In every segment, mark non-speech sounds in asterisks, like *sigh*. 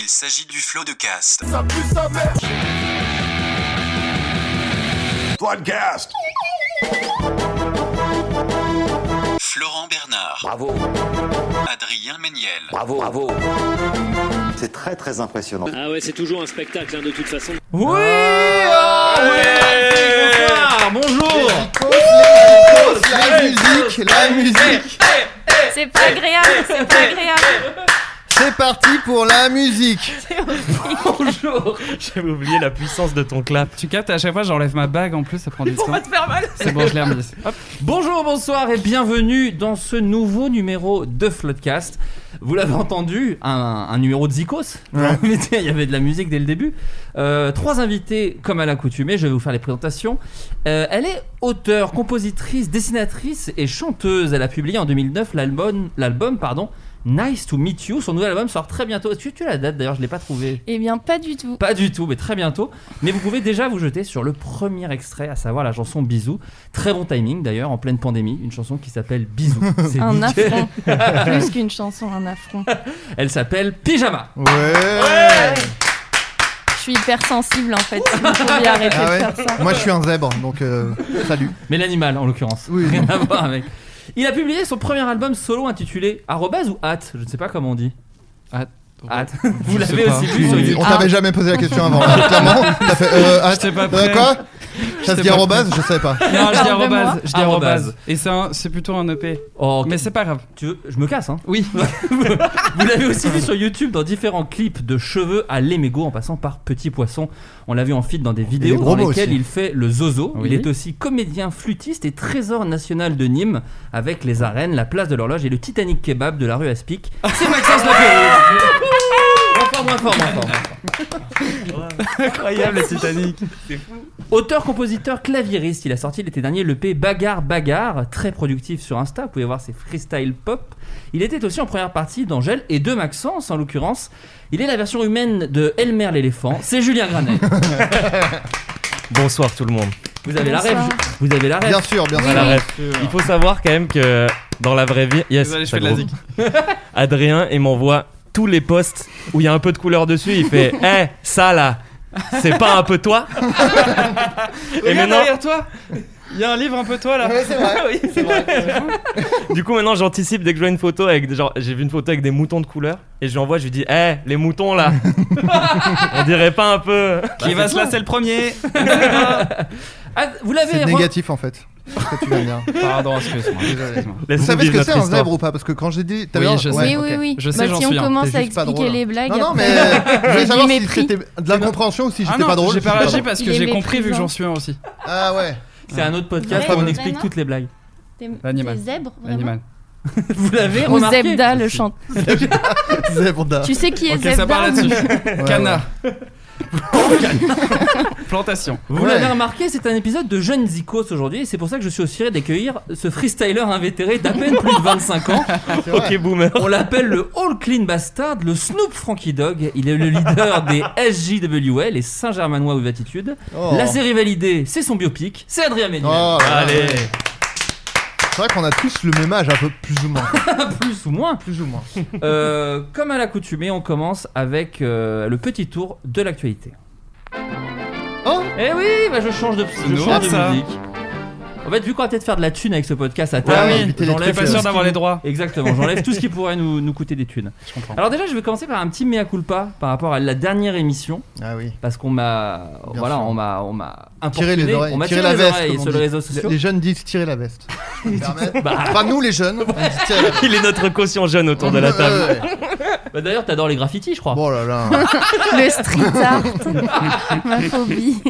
Il s'agit du flot de cast. Podcast. Florent Bernard, Bravo, Adrien Méniel, bravo, bravo. C'est très très impressionnant. Ah ouais, c'est toujours un spectacle hein, de toute façon. Oui ah ouais Bonsoir, Bonjour La musique, la Eh. musique. C'est pas agréable, c'est pas agréable. C'est parti pour la musique. Bonjour J'avais oublié la puissance de ton clap. Tu captes, à chaque fois j'enlève ma bague en plus, ça prend du temps. te faire mal. C'est bon, je l'ai *laughs* remise. Hop. Bonjour, bonsoir et bienvenue dans ce nouveau numéro de Floodcast. Vous l'avez entendu, un, un numéro de Zikos. *laughs* Il y avait de la musique dès le début. Euh, trois invités, comme à l'accoutumée, je vais vous faire les présentations. Euh, elle est auteure, compositrice, dessinatrice et chanteuse. Elle a publié en 2009 l'album, l'album pardon, Nice to Meet You. Son nouvel album sort très bientôt. Est-ce que tu as la date d'ailleurs Je l'ai pas trouvé. Eh bien, pas du tout. Pas du tout, mais très bientôt. Mais vous pouvez déjà vous jeter sur le premier extrait, à savoir la chanson Bisous. Très bon timing d'ailleurs, en pleine pandémie, une chanson qui s'appelle *laughs* Bisous. C'est Un nickel. *laughs* affront. Plus qu'une chanson, un affront. Elle s'appelle Pyjama. Ah Ouais. Je suis hyper sensible en fait. Si vous pouviez arrêter Ah ouais. de faire ça. Moi je suis un zèbre, donc euh, salut. Mais l'animal en l'occurrence. Oui. Rien à voir avec. Il a publié son premier album solo intitulé Arrobase ou Hâte Je ne sais pas comment on dit. Hâte. Hâte. *laughs* Vous Je sais l'avez pas. aussi vu sur YouTube. Ah. On t'avait jamais posé la question avant. *laughs* là. Clairement, t'as fait *laughs* euh, ah, J'étais pas euh, prêt. quoi Ça se J'étais dit pas arrobase Je savais pas. Non, je dis Pardonne-moi. arrobase. Je dis Arrobase. arrobase. Et c'est un- c'est plutôt un EP. Oh, Mais c'est pas grave. tu veux, je me casse, hein. *laughs* Oui. Vous l'avez aussi vu sur YouTube dans différents clips de cheveux à l'émégo en passant par Petit Poisson. On l'a vu en feed dans des vidéos les gros dans mots lesquelles aussi. il fait le zozo. Oui. Il est aussi comédien, flûtiste et trésor national de Nîmes avec les arènes, la place de l'horloge et le Titanic kebab de la rue Aspic. C'est Maxence Lapérouse. Moins fort, moins fort, moins fort. Incroyable, le Titanic. Auteur, compositeur, claviériste, il a sorti l'été dernier l'EP Bagarre Bagarre, très productif sur Insta, vous pouvez voir ses freestyle pop. Il était aussi en première partie d'Angèle et de Maxence en l'occurrence. Il est la version humaine de Elmer l'éléphant, c'est Julien *laughs* Granet. Bonsoir tout le monde. Vous avez la Bonsoir. rêve, vous avez la rêve. Bien sûr, bien sûr. Voilà, bref. Il faut savoir quand même que dans la vraie vie, yes, Désolé, je ça fais de la groupe. *laughs* Adrien il m'envoie tous les posts où il y a un peu de couleur dessus. Il fait, hé, ça là, c'est pas un peu toi Et Regarde maintenant, derrière toi Il y a un livre un peu toi là. *laughs* Oui, c'est vrai. du coup, maintenant j'anticipe dès que je vois une photo avec, des- genre, j'ai vu une photo avec des moutons de couleur et je lui envoie, je lui dis, hé, les moutons là, on dirait pas un peu Bah, Qui va se lasser le premier Ah, vous l'avez C'est re- négatif en fait. ce que tu viens de dire. Pardon, excuse-moi. Désolé. excuse-moi. Laisse-nous Vous savez ce vivre que c'est notre un histoire. zèbre ou pas Parce que quand j'ai dit. tout à Oui, l'heure- je sais. ouais, oui, oui, ok. oui. Je sais, bah, j'en si on suis, hein. T'es commence à juste pas expliquer drôle, les hein. blagues, Non, non, après- euh, mais je voulais du savoir si mépris. c'était de l'incompréhension ou si Ah j'étais non, pas drôle. j'ai pas je réagi sais parce Il que est j'ai compris vu que méprisant. j'en suis un aussi. Ah ouais. C'est un autre podcast Ouais, où on ouais, explique ouais. toutes les blagues. T'es- L'animal. t'es zèbre, vraiment L'animal. *laughs* Vous l'avez Ou remarqué Zebda *laughs* le chant. Zèbre Tu sais qui est Ok, Zebda ça part là-dessus. Cana. Plantation. Vous Ouais. l'avez remarqué, c'est un épisode de Jeunes Icos aujourd'hui, et c'est pour ça que je suis aussi fier d'accueillir ce freestyler invétéré d'à peine plus de 25 ans. *laughs* C'est vrai. Ok boomer. On l'appelle le All Clean Bastard, le Snoop Frankie Dog. Il est le *laughs* leader des SJWL, les Saint-Germanois aux attitudes. Oh. La série validée, c'est son biopic, c'est Adrien Méniel. Oh, Allez, C'est vrai qu'on a tous le même âge, un peu plus *laughs* ou moins. Plus ou moins. Plus ou moins. Euh, comme à l'accoutumée, on commence avec euh, le petit tour de l'actualité. Oh Eh oui, bah je change de, je C'est change nouveau, de ça. musique. En fait, vu qu'on va peut-être faire de la thune avec ce podcast à Ah terme, oui, j'enlève t'es euh, pas sûr ce d'avoir qui- les droits. Exactement, j'enlève tout ce *laughs* qui pourrait nous, nous coûter des thunes. Alors déjà, je vais commencer par un petit mea culpa par rapport à la dernière émission. Ah oui. Parce qu'on m'a, Bien voilà, sûr. on m'a, on m'a Tirer importuné, les oreilles, on m'a tirer tiré la les veste. oreilles comme on sur les dit. réseaux Les- sociaux. Les jeunes disent tirer la veste. *laughs* Internet. Bah. Pas nous les jeunes. on dit tirer la *laughs* veste. Il est notre caution jeune autour de la table. Ouais, ouais. Bah, d'ailleurs, t'adores les graffitis, je crois. Oh là là. *laughs* Le street art. Ma phobie.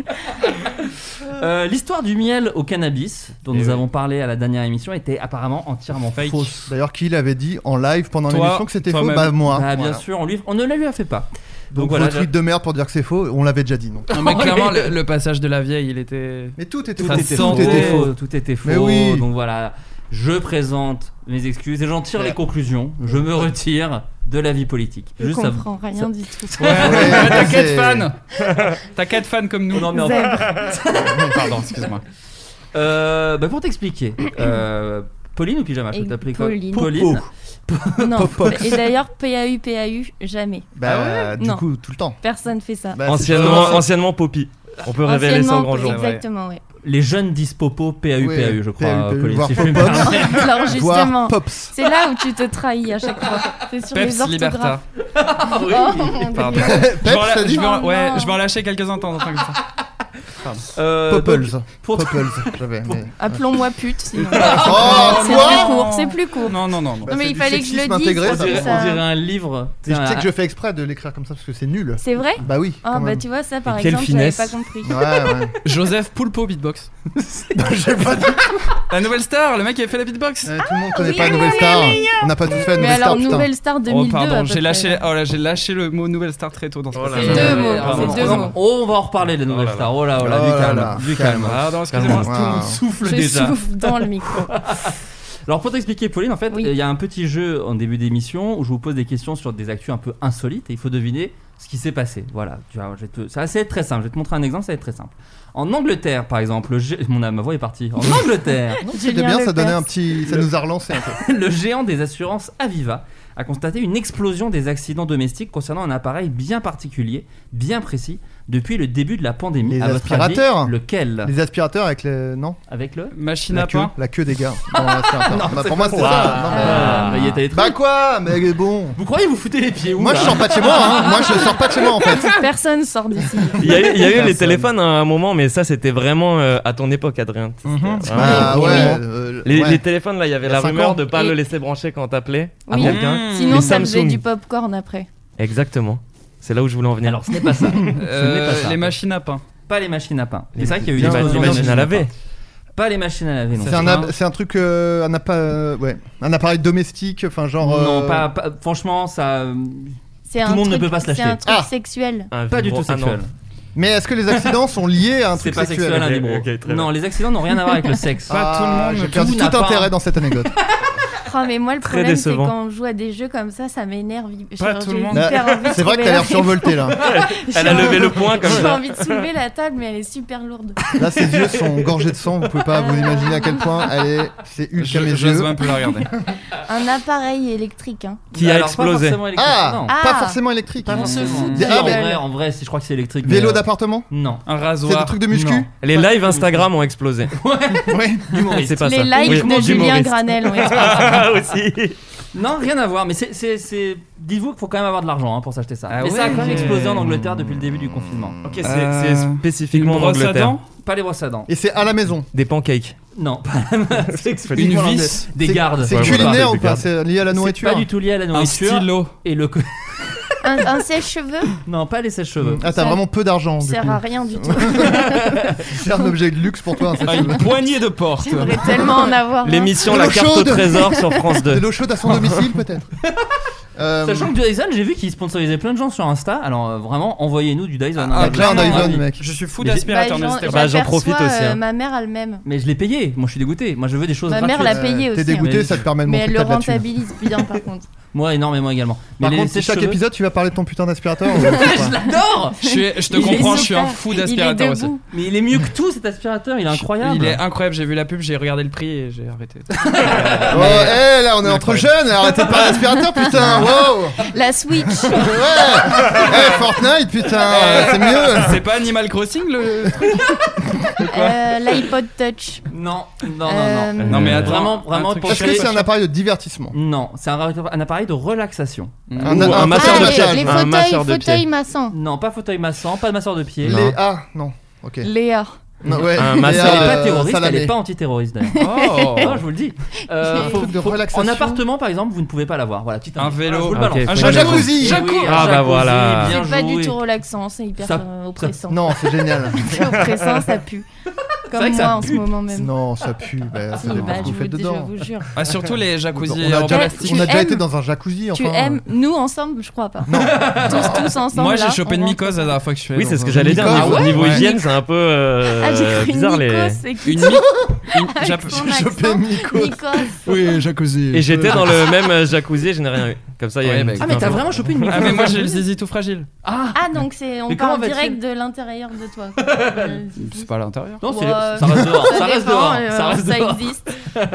Euh, L'histoire du miel au cannabis, dont Eh nous oui. avons parlé à la dernière émission, était apparemment entièrement Fake. fausse. D'ailleurs, qui l'avait dit en live pendant Toi, l'émission que c'était faux toi-même. Bah moi. Bah, bien Voilà. sûr, on, lui, on ne la lui a fait pas. Donc, Donc, voilà, vos tweets de merde pour dire que c'est faux, on l'avait déjà dit non. Non, mais *laughs* clairement, le, le passage de la vieille, il était. Mais tout était tout, faux. était sentait- Tout faux. était faux. Tout était faux. Mais oui. *laughs* Donc voilà, je présente mes excuses et j'en tire les Ouais. conclusions. Je me retire de la vie politique. Je ça- comprends rien du tout. Ouais, ouais, t'as c'est- 4 fans *laughs* T'as 4 fans comme nous. Non, mais en- *laughs* Pardon, excuse-moi. Euh, bah, pour t'expliquer, euh, Pauline ou Pyjama, je peux Et t'appeler quoi Pauline. Pauline. Non. Et d'ailleurs, PAU, PAU, jamais. Bah, du Non. coup, tout le temps. Personne fait ça. Bah, c'est- Anciennement, anciennement Poppy. On peut révéler ça au grand jour. Exactement, ouais. Les jeunes disent Popo, PAU, Ouais, PAU, je crois, PAU, Pauline, voire si je puis me Popo. permettre. Alors justement, Voir Pops. c'est là où tu te trahis à chaque fois. C'est sur les Peps Liberta. orthographes. *laughs* Oh, mon Dieu. Pardon. Peps, Je vais en la- t'as dit je vais en- Oh, ouais, non. je vais en lâcher quelques-uns de temps en temps comme ça. Euh, donc, Popples. pour- Popples, *laughs* j'avais. mais- Appelons-moi pute, sinon. *laughs* Oh, c'est quoi plus court, c'est plus court. Non, non, non. non. Bah, mais c'est il du fallait que je le sexisme dise, intégré, on, ça. dirait, Ça- on dirait un livre. Et je un- sais que je fais exprès de l'écrire comme ça parce que c'est nul. C'est vrai Bah oui. Ah quand bah même. tu vois ça par Et quelle exemple, j'avais pas finesse. compris. Ouais, ouais. Joseph Poulpo *laughs* beatbox. J'ai pas dit. La nouvelle star, le mec qui avait fait la beatbox. Ouais, tout le monde connaît pas Nouvelle Star. On n'a pas tout fait Mais Nouvelle Star, alors putain. Nouvelle Star 2002 Oh à pardon, peu j'ai près. lâché, oh là, j'ai lâché le mot nouvelle star très tôt dans ce Oh là passage. là. deux mots, Ah, c'est bon, deux on- mots. on va en reparler de la nouvelle Oh là star. Oh là, oh là, Oh du là calme, là, calme. du calme. Ah non, excusez-moi. Calme. Wow. Tout le monde souffle Je déjà. souffle *laughs* dans le micro. Alors pour t'expliquer Pauline, en fait, Oui. il y a un petit jeu en début d'émission où je vous pose des questions sur des actus un peu insolites et il faut deviner ce qui s'est passé. Voilà, tu vois, je vais te- ça va être très simple. Je vais te montrer un exemple, ça va être très simple. En Angleterre, par exemple, le gé- mon ma voix est partie. En *laughs* Angleterre, C'était Julien bien, ça Lepers. donnait un petit. Ça Le- nous a relancé un peu. *laughs* le géant des assurances Aviva a constaté une explosion des accidents domestiques concernant un appareil bien particulier, bien précis, depuis le début de la pandémie. Les À votre avis, aspirateurs lequel Les aspirateurs avec les. Non Avec le Machine La à queue, pain. la queue des *laughs* gars. dans l'aspirateur. Bah, pour moi, c'est ça. Non, mais- Ah, mais il y a des Bah trucs. quoi Mais bon. Vous croyez vous foutez les pieds où Moi, là je sors pas de chez moi. hein. Moi, je sors pas de chez moi en fait. *laughs* Personne sort d'ici. Il y a eu, il y a eu les Personne. téléphones à un moment, mais ça c'était vraiment euh, à ton époque, Adrien. C'était vraiment- Bah ouais. euh, Les, ouais. les téléphones là, il y avait Il y a la cinq rumeur ans. de pas Et- le laisser brancher quand t'appelais à Oui. Mm. quelqu'un. Sinon Les ça faisait Samsung. du popcorn après. Exactement. C'est là où je voulais en venir. Alors ce n'est *laughs* pas ça. Ce n'est pas Euh, ça. les machines à pain. Pas les machines à pain. Les- C'est ça qu'il y a eu les des ma- les explosions de machines à laver. pain. Pas les machines à laver Ah, non. C'est un, ab- c'est un truc, euh, un, appa- euh, ouais. un appareil domestique, enfin genre. Non, euh, pas, pas- franchement ça euh, C'est Tout un le monde ne truc- peut pas se C'est un lâcher. truc Ah. sexuel. Un pas du vibro- tout ah non. sexuel. Mais est-ce que les accidents sont liés à un *laughs* c'est truc pas sexuel sexuel un Ok, vibro. ok, très non, les accidents n'ont rien à voir avec le sexe. Ah, Pas tout le monde, J'ai tout perdu n'a tout pas intérêt un- dans cette anecdote. Oh, mais moi le Très problème c'est décevant. quand on joue à des jeux comme ça, ça m'énerve. J'ai- Pas tout le j'ai monde. Là, hyper envie de C'est vrai que t'as trouver la l'air survolté là. Elle a J'ai levé envie- le poing comme J'ai ça. envie de soulever la table, mais elle est super lourde. Là, ses yeux sont gorgés de sang. Vous pouvez pas vous imaginer à quel point elle est. C'est ultra mes Je yeux. j'ose même plus la regarder. Un appareil électrique. Hein. Qui a Alors, pas explosé. forcément électrique, Ah, non. Pas Ah. forcément électrique. Mmh. Pas forcément. fout de Si, ta Ah, en gueule. vrai, en vrai, si, je crois que c'est électrique. mais, Ah, Vélo euh, d'appartement. Non. Un C'est rasoir. des trucs de muscu. Non. Les lives Instagram ont explosé. Oui. C'est pas Les ça. lives Oui, de Julien d'humoriste. Granel. on est- *laughs* Ah aussi. Non, rien à voir, mais c'est. c'est- c'est- Dites-vous qu'il faut quand même avoir de l'argent hein, pour s'acheter ça. Ah mais ça a ouais. quand même explosé en Euh. Angleterre depuis le début du confinement. Ok, c'est Euh, c'est spécifiquement une en brosse à Angleterre. dents Pas les brosses à *laughs* dents. Et c'est à la maison. Des pancakes. *laughs* Non, pas c'est Une exclusivement vis. des C'est- gardes. C'est Ouais, voilà. culinaire C'est ou des pas gardes. C'est lié à la C'est nourriture pas du tout lié à la Un nourriture. stylo. Et le. co- *laughs* Un, *laughs* un sèche-cheveux Non, pas les sèche-cheveux. Ah, t'as vraiment peu d'argent. du sert coup. à rien du tout. C'est un objet de luxe pour toi. hein, Ah, c'est- Une poignée de porte. J'aimerais tellement en avoir. un. L'émission De La l'eau carte au chaude. trésor sur France De 2. l'eau chaude *laughs* à son domicile peut-être. Euh, Sachant que Dyson, j'ai vu qu'il sponsorisait plein de gens sur Insta. Alors euh, vraiment, envoyez-nous du Dyson. hein. Ah, bah, clair, clairement, Dyson, oui. mec. Je suis fou Mais j'ai- Bah, d'aspirateur, j'en- n'hésitez pas. Bah, j'en profite j'aperçois, aussi, hein. euh, ma mère elle même. Mais je l'ai payé. Moi, je suis dégoûté. Moi, je veux des choses Ma mère gratuites. l'a payé aussi. Euh, T'es hein. dégoûté, ça te permet de Mais montrer elle que le t'as de la thune. rentabilise bien par contre. *laughs* Moi, énormément également. Par mais les contre, si chaque sèche-cheveux- épisode tu vas parler de ton putain d'aspirateur. ou- *laughs* *laughs* je l'adore. Je, suis- je te Il est comprends, je suis un super. fou Il est d'aspirateur aussi. debout. Mais il est mieux que tout cet aspirateur. Il est incroyable. Il est incroyable, j'ai vu la pub, j'ai regardé le prix et j'ai arrêté. Oh, hé, là on est entre jeunes, arrêtez de parler *laughs* d'aspirateur, putain, wow! La Switch. Ouais! Oh, Ah, Hé, Fortnite, putain, euh, c'est mieux! *laughs* C'est pas Animal Crossing le truc Euh, L'iPod Touch. Non, non, Euh, non, non. Non, mais attends, vraiment, un vraiment. truc pour Est-ce que chercher- c'est un appareil de divertissement Non, c'est un, un appareil de relaxation. Un- Ou un- un Ah, masseur de les, pied. les Un masseur fauteuils, de fauteuils pied. massants. Non, pas fauteuil massant, pas de masseur de pied. Les A, non. Ok. Léa. Non, ouais. Un les Elle masseur- A, n'est pas euh, terroriste, elle Salamé. n'est pas antiterroriste d'ailleurs. Oh. *laughs* Non, je vous le dis. Euh, Un truc de relaxation. en appartement, par exemple, vous ne pouvez pas l'avoir. Voilà, petite Un indice. vélo. Ah, je vous le Ah, balance. ok, Un faut Un une raison. jacuzzi Oui, Ah, un bah jacuzzi, voilà. bien C'est pas du joué. tout relaxant, c'est hyper Ça- euh, oppressant. Non, c'est génial. *laughs* C'est oppressant, ça pue. vrai Comme que ça moi en pue. ce moment même. Non, ça pue. Bah, Si, ça dépend bah, ce que je, vous vous faites dis, je dedans. vous jure. Ah, surtout les jacuzzis on a, en déjà, plastique. tu on a déjà aimes- été dans un jacuzzi. Enfin, Euh, Tu aimes Nous ensemble, je crois pas. *laughs* Tous, tous *laughs* ensemble. Moi, j'ai là, chopé on une rentre mycose la ensemble. dernière fois que je suis allé Oui, c'est dans ce un- que j'allais dire. Nico, niveau ouais. niveau Ouais. hygiène, c'est un peu euh, Ah, j'ai cru bizarre Nikos, les. c'est qui Une Une- Avec j'app- ton j'ai chopé accent, Nikos. Nikos. Oui, jacuzzi. Et j'étais *laughs* dans *laughs* le même euh, jacuzzi, je n'ai rien eu. Comme ça, il y a Ouais, une bah, petite Ah, mais t'as info. vraiment chopé une Ah, mais moi, j'ai le zizi tout fragile. Ah Ah, donc c'est on Mais parle comment va-t-il direct de l'intérieur *laughs* de toi. quoi. Euh, C'est pas à l'intérieur. Non, c'est- Ouais. ça reste dehors. Ça, reste dépend, dehors. euh, ça reste ça dehors. existe. *laughs*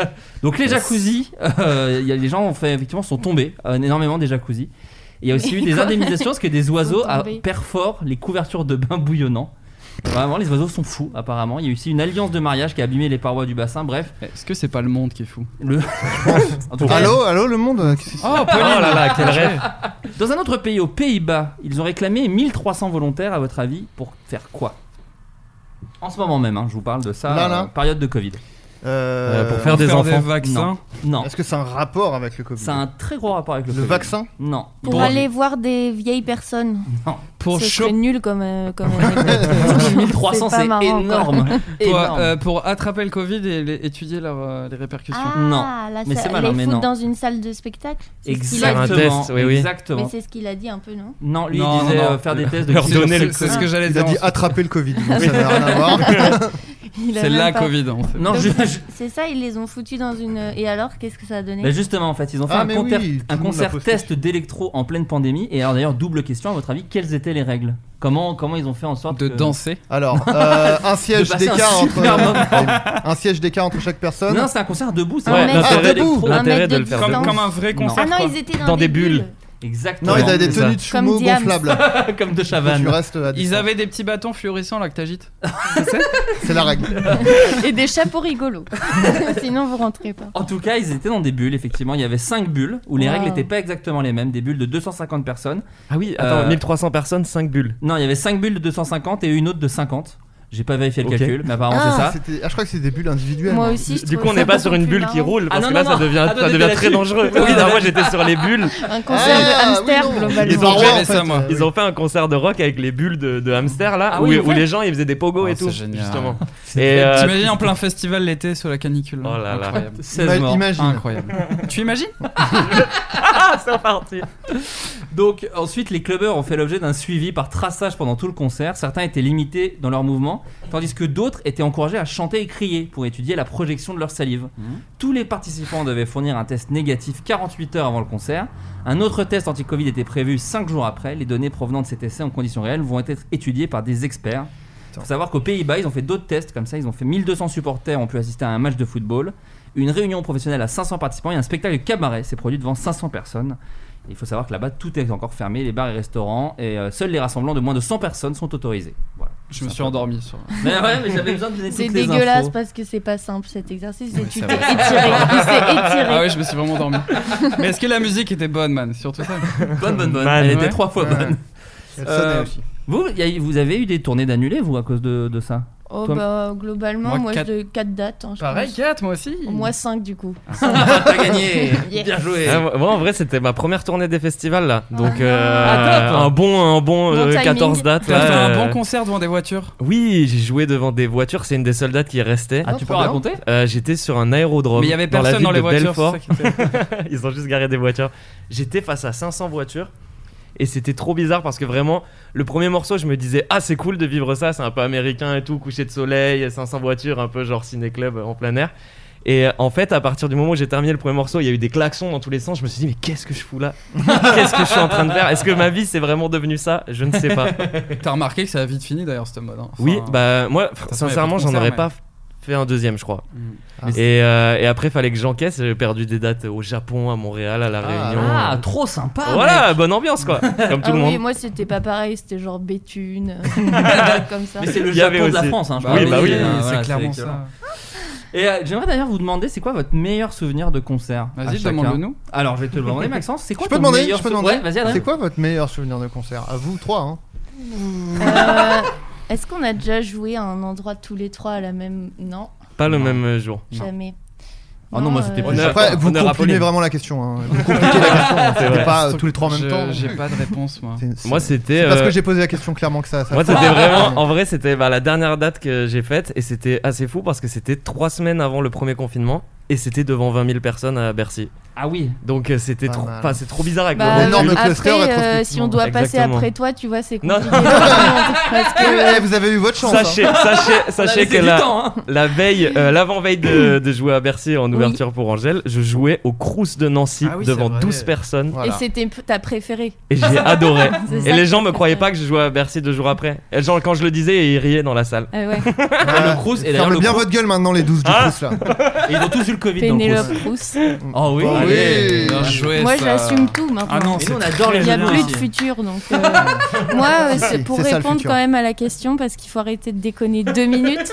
Donc les jacuzzis, euh, il y a les gens ont fait effectivement sont tombés euh, énormément des jacuzzis. Et Il y a aussi eu des Quoi indemnisations parce que des oiseaux ah, tombés. perforent les couvertures de bain bouillonnants. Vraiment, les oiseaux sont fous apparemment. Il y a eu aussi une alliance de mariage qui a abîmé les parois du bassin. Bref, Est-ce que c'est pas le monde qui est fou le. En tout cas, Allô, allô, le monde Qu'est-ce que c'est Oh, Oh là là, quel rêve. Dans un autre pays, aux Pays-Bas, ils ont réclamé 1300 volontaires, à votre avis, pour faire quoi En ce moment même, hein, je vous parle de ça, Là, là. euh, période de Covid. Euh, Euh, pour faire des enfants. vaccins. Non, Est-ce que c'est un rapport avec le Covid ça a un très gros rapport avec le, Le Covid. vaccin Non. Pour aller voir des vieilles personnes. Non. Pour Ce cho- serait nul comme euh, *laughs* comme anecdote. 1300, C'est pas c'est marrant, quoi. *laughs* énorme. Pour, *laughs* Énorme. euh, pour attraper le Covid et les- étudier leur, euh, les répercussions. Ah, Non. là, Mais ça- c'est malin, les mais foutre non. dans une salle de spectacle. C'est ce qu'il a dit. un Exactement. test, oui, oui. Exactement. Mais c'est ce qu'il a dit un peu, non Non, lui, Non, il disait non, non. euh, faire des tests de Leur culture donner le- C'est ce que j'allais Il a dire. dit en fait. attraper *laughs* le Covid. donc ça n'a rien à *laughs* voir. Il a C'est même la pas- Covid. en fait. Non, Donc, je- je- C'est ça, ils les ont foutus dans une. Et alors, qu'est-ce que ça a donné Bah, justement, en fait, ils ont fait Ah, un mais concert, oui, tout un le monde l'a concert posté. test d'électro en pleine pandémie. Et alors, d'ailleurs, double question, à votre avis, quelles étaient les règles comment, comment ils ont fait en sorte De que- danser. *laughs* Alors, euh, un siège De passer un d'écart entre super un siège d'écart entre chaque personne. Non, c'est un concert debout, c'est Un Ouais, mec- l'intérêt Ah, debout. de- Un l'intérêt mec de de le faire distance. debout. Comme un vrai Non. concert. Ah non, quoi. ils étaient dans, Dans des Exactement. Non, ils avaient des c'est ça. tenues de sumo Comme Diams. *laughs* gonflables. comme de Tu Chavannes. restes à Ils distance. avaient des petits bâtons fluorescents là que t'agites. C'est la *laughs* règle. *laughs* Et des chapeaux rigolos. *laughs* Sinon, vous rentrez pas. En tout cas, ils étaient dans des bulles, effectivement. Il y avait 5 bulles où les Wow. règles n'étaient pas exactement les mêmes. Des bulles de 250 personnes. Ah oui, attends, Euh, 1300 personnes, 5 bulles. Non, il y avait 5 bulles de 250 et une autre de 50. J'ai pas vérifié le Ok. calcul, mais apparemment c'est Ah, ça. c'était- ah, je crois que c'est des bulles individuelles. Moi aussi, je Du trouve coup, on ça n'est pas sur beaucoup une plus bulle qui marrant. roule, Ah, parce non, que là, non, ça non. devient, Ah, ça t'étais devient très là-dessus. dangereux. Ouais. Oui, non, moi j'étais sur les bulles. Un concert Ah, de oui, hamster, non. globalement. Ils ont Ouais, fait- en ça, fait, moi. euh, Ils ont fait un concert de rock avec les bulles de, de hamster là, Ah où, oui, où ouais. les gens ils faisaient des pogos Oh, et c'est tout. génial. Justement. Et euh, T'imagines *laughs* en plein festival l'été sous la canicule. hein. Oh là là. Incroyable. *laughs* 16 morts. Imagine. Incroyable. *laughs* tu imagines Donc ensuite, les clubbers ont fait l'objet d'un suivi par traçage pendant tout le concert. Certains étaient limités dans leurs mouvements, tandis que d'autres étaient encouragés à chanter et crier pour étudier la projection de leur salive. Mmh. Tous les participants devaient fournir un test négatif 48 heures avant le concert. Un autre test anti-Covid était prévu 5 jours après. Les données provenant de cet essai en conditions réelles vont être étudiées par des experts. Il faut savoir qu'aux Pays-Bas, ils ont fait d'autres tests comme ça. Ils ont fait 1200 supporters ont pu assister à un match de football, une réunion professionnelle à 500 participants et un spectacle cabaret s'est produit devant 500 personnes. Il faut savoir que là-bas, tout est encore fermé, les bars et restaurants, et euh, seuls les rassemblements de moins de 100 personnes sont autorisés. Voilà. Je me suis endormi sur. Mais ouais, mais j'avais besoin de donner C'est toutes les dégueulasse infos. parce que c'est pas simple cet exercice. Et tu ça t'es étiré. va. Il *laughs* s'est Ah étiré. ouais, je me suis vraiment *laughs* endormi. Mais est-ce que la musique était bonne, man Surtout ça. Bonne, bonne, bonne. Man, Elle ouais. était trois fois bonne. Elle Euh, sonnait aussi. Vous, y a- vous avez eu des tournées d'annulés, vous, à cause de, de ça Oh Toi- bah globalement, Moi, moi, quatre- je de 4 dates. hein, je Pareil, pense. 4 moi aussi. Moi 5 du coup. Ah, T'as *laughs* gagné Yes. Bien joué ah, moi en vrai c'était ma première tournée des festivals là. Donc Ah. euh, Ah, top. un bon, un bon, Bon euh, timing. 14 dates. T'as là, fait un euh, bon concert devant des voitures. Oui, j'ai joué devant des voitures, c'est une des seules dates qui restait. Ah, tu peux raconter Euh, J'étais sur un aérodrome. Mais il y avait la personne ville dans les de voitures. Belfort. c'est ça qui *laughs* était- Ils ont juste garé des voitures. J'étais face à 500 voitures. Et c'était trop bizarre parce que vraiment, le premier morceau, je me disais, ah, c'est cool de vivre ça, c'est un peu américain et tout, coucher de soleil, 500 voitures, un peu genre ciné-club en plein air. Et euh, en fait, à partir du moment où j'ai terminé le premier morceau, il y a eu des klaxons dans tous les sens. Je me suis dit, mais qu'est-ce que je fous *laughs* là Qu'est-ce que je suis en train de faire Est-ce que ma vie, c'est vraiment devenu ça Je ne sais pas. *laughs* T'as remarqué que ça a vite fini d'ailleurs, ce mode. hein. Enfin, Oui, bah moi, façon, fr- y a pas sincèrement, de j'en concert, aurais mais- pas f- fait un deuxième, je crois. Ah. Et, euh, et après, fallait que j'encaisse. J'ai perdu des dates au Japon, à Montréal, à La Réunion. Ah, trop sympa. voilà, mec. bonne ambiance, quoi. Comme tout ah le oui, monde. moi c'était pas pareil, c'était *laughs* genre Béthune, euh, comme ça. Mais c'est le Il y avait Japon de la aussi. France, hein, je Oui, parle. bah oui, Euh, c'est voilà, clairement c'est ça. Et euh, j'aimerais d'ailleurs vous demander, c'est quoi votre meilleur souvenir de concert à Vas-y, chacun demande-le-nous. Alors, je vais te le demander, Maxence. *laughs* C'est quoi Je peux ton demander, meilleur je peux sou- demander. Ouais, vas-y, Adrien. c'est quoi votre meilleur souvenir de concert À vous trois, hein Euh, Est-ce qu'on a déjà joué à un endroit tous les trois à la même Non, Pas le même euh, jour. jamais. Ah non, moi, c'était euh, plus- Honneur- Après, vous honneur à comprimez Pauline. vraiment la question. hein. Vous compliquez la question. *laughs* hein. C'est C'était vrai. pas euh, tous les trois en Je- même temps. J'ai pas de réponse, moi. C'est- c'est- Moi, c'était. c'est parce euh, que j'ai posé la question clairement que ça. ça Moi, fait- c'était vraiment. En vrai, c'était bah, la dernière date que j'ai faite et c'était assez fou parce que c'était trois semaines avant le premier confinement et c'était devant 20 000 personnes à Bercy. Ah oui. Donc euh, c'était Pas trop. mal. Enfin, c'est trop bizarre avec Bah, le recul. Énorme après, cluster, euh, rétrospectivement. si on doit passer Exactement. après toi, tu vois, c'est Non, compliqué. *laughs* parce que Eh, vous avez eu votre chance. hein. Sachez, *laughs* sachez, On a sachez laissé que du la, temps, hein. la veille, euh, l'avant-veille de, de jouer à Bercy en ouverture pour Angèle, je jouais au Crous de Nancy Ah oui, devant c'est vrai. 12 personnes et Voilà. c'était p- ta préférée. et j'ai adoré. *laughs* C'est ça Et les que gens je me croyaient pas préfère. que je jouais à Bercy deux jours après. Et genre, quand je le disais, ils riaient dans la salle. *laughs* Ah ouais. Voilà. le Crous, et d'ailleurs, Ferme le bien Crous- votre gueule maintenant, les 12 du Ah. Crous là. Et ils ont tous eu le Covid hein, dans le Pénélope Rousse. Crous. Ah Oh oui. Oh oui. allez. Bien joué, Moi, ça. j'assume tout maintenant. Ah non, Mais c'est nous, on adore les Il n'y a jeunes plus aussi. de futur, *laughs* donc euh, moi, euh, c'est- Si, pour c'est ça, le répondre futur. quand même à la question, parce qu'il faut arrêter de déconner deux minutes,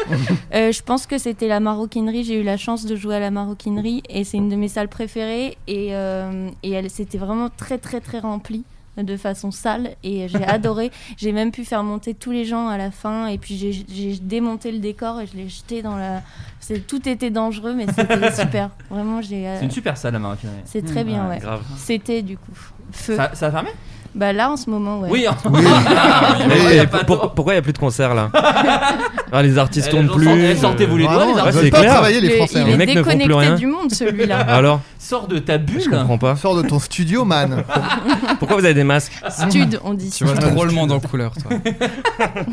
euh, je pense que c'était la maroquinerie. J'ai eu la chance de jouer à la maroquinerie et c'est une de mes salles préférées et, euh, et elle c'était vraiment très très très remplie de façon sale et j'ai adoré. J'ai même pu faire monter tous les gens à la fin et puis j'ai- j'ai démonté le décor et je l'ai jeté dans la. c'est- Tout était dangereux mais c'était super. Vraiment, j'ai. euh, C'est une super salle, la maroquinerie. C'est très bien, ouais. Grave. C'était du coup. Feu. Ça, ça a fermé Bah là en ce moment, ouais. Oui. hein. Mais Il y a pas pour- de- pourquoi il n'y a plus de concerts *laughs* là Ah, Les artistes Eh, les tournent gens plus. sortent- eh, Sortez-vous les doigts, Vraiment, les ils ouais, artistes. veulent c'est pas clair. travailler les Le- Français. il hein. est Les mecs ne font plus déconnecté rien. du monde celui-là. Alors, Sors de ta je bulle. comprends pas. Sors de ton studio, *laughs* man. Pourquoi vous avez des masques Stud, on dit. Tu vois stud. drôlement dans couleur, toi. *laughs*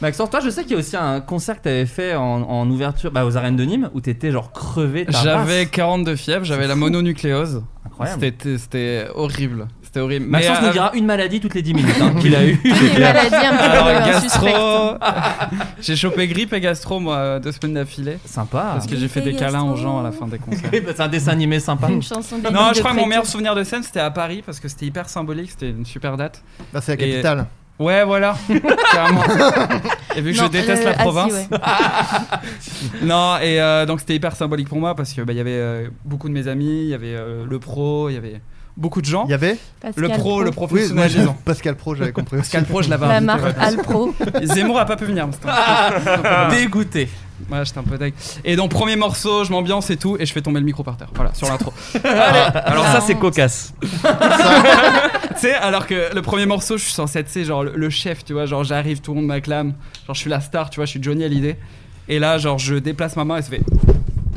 Maxence, toi, je sais qu'il y a aussi un concert que t'avais fait en, en ouverture bah, aux arènes de Nîmes où t'étais genre crevé. ta J'avais race. 42 fièvres, j'avais la mononucléose. Incroyable. C'était- C'était horrible. C'était horrible. Mais, Maxence nous euh, dira une maladie toutes les 10 minutes hein, qu'il a *laughs* eu. Une maladie un peu euh, Alors, suspecte. gastro. *laughs* j'ai chopé grippe et gastro, moi, deux semaines d'affilée. Sympa. Parce que j'ai fait des Grippe et câlins aux gastro. gens à la fin des concerts. *laughs* Oui, bah, c'est un dessin animé sympa. Une chanson des Non, Nuits je de crois que mon Créteil. meilleur souvenir de scène, c'était à Paris parce que c'était hyper symbolique, c'était une super date. Là, Bah, c'est la Et- capitale. Ouais, *laughs* voilà, carrément. Et vu que je Non, déteste le- la ah si, province. ouais. *laughs* Non, et euh, donc c'était hyper symbolique pour moi parce que bah, il y avait euh, beaucoup de mes amis, il y avait euh, le pro, il y avait beaucoup de gens. Il y avait Le Pascal pro, le Oui, moi, professionnel, j'ai- disons. Pascal Pro, j'avais compris aussi. Pascal Pro, je l'avais La invité. marque Alpro. Zemmour a pas pu venir. mais *laughs* c'était un- Dégoûté. Ah. Ouais, j'étais un peu deg. Et donc, premier morceau, je m'ambiance et tout, et je fais tomber le micro par terre. Voilà, sur *laughs* l'intro. Ah, Alors, ça, c'est cocasse. *laughs* tu sais, alors que le premier morceau, je suis censé être, tu sais, genre le, le chef, tu vois, genre j'arrive, tout le monde m'acclame, genre je suis la star, tu vois, je suis Johnny Hallyday. Et là, genre, je déplace ma main et ça fait.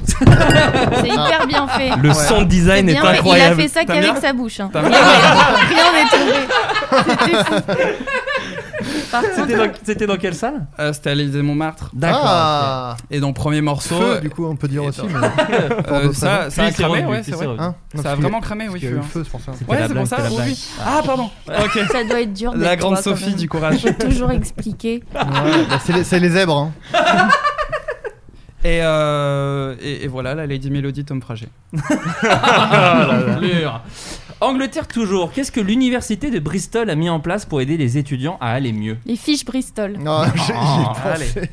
*laughs* C'est hyper bien fait. Le son C'est design est bien fait. Il a incroyable. fait ça T'as qu'avec bien sa bouche. hein. T'as Rien bien n'est- rien n'est tombé. C'était fou. Par C'était contre, dans, c'était dans quelle salle Euh, C'était à l'Élysée Montmartre. D'accord. Ah Et dans le premier morceau. Feu, du coup, on peut dire et aussi. dans- mais- *laughs* euh, Pour d'autres ça, raisons. ça a Puis c'est cramé, revenu, ouais, puis c'est c'est vrai. revenu. Hein Non, ça a parce qu'il y vraiment cramé, oui, parce qu'il y a feu, eu hein. le feu, c'est pour ça. C'était Ouais, la c'est blague, pour ça, c'était la oui, blague. oui. Ah, pardon. Ok. ça doit être dur. La d'être grande droit quand Sophie, même. du courage. Toujours expliqué. Ouais, bah, c'est les- C'est les zèbres. hein. Et, euh, et, et voilà, la Lady Melody, Tom *laughs* Frager. *laughs* Ah, Ah, Lure. Angleterre toujours. Qu'est-ce que l'université de Bristol a mis en place pour aider les étudiants à aller mieux Les fiches Bristol. Non, j'ai- j'y ai Ah, pensé.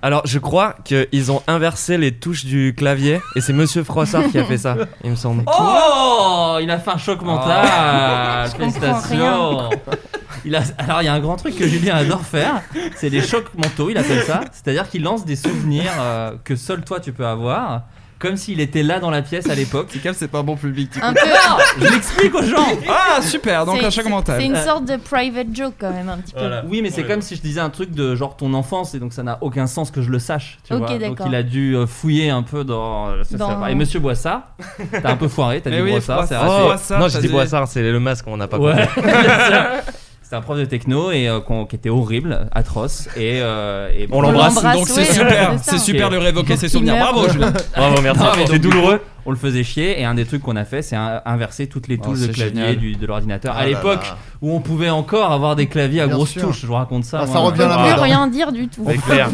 Alors, je crois qu'ils ont inversé les touches du clavier et c'est Monsieur Froissart qui a fait ça, il me semble. Oh Il a fait un choc Ah. *laughs* mental. Félicitations. Il a- alors il y a un grand truc que Julien adore faire, c'est les chocs mentaux, il appelle ça. C'est-à-dire qu'il lance des souvenirs euh, que seul toi tu peux avoir, comme s'il était là dans la pièce à l'époque. C'est calme, c'est pas un bon public. du coup. Un peu. Je l'explique aux gens. Euh, Ah, super, donc C'est- un choc c'est- mental. C'est une sorte de private joke quand même un petit peu. Oui, mais c'est comme si je disais un truc de genre ton enfance et donc ça n'a aucun sens que je le sache. Tu Ok, vois donc d'accord. il a dû euh, fouiller un peu dans. euh, ça, ça Dans- va. Et Monsieur Boissard, t'as un peu foiré, t'as Mais dit Eh oui, Boissard, c'est Froissart. raté. Oh, Boissard, non, ça j'ai dit dit- Boissard, c'est le masque, on n'a pas compris. Ouais. *laughs* bien sûr. C'était un prof de techno et euh, qu'on- qui était horrible, atroce et, euh, et On l'embrasse. l'embrasse, Donc c'est ouais, super, c'est ça. c'est super de révoquer ses Qui souvenirs. meurt. Bravo, Julien. Bravo, merci. Non, mais C'est douloureux. on le faisait chier. Et un des trucs qu'on a fait, c'est un- inverser toutes les Oh, touches de c'est clavier génial. du- de l'ordinateur. Ah à là l'époque là. où on pouvait encore avoir des claviers à Bien grosses sûr. touches, je vous raconte ça. Ah, moi. ça revient à la Ah. mode, Plus rien dire du tout. C'est *laughs* clair.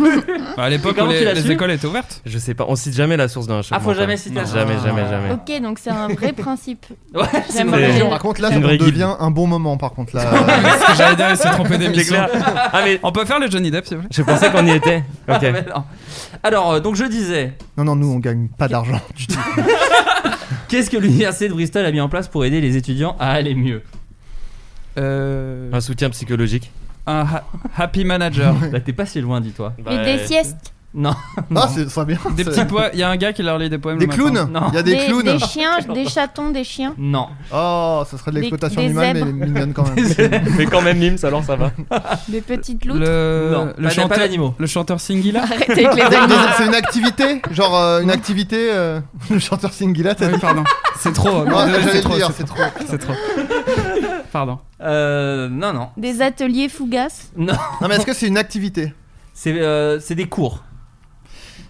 À l'époque, Comment les- tu l'as les su écoles étaient ouvertes Je sais pas, on cite jamais la source d'un réchauffement. Ah, faut jamais quand même. citer la source. Ah. Jamais, jamais, jamais. Ok, donc c'est un vrai principe. *laughs* Ouais, C'est une J'aimerais- religion. Par contre, là, C'est ça une vraie devient un bon moment. Par contre, là, *laughs* *laughs* Parce que j'allais dire, c'est trompé C'est d'émission. clair. Ah, mais On peut faire le Johnny Depp, s'il vous plaît je pensais *laughs* qu'on y était. Ok. Ah, mais non. Alors, euh, donc je disais, non, non, nous, on gagne pas d'argent du tout. qu'est-ce que l'université de Bristol a mis en place pour aider les étudiants à aller mieux Euh, Un soutien psychologique. Un ha- happy *laughs* manager. Là, Bah, t'es pas si loin, dis-toi. Bah, Et euh, des siestes, Non, Ah, c'est ça bien. Des c'est- petits poèmes. Il y a un gars qui leur lit des poèmes. Des le matin. clowns. Non. Il y a des, des, clowns. des chiens, des chatons, des chiens. non. Oh, ça serait de Des- l'exploitation des animale, mais zèbres. mignonne *laughs* quand même. Mais quand même, Mims, alors ça va. Ah, Des petites loutres. Le, Non, Euh, le pas- pas chanteur, d'animaux. le chanteur Singila. *laughs* Arrêtez avec les animaux. *laughs* C'est une activité Genre euh, une activité euh, *laughs* Le chanteur Singila, t'as Ah Oui, dit pardon. C'est trop. Oh, non, Non, désolé, j'allais c'est le trop. dire, c'est- c'est trop. C'est trop. Pardon. Euh, non, non. Des ateliers fougasses. Non, Non, mais est-ce que c'est une activité c'est euh, c'est des cours.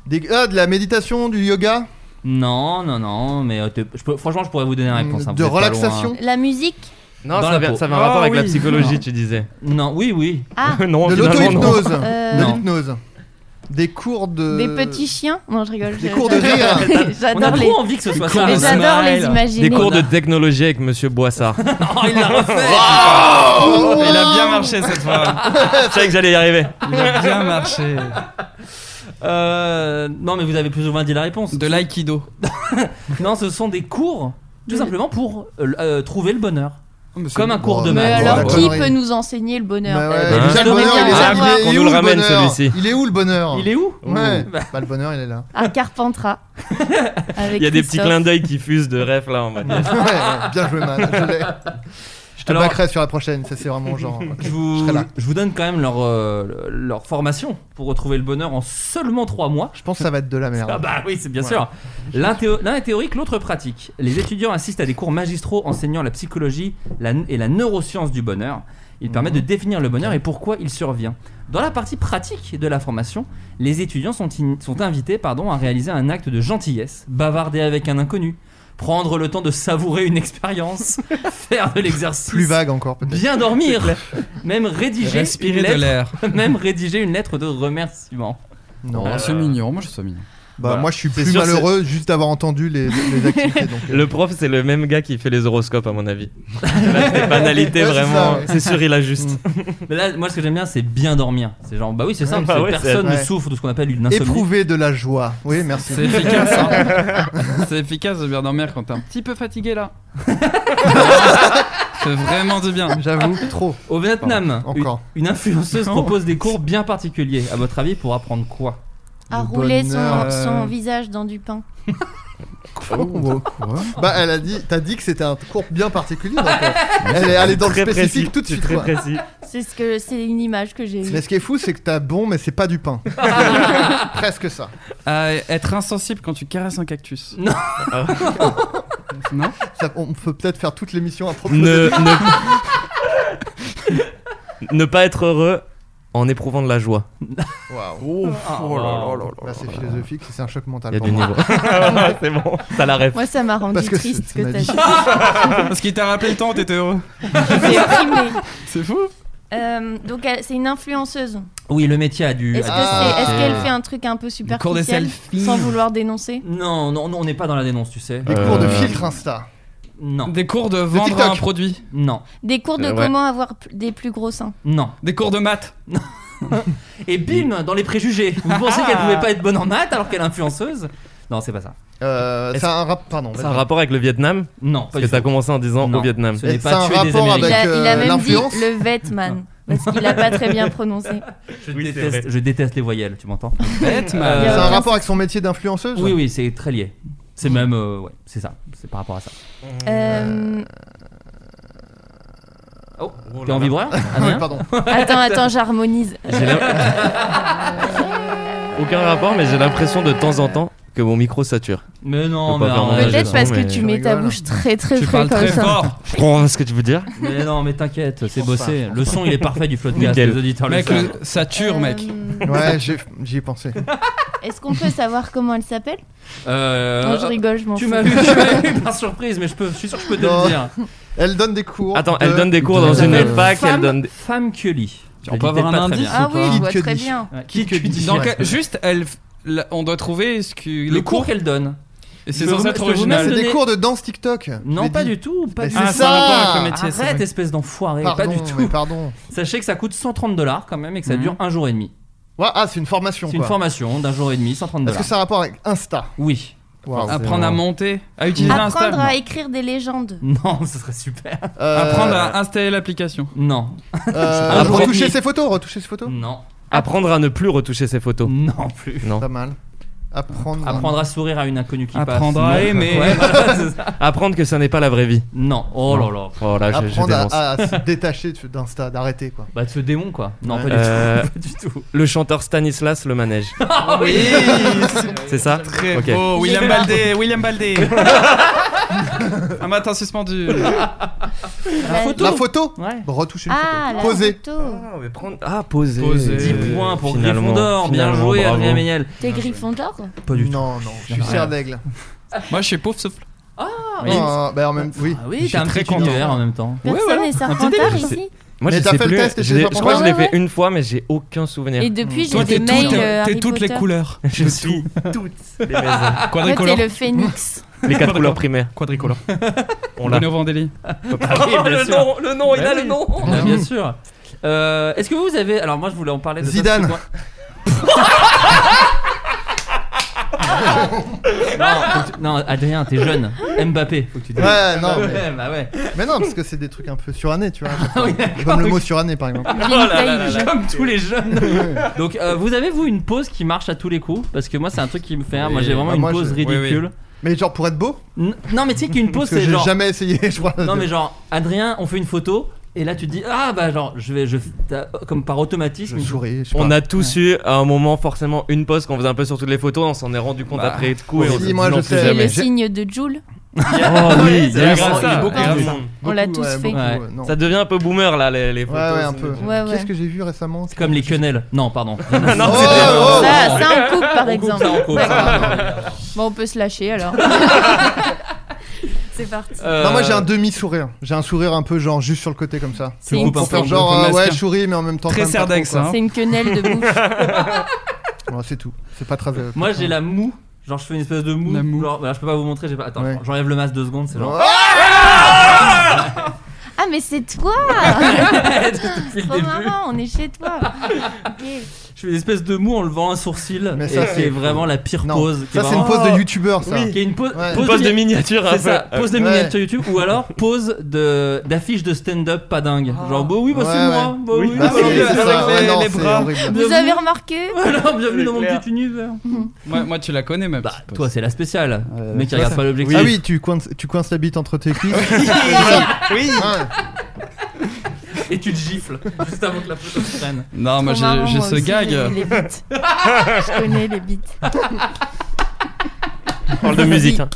Des- ah, De la méditation, du yoga Non, non, non, mais euh, t'es- je peux- franchement, je pourrais vous donner la réponse. hein, De vous êtes pas relaxation loin. La musique. Non, Dans ça la avait, peau. ça avait un Ah rapport avec la oui. psychologie, tu disais. Non, oui, oui. Ah, non, De finalement, non. l'auto-hypnose euh, De Non. l'hypnose Des cours de... des Euh, petits chiens. Non, je rigole. Des je- cours *laughs* de rire. On a J'adore trop les. envie que ce soit ça. Mais Rosa j'adore les Smile. imaginer. Des cours de technologie avec Monsieur *laughs* Boissard. Je Oh, il l'a refait. Oh, Il a bien marché cette *laughs* fois. savais que j'allais y arriver. Il a bien marché. Euh, non, mais vous avez plus ou moins dit la réponse. De l'aïkido. *laughs* Non, ce sont des cours, tout Mais- simplement pour euh, euh, trouver le bonheur. Oh, Comme un cours de Bon, Mais maths. bon, alors, la qui connerie. peut nous enseigner le bonheur Bah ouais, Euh, Hein déjà, le Je bonheur, reviens il est à là. savoir. Il est- Qu'on il est nous où le le ramène, bonheur celui-ci. Il est où le bonheur Il est où Ouais, bah le bonheur, il est là. à Carpentras. Il y a des petits clins d'œil qui fusent de rêve là en mode. *laughs* Ouais, ouais, bien joué, man. Je, l'ai. Je te Alors- backerai sur la prochaine, ça c'est vraiment *laughs* genre. euh, *laughs* Je vous, serai là. je vous donne quand même leur, euh, leur formation pour retrouver le bonheur en seulement 3 mois. Je pense que ça va être de la merde. Ah bah oui, c'est bien sûr. L'un théo- l'un est théorique, l'autre pratique. Les étudiants assistent à des cours magistraux enseignant la psychologie la- et la neuroscience du bonheur. Mhm. Ils permettent de définir le bonheur et pourquoi il survient. Dans la partie pratique de la formation, les étudiants sont, in- sont invités pardon, à réaliser un acte de gentillesse, bavarder avec un inconnu, prendre le temps de savourer une expérience, *laughs* faire de l'exercice, Plus vague encore, peut-être. bien dormir, même rédiger, une Respirer de lettre, l'air. *laughs* même rédiger une lettre de remerciement. Euh, Non. Oh, c'est mignon. Moi, je trouve ça mignon. Bah, Voilà. moi je suis C'est plus sûr, malheureux juste d'avoir entendu les, les activités. Donc, euh, Le prof, c'est le même gars qui fait les horoscopes, à mon *laughs* avis. Là, c'est banalité, Ouais, c'est ça, vraiment. ouais. C'est sûr, il a juste. Mm. *laughs* Mais là, moi, ce que j'aime bien, c'est bien dormir. C'est genre, bah oui, c'est simple, bah c'est ouais, personne c'est- ne ouais. souffre de ce qu'on appelle une insomnie. Éprouver de la joie. Oui, merci. C'est efficace. *laughs* hein. C'est efficace de bien dormir quand t'es un petit peu fatigué là. C'est vraiment du bien. J'avoue, trop. Au Vietnam, Pardon, une, encore. une influenceuse Non. propose des cours bien particuliers. À votre avis, pour apprendre quoi Le À rouler son, bonheur. euh. Ah. *laughs* son visage dans *laughs* du pain. Oh, Oh, *laughs* *laughs* Bah, elle a dit, t'as dit que c'était un cours bien particulier. *laughs* donc, euh, elle est allée dans le Très précis, spécifique tout de suite. Très quoi. précis. C'est ce que c'est une image que j'ai Mais eue. ce qui est fou, c'est que t'as bon, mais c'est pas *laughs* du pain. *laughs* Presque ça. À être insensible quand tu caresses un cactus. *laughs* Non. non. Ça- On peut peut-être faire toute l'émission à propos de ne, ne... ne pas être heureux en éprouvant de la joie. Waouh. oh là là là Là, c'est philosophique, c'est un choc mental. Il y a pour du moi. niveau. *laughs* Ah, Ah, c'est bon, *laughs* ça la rêve. Moi, ça m'a rendu Parce que triste c'est- que c'est ma t'as vie. dit. *laughs* Parce qu'il t'a rappelé le temps, où t'étais heureux. J'ai primé. C'est fou. Euh, donc, elle- c'est une influenceuse. Oui, le métier a euh, du. Est-ce que a du Ah, c'est- est-ce sens. qu'elle fait un truc un cours peu de superficiel selfie. sans vouloir dénoncer Non, non, non, on n'est pas dans la dénonce, tu sais. Des cours de Euh, filtre Insta. Non, Des cours de vendre TikTok. un produit. non, Des cours de Euh, ouais. comment avoir p- des plus gros seins. non. Des cours de maths. Et bim, dans les préjugés. Vous Ah. pensez qu'elle pouvait pas être bonne en maths alors qu'elle est influenceuse Non, c'est pas ça. Euh, Est-ce- ça a un rap. Pardon. Ça a un rapport avec le Vietnam Non, pas Parce que du t'as tout. commencé en disant Non. au Vietnam. Ce n'est Est-ce que ça pas a un tuer des rapport Il Américains. a, Avec, euh, il a même dit l'influence le Vetman. Parce qu'il a pas très bien *laughs* prononcé. Je, Oui, c'est déteste, vrai. je déteste les voyelles, tu m'entends Bête, Euh, C'est Il y un a- rapport avec son métier d'influenceuse Oui, oui, c'est très lié. C'est même. euh, ouais, c'est ça. C'est par rapport à ça. Euh, Oh, Oh t'es là en là. vibreur Ah oui, Adrien pardon. attends, attends, j'harmonise. J'ai *laughs* l'im- Aucun rapport, mais j'ai l'impression de temps en temps que mon micro sature. Mais non, Faut pas mais, faire mon arrête. âge, Peut-être non, parce mais- que tu Je mets ta rigole. bouche très très Tu frais parles comme très ça. fort. Je comprends ce que tu veux dire. mais non, mais t'inquiète, c'est pense pas, bossé. je pense Le son, il est parfait du floodcast. Nickel. Les auditeurs le Mec, savent. le- ça tue, mec. Euh, Ouais, j'ai- j'y ai pensé. Est-ce qu'on peut savoir comment elle s'appelle Euh, Non, je rigole, je m'en Tu fous. m'as vu, tu m'as *laughs* vu *laughs* par surprise, mais je, peux, je suis sûr que je peux te Non. le dire. Elle donne des *laughs* cours. Attends, de- elle donne des cours de- dans Ça une s'appelle fac, elle Femme- donne des... Femme Cully. On peut J'étais avoir pas un très indice bien. Ah oui, je vois Kid très Cudi. bien. Ouais, Kid Kid Cudi. Cudi. Dans Donc, Ouais. euh, juste, elle, f- la- on doit trouver ce que, Le cours qu'elle donne. Et Je c'est peux vous- sans je être peux vous mettre original. C'est le- des donner- cours de danse TikTok. Non, Mais pas dis- du tout. Pas Mais du c'est tout. Ah, ça a un rapport avec le métier, c'est Arrête, vrai. espèce d'enfoiré. Pas Pardon, du tout. mais *laughs* pardon. Sachez que ça coûte 130 dollars quand même et que ça Mhm. dure un jour et demi. Ouais, ah, c'est une formation. C'est une quoi. formation d'un jour et demi, 130 Est-ce que dollars. ça a un rapport avec Insta Oui. Wow. Apprendre à monter, à utiliser Apprendre Insta. à écrire des légendes. Non, ce serait super. Euh, Apprendre à installer l'application. Non. *laughs* euh, Apprendre- retoucher ses photos, retoucher ses photos. Ah, Non. Apprendre à ne plus retoucher ses photos. Non plus. Non. Pas mal. Apprendre. Apprendre à sourire à une inconnue qui passe. Apprendre à Non. aimer. Ouais, *laughs* voilà, c'est ça. Apprendre que ça n'est pas la vraie vie. Non. Oh là là. Oh là, je, je Apprendre dénonce. à, à se détacher de- d'Insta, d'arrêter quoi. Bah de ce démon quoi. Non, Ouais. pas, du Euh, tout. pas du tout. Le chanteur Stanislas le manège. Ah oui. C'est ça Très Ok. beau, William Baldé, William *laughs* Baldé. *laughs* Un matin suspendu. La- photo. La photo Ouais. Retoucher une Ah, la photo. Poser. photo. Ah, mais prendre... ah, poser. Poser. 10 points pour Finalement, Gryffondor. Bien finalement, joué, bravo. Adrien Méniel. T'es Gryffondor *laughs* Pas du tout. Non, non, je suis Ouais. serre d'aigle. Moi, je suis pauvre souffle. Ah, oui. Non, euh, bah en même oui. Ah oui, Je t'as un suis très petit content. univers en même temps. Personne n'est délire, serpentard je sais. ici. Moi, Mais je t'as sais fait le plus. test et tu Je sais l'ai- pas je crois que je pourquoi. l'ai *laughs* fait une fois, mais j'ai aucun souvenir. Et depuis, j'ai Toi, des t'es mails toutes, euh, Harry t'es toutes les Potter. couleurs. Je suis toutes les maisons. Toi, Quadricolore. t'es le phénix. *laughs* Les quatre couleurs primaires. *laughs* Quadricolore. On l'a. Bruno Vandelli. Oh, le nom, Ah, le nom, il a le nom. Bah, *laughs* bien sûr. Euh, Est-ce que vous avez. Alors, moi, je voulais en parler de ça, Zidane. parce que *laughs* moi- non, faut que tu- non, Adrien, t'es *laughs* jeune. Mbappé, faut que tu dises. Ouais, non, mais, Ah, Ouais, bah ouais. Ah, mais non, parce que c'est des trucs un peu surannés, tu vois. *laughs* oui, Oh Comme le mot suranné, par exemple. Vintage. Comme tous les jeunes. *laughs* Donc, euh, vous avez, vous, une pause qui marche à tous les coups Parce que moi, c'est un truc qui me fait. rire. Moi, Oui. j'ai vraiment Ah, une moi, pause je- oui, oui. ridicule. Mais genre pour être beau, N- Non, mais tu sais qu'une pause, parce que c'est j'ai genre. jamais essayé, je crois. Non mais genre Adrien, on fait une photo et là tu te dis ah bah genre je vais je t'as- comme par automatisme je souris, je sais On pas. a tous eu à un moment forcément une pause qu'on faisait un peu sur toutes les photos, on s'en est rendu compte Bah, après coup. et si, on s'est moi, dit, non, je plus sais. Et jamais. le signe de Joule. Oh oui, il y a eu grave ça. ça. il y a eu ça. On l'a Beaucoup, tous ouais, fait. beaucoup, Ouais. ouais, non. Ça devient un peu boomer là les, les Ouais, photos. ouais, un peu. Ouais, ouais. Qu'est-ce que j'ai vu récemment c'est comme les quenelles. Non *laughs* pardon. Non, Oh, c'était- oh, oh. Ça, ça, on coupe par On coupe exemple. ça, on coupe ça. Bon, on peut se lâcher alors. C'est parti. Euh, Non, moi j'ai un demi-sourire. J'ai un sourire un peu genre juste sur le côté comme ça. Tu C'est une, coupes un Pour peu. faire Comme- genre, comme euh, ouais, Lascar. je souris, mais en même temps. Très quand même pas serre trop, d'ex, quoi. hein. c'est une quenelle de bouche. Non, c'est tout. C'est pas très. euh, Moi j'ai la moue. Genre je fais une espèce de mou. La moue. Genre, voilà, je peux pas vous montrer. J'ai pas... Attends Ouais. j'enlève le masque deux secondes. C'est genre. Ah Ah, mais c'est *laughs* toi Depuis le Trop début, marrant, on est chez toi. Ok. je fais une espèce de mou en levant un sourcil. Mais ça, et c'est- c'est vraiment la pire Non. pause. qui est Ça, c'est une vraiment- pose de youtubeur, ça. Qui est une pause. Ouais. Une pause pause de mi- miniature un peu. C'est ça, pose de Ouais. miniature YouTube ou alors pose de d'affiche de stand-up pas dingue. Genre bah oui bah c'est Ouais, moi, bah oui, Oui. Bah, bah c'est- oui. c'est ça, avec ouais, les- non, les c'est bras. horrible. Vous avez remarqué *laughs* Alors bienvenue C'est dans mon clair. petit univers. Moi, moi, tu la connais même. Bah toi c'est la spéciale. Euh, Mec qui toi, regarde ça- pas l'objectif. Ah oui, tu coinces, tu coinces la bite entre tes cuisses. *laughs* Oui. Ouais. *laughs* Et tu te gifles *laughs* juste avant que la photo se *laughs* prenne. Non, moi, Trop j'ai marrant, j'ai moi ce aussi, les- gag. *laughs* les beats. Je connais les beats. On parle de musique. *laughs* hein.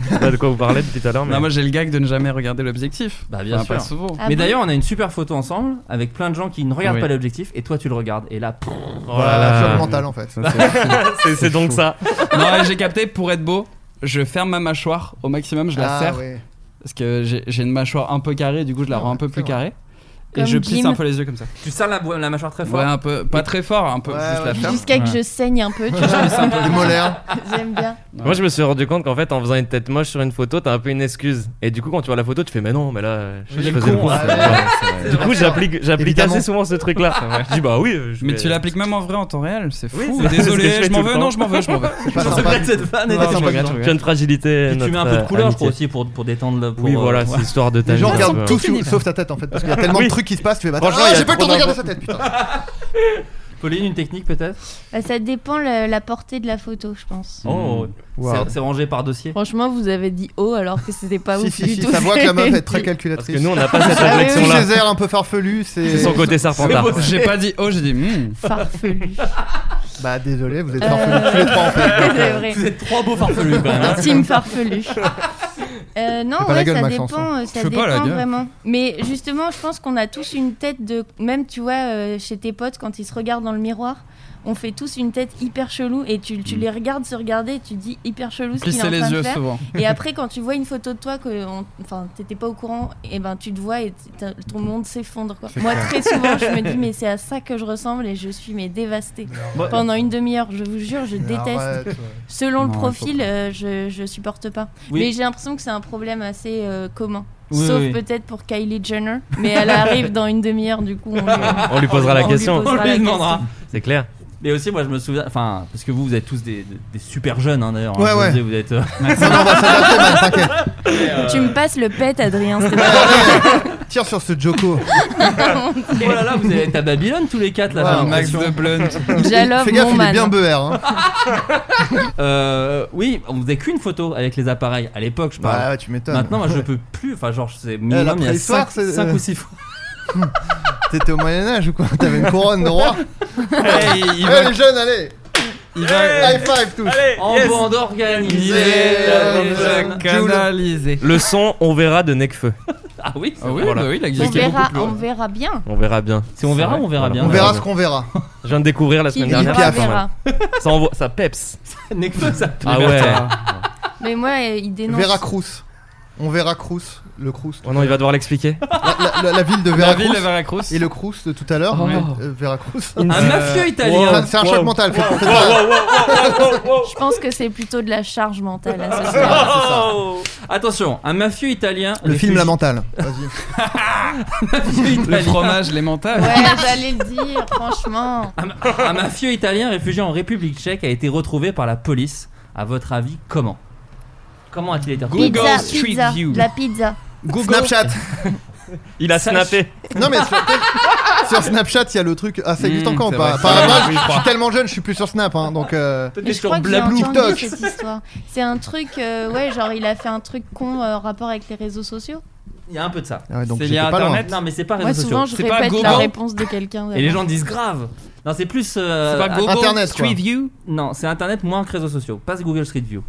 Je sais pas de quoi vous parlez depuis tout à l'heure, mais Non, moi, j'ai le gag de ne jamais regarder l'objectif. Bah bien Enfin, sûr. Pas souvent. Ah Mais bon d'ailleurs on a une super photo ensemble avec plein de gens qui ne regardent Oui. pas l'objectif et toi tu le regardes et là prrr, Oh là Voilà, là. sur le mental en fait. *laughs* C'est- c'est donc ça. Non, mais j'ai capté pour être beau. Je ferme ma mâchoire au maximum, je la Ah, serre ouais. Ah parce que j'ai j'ai une mâchoire un peu carrée, du coup je la rends un peu plus carrée et Comme je plisse Jim. un peu les yeux comme ça. tu serres la, la mâchoire très fort. Ouais, un peu, pas très fort, un peu Ouais, juste ouais. la ferme. Jusqu'à que je saigne un peu, tu vois. Des molaires. *laughs* J'aime bien. Moi, je me suis rendu compte qu'en fait, en faisant une tête moche sur une photo, t'as un peu une excuse. Et du coup, quand tu vois la photo, tu fais, mais non, mais là, euh, je, Oui, je le faisais con, le con. ouais. Du coup, j'applique, j'applique Évidemment. assez souvent ce *laughs* truc-là. Je dis, bah oui. je Mais vais- tu l'appliques même en vrai en temps réel, c'est fou. Oui, c'est- c'est ce que je Désolé, fais je m'en tout le veux, temps. non, je m'en veux, je *laughs* m'en veux. C'est Je pas m'en sympa. souviens de cette vanne. Ouais, était c'est sympa. sympa. regarde, je Tu viens de fragilité. Puis tu mets un peu de couleur je crois aussi pour, pour détendre le. pour, euh, Oui, euh, voilà, ouais. c'est histoire de euh, ta Les gens vie, un peu. regardent tout sauf- sauf ta tête en fait, *laughs* parce qu'il y a tellement de Oui. trucs qui se passent, tu fais bah, Franchement, ah, il y a j'ai pas le temps de trop regarder sa tête, putain. *laughs* Pauline une technique peut-être. Bah, ça dépend le- la portée de la photo, je pense. Oh Mm. c'est- c'est rangé par dossier. Franchement, vous avez dit haut alors que c'était pas Si, ouf si, du si, tout. ça voit que *laughs* la meuf est très Parce calculatrice. que nous, on n'a pas cette Ah oui, Sous réflexion-là. ses airs un peu farfelus, c'est. C'est son côté serpentard. J'ai pas dit oh, j'ai dit hmm. *laughs* farfelu. Bah désolé, vous êtes Euh, farfelus tous les trois en fait. *laughs* euh, C'est vrai. Vous êtes trois beaux farfelus quand même. hein. Team farfelu. *laughs* Euh, non, Fais pas la ouais, gueule, ça Maxence, dépend, euh, ça Fais pas la dépend gueule. vraiment. Mais justement, je pense qu'on a tous une tête de. Même, tu vois, euh, chez tes potes, quand ils se regardent dans le miroir, on fait tous une tête hyper chelou et tu, tu les regardes se regarder et tu te dis hyper chelou ce qu'il est Plissez en Mm. les train de yeux, faire. souvent. *laughs* Et après, quand tu vois une photo de toi que on- enfin, t'étais pas au courant, et ben tu te vois et t'as- ton monde s'effondre. quoi. C'est Moi, clair. très souvent, je me *laughs* dis, mais c'est à ça que je ressemble et je suis mais dévastée. Moi- Pendant une demi-heure, je vous jure, je Mais déteste. arrête, ouais. Selon Non, le faut profil, euh, je, je supporte pas. Oui. Mais j'ai l'impression que c'est un problème assez euh, commun. Oui, Sauf oui. peut-être pour Kylie Jenner, mais elle arrive dans une demi-heure, du coup on lui, *laughs* On lui *laughs* posera la question. posera la question. C'est clair. Mais aussi, moi, je me souviens. Enfin, parce que vous, vous êtes tous des, des super jeunes, hein, d'ailleurs. Ouais, hein, je ouais. bah, vous dis, *laughs* Vous êtes. euh, *laughs* Mais, euh, Tu me passes le pet, Adrien. c'est pas Tire sur ce Joko. *laughs* Oh là là, vous êtes à Babylone tous les quatre là. Ouais, j'ai Max l'impression. de *laughs* Blunt. Jalof, Fais gaffe, il est Montman. bien beurre, hein. *laughs* Euh, oui, on faisait qu'une photo avec les appareils à l'époque, je parle. Ouais, ouais, tu m'étonnes. Maintenant, moi, je Ouais. peux plus. Enfin, genre, c'est Eh, la minimum il y a préhistoire, 5, c'est- euh, ou 6 fois. *laughs* T'étais au Moyen-Âge ou quoi T'avais une couronne de roi Hey, il Eh, va- les jeunes, allez Il va- High five, tous. Allez, En yes. bande organisée, Yeah, la yeah. jeune. Canalisé. Le son, on verra de Necfeu. Ah oui, Ah oui, bah oui, il a on, verra, on verra bien. On verra bien. Si on verra, C'est vrai. on verra bien. On verra ce qu'on verra. Je viens de découvrir la Qui semaine verra, dernière. verra. Ça envoie, ça peps. Necfeu, ça plaît Ah ouais. pas. Mais moi, euh, il dénonce. Veracruz. On verra Cruz, le Cruz. Oh non, il va devoir l'expliquer. La, la- la ville de La Veracruz. ville de Veracruz. Et le Cruz de tout à l'heure. Oh. mais, euh, Veracruz. Un Euh, mafieux italien. Enfin, C'est un choc Wow. mental. faites- Wow, faites wow, pas- wow, wow. Je pense que c'est plutôt de la charge mentale à ce stade. *laughs* Attention, un mafieux italien. Le film La réfugié- *laughs* Mentale. Le fromage, les mentales. Ouais, j'allais le dire, franchement. Un mafieux italien réfugié en République tchèque a été retrouvé par la police. À votre avis, comment Comment a-t-il été retrouvé pizza, pizza, de la *laughs* pizza. Google. Snapchat. Il a snappé. Non mais sur, *laughs* sur Snapchat, il y a le truc. Ah, ça existe Mm, encore c'est pas. vrai, Enfin, c'est vrai. moi, Oui, je je suis crois. tellement jeune, je suis plus sur Snap, hein, donc. euh, Mais je crois que j'ai entendu TikTok. cette histoire. C'est un truc, euh, ouais, genre il a fait un truc con euh, en rapport avec les réseaux sociaux. Il y a un peu de ça. Ah ouais, donc c'est j'étais lié à pas internet. loin. Non, mais c'est pas Moi, réseaux souvent, je sociaux. répète la réponse de quelqu'un. Et les gens disent grave. Non, c'est plus. euh, C'est pas Google internet, Street quoi. View Non, c'est internet moins que réseaux sociaux. Pas Google Street View.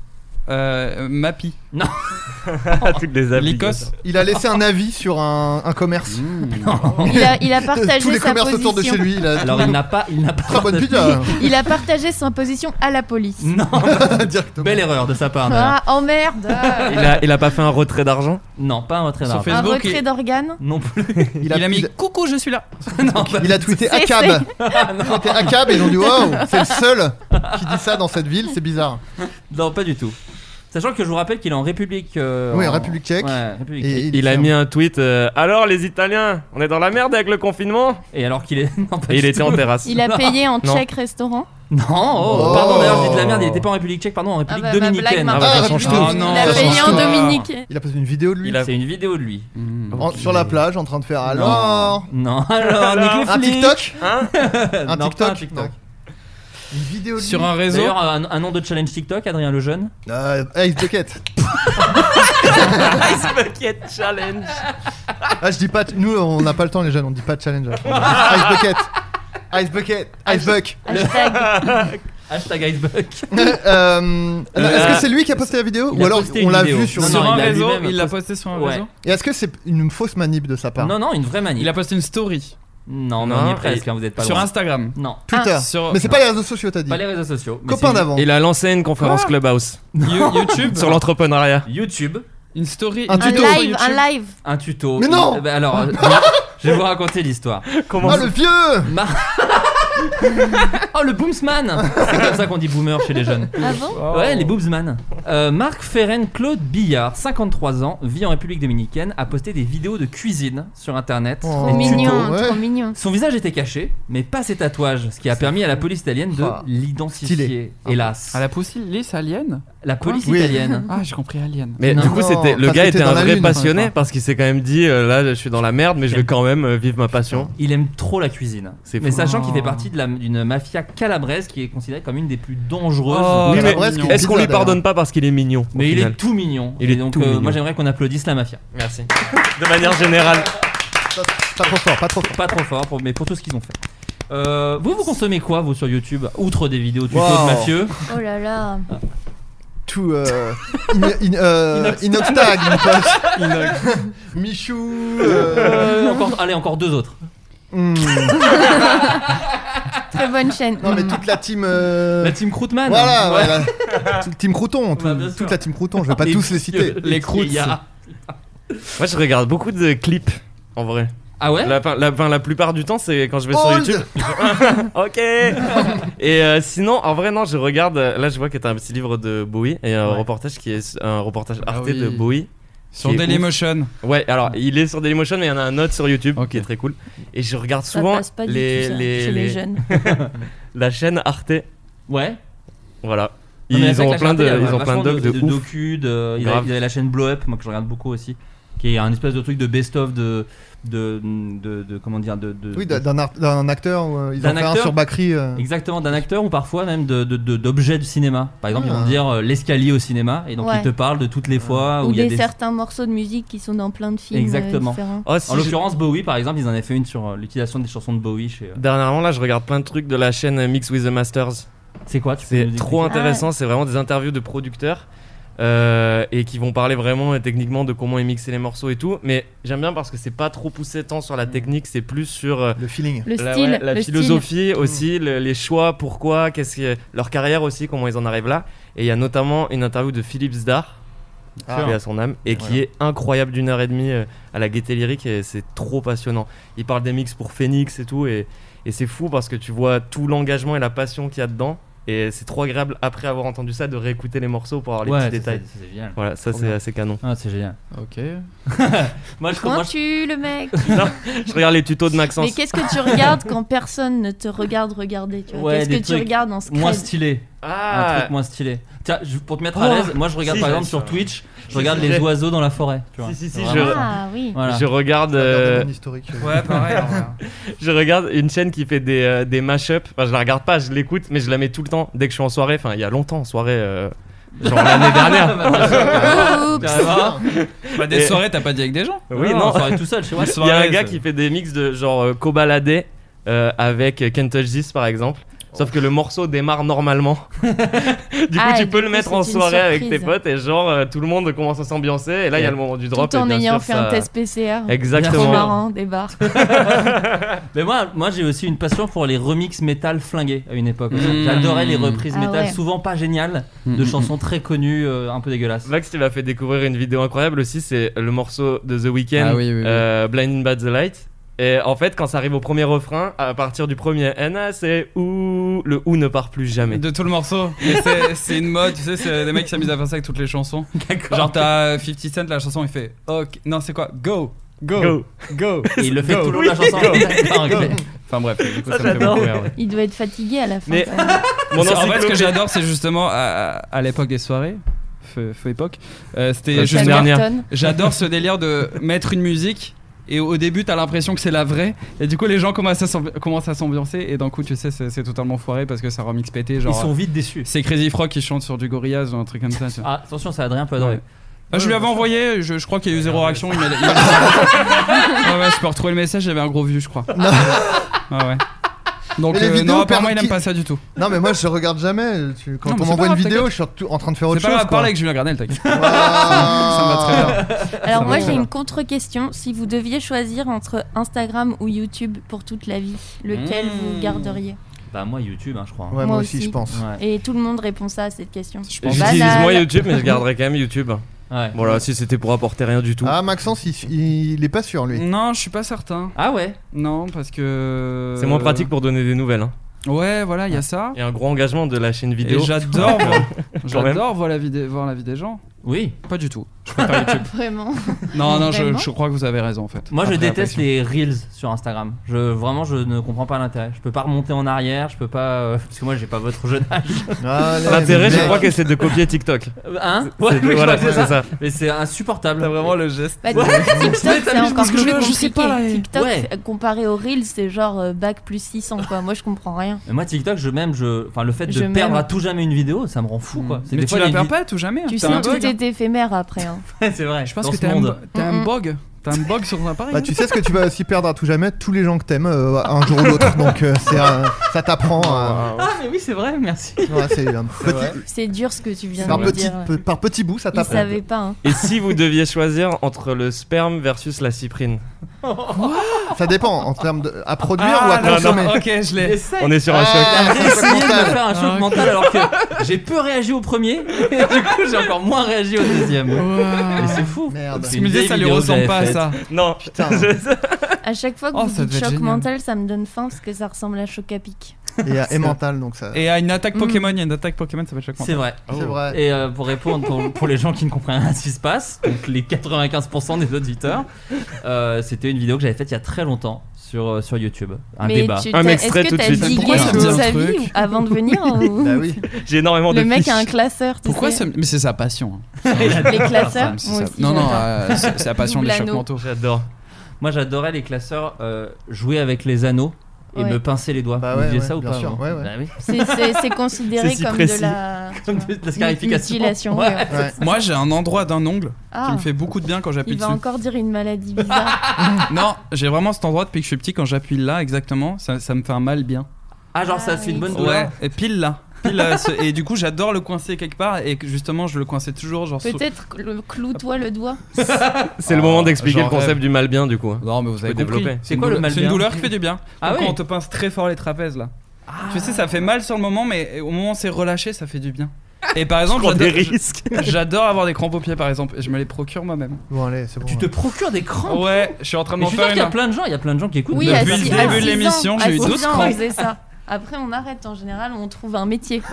Euh, Mappy. Non. Oh. Toutes les Lycos. Il a laissé un avis sur un, un commerce. *laughs* Il a, il a partagé Tous les sa commerces autour de position. chez lui. Il a Alors, il n'a pas. Il n'a pas. Très bonne pizza. *laughs* Il a partagé sa position à la police. Non. *laughs* Belle erreur de sa part. d'ailleurs. Ah, oh merde Il a, il a pas fait un retrait d'argent Non, pas un retrait Sur d'argent. Un Facebook, retrait il- d'organes Non plus. Il a, Il a mis il coucou, je *laughs* suis là. a- il a tweeté C'est- ACAB. c'est- Ah, Il a tweeté ACAB et ils ont dit Wow, c'est le seul qui dit ça dans cette ville, c'est bizarre. Non, pas du tout. Sachant que je vous rappelle qu'il est en République. euh, Oui, en- République tchèque. Ouais, République Et tchèque. Il a mis un tweet. euh, Alors les Italiens, on est dans la merde avec le confinement. Et alors qu'il est. Non, pas Et il du était tout. en terrasse. Il a payé en Non. *laughs* tchèque restaurant. Non, oh, Oh. pardon, d'ailleurs, j'ai de la merde, il était pas en République tchèque, pardon, en Ah République bah, ma blague dominicaine. Oh, m'a Ah bah, ça change Ah, tout. non. Il a ça payé change en tout. Dominique. Il a posé une vidéo de lui Il a- C'est une vidéo de lui. Mmh. en- sur la plage en train de faire alors. Non, alors, Alors, nique les Un flics. *laughs* TikTok Hein Un Non, pas un TikTok TikTok. Une vidéo de Sur lui. un réseau. D'ailleurs, un, un nom de challenge TikTok, Adrien Lejeune. Euh, Ice Bucket. Ice Bucket Challenge. Ah, je dis pas. Nous, on n'a pas le temps, les jeunes, on dit pas de challenge. hein. Ice Bucket. Ice Bucket. Ice Buck. Hashtag. Hashtag Iceberg. *laughs* Euh, non, est-ce que c'est lui qui a posté la vidéo Euh, il Ou a alors posté on une l'a vidéo. vu sur Non, un- Sur non, un il a réseau. lui-même Il l'a posté. posté sur un Ouais. réseau. Et est-ce que c'est une fausse manip de sa part Non, non, une vraie manie. Il a posté une story. Non, mais Non, on y est et- presque, hein, vous êtes pas Sur loin. Instagram. Non, Twitter. Sur Mais c'est pas les réseaux sociaux, t'as dit. pas les réseaux sociaux. mais Copain c'est d'avant. Il a lancé une conférence Clubhouse You- YouTube. sur l'entrepreneuriat. YouTube, Une story. Un Un tuto. sur live, YouTube. un live. un tuto. Mais non Eh ben Alors, *laughs* euh, je vais vous raconter l'histoire. Comment Ah, le vieux Ma- *laughs* oh, le boomsman C'est comme ça qu'on dit boomer chez les jeunes. Ah bon Ouais, Oh. les boobsman. Euh, Marc Ferren Claude Billard, 53 ans, vit en République Dominicaine, a posté des vidéos de cuisine sur internet. Oh. Trop Et tutos. mignon, ouais. trop mignon. Son visage était caché, mais pas ses tatouages, ce qui a permis à la police italienne de Ah. Stylé. l'identifier. Hélas, À la poussée, les aliens la police Oui. italienne. Ah, j'ai compris alien. Mais Non. du coup, c'était le Parce gars que était t'es dans un la vrai lune, passionné enfin. parce qu'il s'est quand même dit euh, là, je suis dans la merde, mais je vais quand même euh, vivre ma passion. Il aime trop la cuisine. C'est Mais fou. sachant Oh. qu'il fait partie de la- d'une mafia calabraise qui est considérée comme une des plus dangereuses. Oh, Oui, la mais Bresse qui est est-ce qu'on lui pizza, pardonne pas parce qu'il est mignon au mais il final est tout mignon. Il Et est donc, tout euh, mignon. moi j'aimerais qu'on applaudisse la mafia. *laughs* Merci. De manière générale. Pas trop fort, pas trop fort. Pas trop fort, pour- mais pour tout ce qu'ils ont fait. Euh, vous, vous consommez quoi, vous, sur YouTube Outre des vidéos tuto Wow. de mafieux. Oh là là. Tout. Euh, in, in- euh, Inoxtag, mon *laughs* pote. Michou. euh, Euh, encore, allez, encore deux autres. hmm. *laughs* très bonne chaîne. Non, mais toute la team. euh, La team Croutman. Voilà, Ouais. voilà. Toute team Crouton. tout- Bah, bien sûr. toute la team Crouton. Je vais pas Les tous les citer. vieux, les croûtes. Moi, je regarde beaucoup de clips, en vrai. Ah ouais la, la- enfin, la plupart du temps, c'est quand je vais sur Old. YouTube. *laughs* ok Et euh, sinon, en vrai, non, je regarde. euh, Là, je vois que t'as un petit livre de Bowie et un reportage qui est un reportage Arte Ah oui. de Bowie. Sur qui est ouf. Dailymotion. Ouais, alors il est sur Dailymotion, mais il y en a un autre sur YouTube qui est très cool. Et je regarde Ça souvent passe pas du les, tout, ça, les- chez les les- jeunes. *laughs* la chaîne Arte. Ouais. Voilà. Non, mais Ils avec ont la plein de, Clarté, il y a ils ont plein vachement de, docs de, ouf. docu, de- il, y a, Grave. il y a la chaîne Blow Up, moi que je regarde beaucoup aussi, qui est un espèce de truc de best-of de, de, de, de- comment dire, de, de- Oui, de- d'un- d'un art- d'un acteur. où, euh, Ils D'un ont fait un acteur. sur Bakri. euh, Exactement, d'un acteur ou parfois même de- de- de- d'objets du cinéma. Par exemple, ils Ah. vont dire euh, l'escalier au cinéma, et donc Ouais. ils te parlent de toutes les fois Ah, Ou où il y a des, des. certains morceaux de musique qui sont dans plein de films euh, Exactement. Oh, différents. Ah, si en je- l'occurrence, Bowie, par exemple, ils en avaient fait une sur euh, l'utilisation des chansons de Bowie chez. euh, Dernièrement, là, je regarde plein de trucs de la chaîne euh, Mix with the Masters. C'est quoi tu peux nous C'est expliquer trop intéressant. Ah. C'est vraiment des interviews de producteurs euh, et qui vont parler vraiment euh, techniquement de comment ils mixaient les morceaux et tout. Mais j'aime bien parce que c'est pas trop poussé tant sur la Mm. technique, c'est plus sur euh, Le feeling. Le la, style, ouais, la le philosophie aussi, le- les choix, pourquoi, qu'est-ce que leur carrière aussi, comment ils en arrivent là. Et il y a notamment une interview de Philippe Zdar. Ah. paix à son âme et qui Voilà. est incroyable d'une heure et demie euh, à la gaieté lyrique et c'est trop passionnant. Il parle des mix pour Phoenix et tout et, et c'est fou parce que tu vois tout l'engagement et la passion qu'il y a dedans et c'est trop agréable après avoir entendu ça de réécouter les morceaux pour avoir les Ouais, petits ça, détails. c'est- c'est génial. Voilà, ça Trop c'est bien. assez canon. Ah, c'est génial. *laughs* Ok. Moi, je, moi, je- Pointu, le mec. Non, je regarde les tutos de Maxence. Mais qu'est-ce que tu regardes quand personne ne te regarde regarder tu vois Ouais, Qu'est-ce des que tu trucs regardes en scred moins stylé. Ah. Un truc moins stylé. Tiens, je- pour te mettre à Oh. l'aise, moi je regarde Si, par j'aime exemple sur ça. Twitch, je Si, regarde si, les si. oiseaux dans la forêt. Tu vois. Si, si, si, C'est je- vraiment ça. Ah oui. Voilà. Je regarde Regardez euh, mon historique. Ouais, pareil. *laughs* je regarde une chaîne qui fait des, euh, des mashups. Enfin, je la regarde pas, je l'écoute, mais je la mets tout le temps dès que je suis en soirée. Enfin, il y a longtemps, en soirée, euh, genre *laughs* l'année *laughs* dernière. Oups. Bah, Carrément. Bah, des Et- soirées, t'as pas dit avec des gens. Euh, Oui, non. on serait *laughs* tout seul chez moi. Il y a un Soirée, gars ça. qui fait des mix de genre euh, Kobalade euh, avec euh, Can't Touch This par exemple. Oh. Sauf que le morceau démarre normalement. *laughs* du coup, Ah, tu et peux du le coup, mettre c'est en une soirée avec tes surprise. potes et genre euh, tout le monde commence à s'ambiancer. Et là, il y a le moment du drop. Tout et en bien ayant sûr, fait ça- un test PCR. Trop Exactement. marrant, des bars. Mais moi, *laughs* moi j'ai aussi une passion pour les remixes métal flingués à une époque. Mmh. J'adorais les reprises Ah métal, ouais. souvent pas géniales, de Mmh. chansons très connues, euh, un peu dégueulasses. Max, tu m'as fait découvrir une vidéo incroyable aussi. C'est le morceau de The Weeknd, Ah oui, oui, oui. euh, Blinding by the Light. Et en fait, quand ça arrive au premier refrain, à partir du premier NA, c'est ou le ou ne part plus jamais. De tout le morceau. Mais *laughs* c'est- c'est une mode, tu sais, c'est des mecs qui s'amusent à faire ça avec toutes les chansons. Genre, t'as 50 Cent, la chanson, il fait Ok. Non, c'est quoi Go Go Go. Go, Et il le fait Go. tout le long de la chanson. D'accord, ok. Enfin bref, du coup, Ça, ça, me fait j'adore. beaucoup rire, ouais. Il doit être fatigué à la fin. Mais- quand *laughs* même. Mon C'est- en fait, ce que *laughs* encyclopédie- j'adore, c'est justement à, à- à l'époque des soirées, feu, feu époque, euh, c'était La justement- semaine dernière. Hamilton. J'adore ce délire de mettre une musique. Et au début, t'as l'impression que c'est la vraie, et du coup, les gens commencent à s'ambi- commencent à s'ambiancer, et d'un coup, tu sais, c'est c'est totalement foiré parce que ça remix pété. Genre, Ils sont vite déçus. c'est Crazy Frog qui chante sur du Gorillaz ou un truc comme ça. tu vois. Ah, attention, ça Adrien peut adorer. Ouais. Ah, je lui avais envoyé, je, je crois qu'il y a eu zéro réaction. Il m'a- il *laughs* m'a- ouais, ouais, je peux retrouver le message, j'avais un gros vu, je crois. Ah ouais. Donc, Mais les euh, vidéos non, apparemment, il permettent aime qu'il- pas ça du tout. Non, mais moi, je regarde jamais. Tu- Quand Non, mais on c'est m'envoie pas une grave, vidéo, t'inquiète. je suis tout- en train de faire C'est autre pas grave, chose. parle quoi. avec Julien Gardel, *laughs* t'inquiète. Ça me va Ah. très bien. Alors Ça moi va, ça j'ai va. une contre-question. Si vous deviez choisir entre Instagram ou YouTube pour toute la vie, lequel Mmh. vous garderiez Bah, moi, YouTube, hein, je crois. hein. Ouais, Moi moi aussi, aussi. je pense. Ouais. Et tout le monde répond ça à cette question. Je J'utilise moi YouTube, mais je garderai quand même YouTube. Ouais. Voilà, si c'était pour apporter rien du tout. Ah, Maxence, il, il est pas sûr, lui. Non, je suis pas certain. Ah ouais Non, parce que. C'est moins pratique pour donner des nouvelles. Hein. euh. Ouais, voilà, il y a ça. Et un gros engagement de la chaîne vidéo. Et *laughs* j'adore *laughs* voir, même. j'adore voir la vie des, voir la vie des gens. Oui. Pas du tout. Je *laughs* *laughs* préfère YouTube. Vraiment. Non, non, je, Vraiment je crois que vous avez raison en fait. Moi, je Après, déteste après, les reels sur Instagram. Je vraiment, je ne comprends pas l'intérêt. Je peux pas remonter en arrière. Je peux pas euh, parce que moi, j'ai pas votre jeune âge. *laughs* Allez, L'intérêt, mais- je crois que c'est de copier TikTok. Hein C'est- Ouais, mais je voilà, crois que c'est ça. Mais c'est insupportable. le geste. Bah, *laughs* TikTok c'est encore parce que plus je- je compliqué. sais pas, là, et- TikTok Ouais. euh, comparé aux Reels c'est genre euh, bac plus 600 quoi. Moi je comprends rien. Mais moi, TikTok, je même, je, enfin, le fait de Je perdre m'aime. à tout jamais une vidéo, ça me rend fou, quoi. Mm. Mais des tu fois, la les perds vi- pas tout jamais. hein. Tu T'as sais un tout truc, *laughs* hein. est éphémère après. hein. c'est vrai. Je pense dans que ce t'as monde. un, t'as un Mm-mm. bug. T'as un bug sur un appareil. Bah, tu sais ce que tu vas aussi perdre à tout jamais tous les gens que t'aimes euh, un jour ou l'autre donc euh, c'est un- ça t'apprend à- Ah, mais oui, c'est vrai. Merci. Ouais, c'est un petit- C'est dur ce que tu viens par de me petit dire. pe- par petit bout ça Ils t'apprend savaient pas. hein. Et si vous deviez choisir entre le sperme versus la cyprine Ça dépend en termes de. à produire Ah, ou à non, non, consommer. ok, je l'ai. J'essaye. On est sur un choc. Ah, J'ai essayé de me mental. faire un choc Ah, ok. mental alors que j'ai peu réagi au premier. *laughs* Et du coup, j'ai encore moins réagi au deuxième. Mais c'est fou. Merde. C'est une vieille vidéo que j'avais faite. Non, Putain. À chaque fois que Oh, ça vous doit dites être choc génial. mental, ça me donne faim parce que ça ressemble à choc à pic. Et, à- C'est et vrai. mental, donc ça. *laughs* Et à une attaque Mm. Pokémon, il y a une attaque Pokémon, ça va chaque C'est vrai. Oh. C'est vrai. Et euh, pour répondre, pour, pour les gens qui ne comprennent rien à ce qui se passe, donc les 95% des auditeurs, euh, c'était une vidéo que j'avais faite il y a très longtemps sur, euh, sur YouTube. Un Mais débat. tu t'as- est-ce que t'as digué dans sa vie ou- avant de *laughs* venir hein, ou- Bah *laughs* J'ai énormément Le mec a un classeur, tu Pourquoi sais. ce- Mais c'est sa passion. hein. Les classeurs, C'est moi sa- aussi, Non, non, j'adore. euh, c'est c'est la passion des Double chocs anneau. mentaux. J'adore. Moi j'adorais les classeurs euh, jouer avec les anneaux et Ouais. me pincer les doigts. Bah Vous ouais, disiez ouais, ça ou bien pas sûr, avant ouais, ouais. Bah oui. *laughs* C'est- c'est- c'est considéré C'est si comme précis. de la. tu *laughs* Comme vois, de la scarification. mutilation, Ouais. ouais, ouais. Ouais. Moi, j'ai un endroit d'un ongle Ah. qui me fait beaucoup de bien quand j'appuie Il va dessus. encore dire une *laughs* maladie bizarre. Non, j'ai vraiment cet endroit depuis que je suis petit. Quand j'appuie là, exactement, ça, ça me fait un mal bien. Ah genre ça c'est une bonne douleur. Ouais, et pile là. Pile là, ce- et du coup, j'adore le coincer quelque part. Et que, justement, je le coinçais toujours. Genre, sous- Peut-être que le cloue-toi le *laughs* doigt. C'est le moment d'expliquer j'en le concept rêve. du mal bien du coup. Non, mais vous avez peux compris. développer. C'est quoi le mal C'est une bien douleur qui fait du bien. Ah Comme oui. Quand on te pince très fort les trapèzes là. Tu sais, ça fait mal sur le moment, mais au moment où c'est relâché, ça fait du bien. Et *laughs* par exemple, prends des j'adore- risques. j'adore avoir des crampes aux pieds, par exemple, et je me les procure moi-même. Bon, allez, c'est bon. Tu te procures des crampes. Ouais, je suis en train de Mais m'en je suis sûr faire qu'il y a une. plein de gens, il y a plein de gens qui écoutent Oui, à depuis le six- le à début de six l'émission, ans- j'ai à eu six d'autres ans, crampes. on faisait ça. Après, on arrête en général, on trouve un métier.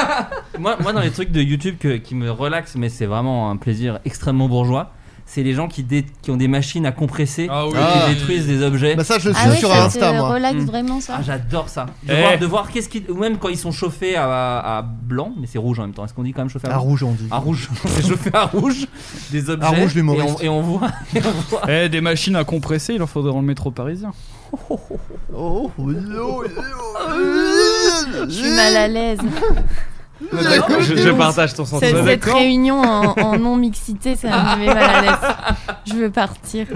*laughs* Moi, moi, dans les trucs de YouTube que- qui me relaxent, mais c'est vraiment un plaisir extrêmement bourgeois, c'est les gens qui, dé- qui ont des machines à compresser Ah oui. et Ah. qui détruisent des objets. Bah, ça, je le suis Ah ouais, sur ça Insta, te moi. relaxe Mm. vraiment ça. Ah, j'adore ça. De Eh. voir, de voir qu'est-ce qui. Ou même quand ils sont chauffés à, à blanc, mais c'est rouge en même temps. Est-ce qu'on dit quand même chauffé à À rouge rouge, on dit. À rouge. *laughs* c'est chauffé à rouge des objets. rouge, et, l'humoriste. on, et on voit. *laughs* et on voit. Eh, des machines à compresser, il en faudrait dans le métro parisien. Oh, oh, oh, Je suis mal à l'aise. Ah, Je, je partage ton Cette, sentiment. cette réunion en, non mixité, ça me met mal à l'aise. Je *laughs* veux partir.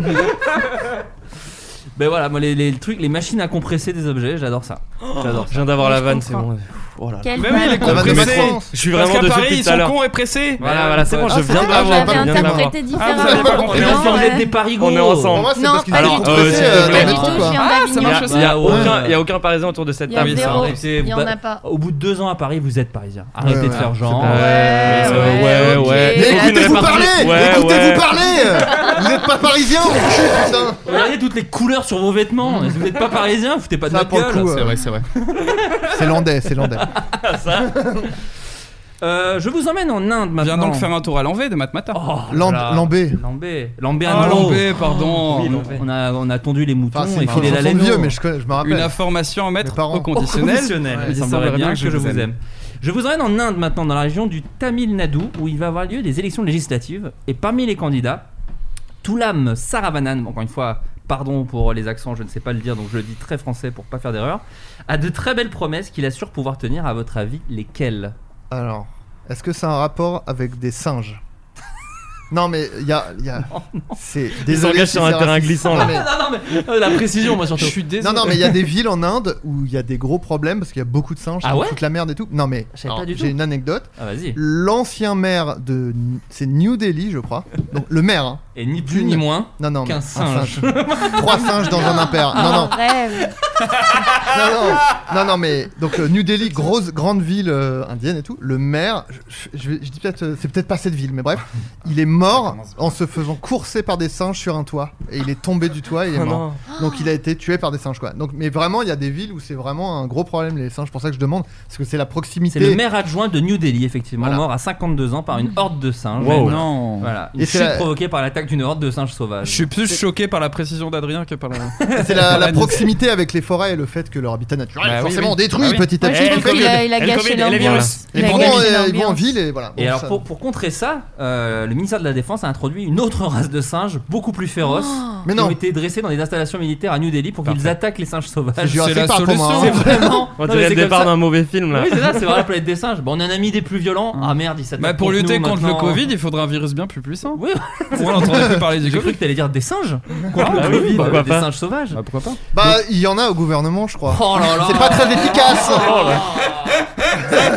Ben voilà, moi, les, les trucs, les machines à compresser des objets, j'adore ça. J'adore Je ça. viens d'avoir Mais la je vanne, c'est comprends. bon. Oh là là. Quel Mais oui, mal. les La vanne de compressés. Macron. Je suis Parce vraiment qu'à dessus Paris, depuis ils tout à sont l'heure. cons et pressés. Voilà, voilà, c'est bon, Ouais. je viens de Ah, l'avoir. j'avais je viens de l'avoir. interprété Ah, vous avez différemment. pas On est compris. ensemble, vous êtes des parigots. On est ensemble. Pour moi, c'est Non, parce qu'ils pas ont du tout. compressé Euh, c'est euh, dans le Pas du complètement- métro, tout, je quoi. viens Ah, ça Il d'Avignon. y a, marche il y a Ouais. aucun, il y a aucun parisien autour de cette Il y a table. zéro. Ouais, Arrêtez, Il y en bah- a pas. Au bout de deux ans à Paris, vous êtes parisien. Arrêtez Ouais, de ouais. faire genre. Euh, ouais, ok. ouais. Mais Aucune écoutez-vous répartie. parler Ouais, Écoutez-vous ouais. parler Vous n'êtes pas parisien, vous putain Regardez toutes les couleurs sur vos vêtements. Si vous n'êtes pas parisien, foutez pas de Ça, notre pour le gueule. coup, euh, c'est vrai. c'est landais, c'est landais. Ah, *laughs* Euh, je vous emmène en Inde maintenant. Viens donc faire un tour à l'envée de Matmata. Oh, Lamb- là. Lambé. Lambé. Lambé à Ah, Noro. Lambé, pardon. Oh, Oui, Lambé. On a, on a tondu les moutons Enfin, c'est et une filé la chanson laine. vieux, mais je, connais- je me rappelle. Une information à mettre Mes parents. au conditionnel. conditionnel. Il Il semblerait bien que je vous aime. Je vous emmène en Inde maintenant, dans la région du Tamil Nadu, où il va avoir lieu des élections législatives. Et parmi les candidats, Toulam Saravanan, encore une fois, pardon pour les accents, je ne sais pas le dire, donc je le dis très français pour pas faire d'erreur, a de très belles promesses qu'il assure pouvoir tenir, à votre avis, lesquelles Alors, est-ce que c'est un rapport avec des singes Non, mais il y a. il Y a... C'est désolé. s'engage si sur un c'est terrain raciste. glissant, Non, là. mais- Non, non, mais la précision, moi surtout. Je suis désolé. Non, non, mais il y a des villes en Inde où il y a des gros problèmes parce qu'il y a beaucoup de singes Ah qui ouais foutent la merde et tout. Non, mais Je savais pas alors, du j'ai tout. une anecdote. Ah, vas-y. L'ancien maire de. C'est New Delhi, je crois. Donc, le maire, hein. Et ni plus ni moins Non, non. mais- qu'un un singe. Trois singes dans un impair. Non, non. Un rêve. non, non, non, non, mais donc euh, New Delhi, grosse grande ville euh, indienne et tout. Le maire, je, je- je vais- je dis peut-être, euh, c'est peut-être pas cette ville, mais bref, il est mort en se faisant courser par des singes sur un toit et il est tombé du toit et il est Oh mort. Donc il a été tué par des singes quoi. Donc mais vraiment il y a des villes où c'est vraiment un gros problème les singes. C'est Pour ça que je demande parce que c'est la proximité. C'est le maire adjoint de New Delhi, effectivement, Voilà. mort à 52 ans par une horde de singes. Wow. Voilà. Non. Voilà, une Et c'est chute la- provoquée par l'attaque d'une horde de singes sauvages. Je suis plus choqué par la précision d'Adrien que par la. *laughs* C'est la, la proximité avec les forêts et le fait que leur habitat naturel Bah est oui, forcément oui. détruit Bah oui. petit à Moi, petit. je Eh, trouve qu'il a, il a elle Covid, gâché elle est l'ambiance. Ils Il a vont, gâché euh, ils vont en l'ambiance. ville et voilà. Et Bon, alors ça- pour, pour contrer ça, euh, le ministère de la Défense a introduit une autre race de singes beaucoup plus féroce Mais Oh. qui non. ont été dressés dans des installations militaires à New Delhi pour qu'ils Parfait. attaquent les singes C'est sauvages. Jurassic la Park pour moi, solution. hein. C'est *laughs* vraiment. On Non, mais dirait c'est le comme départ ça. d'un mauvais film là. Oui, c'est ça, c'est vraiment la planète des singes. Bon, on en a mis des plus violents. Mm. Ah merde, ils s'attaquent. Bah, pour contre lutter nous contre le maintenant. Covid, il faudrait un virus bien plus puissant. Oui, Ou on entendait plus *laughs* parler du j'ai cru Covid. que t'allais dire des singes. Contre Ah le oui, Covid, pourquoi des pas. singes sauvages. Bah, pourquoi pas Bah il y en a au gouvernement je crois. Oh là là. C'est pas *laughs* très efficace.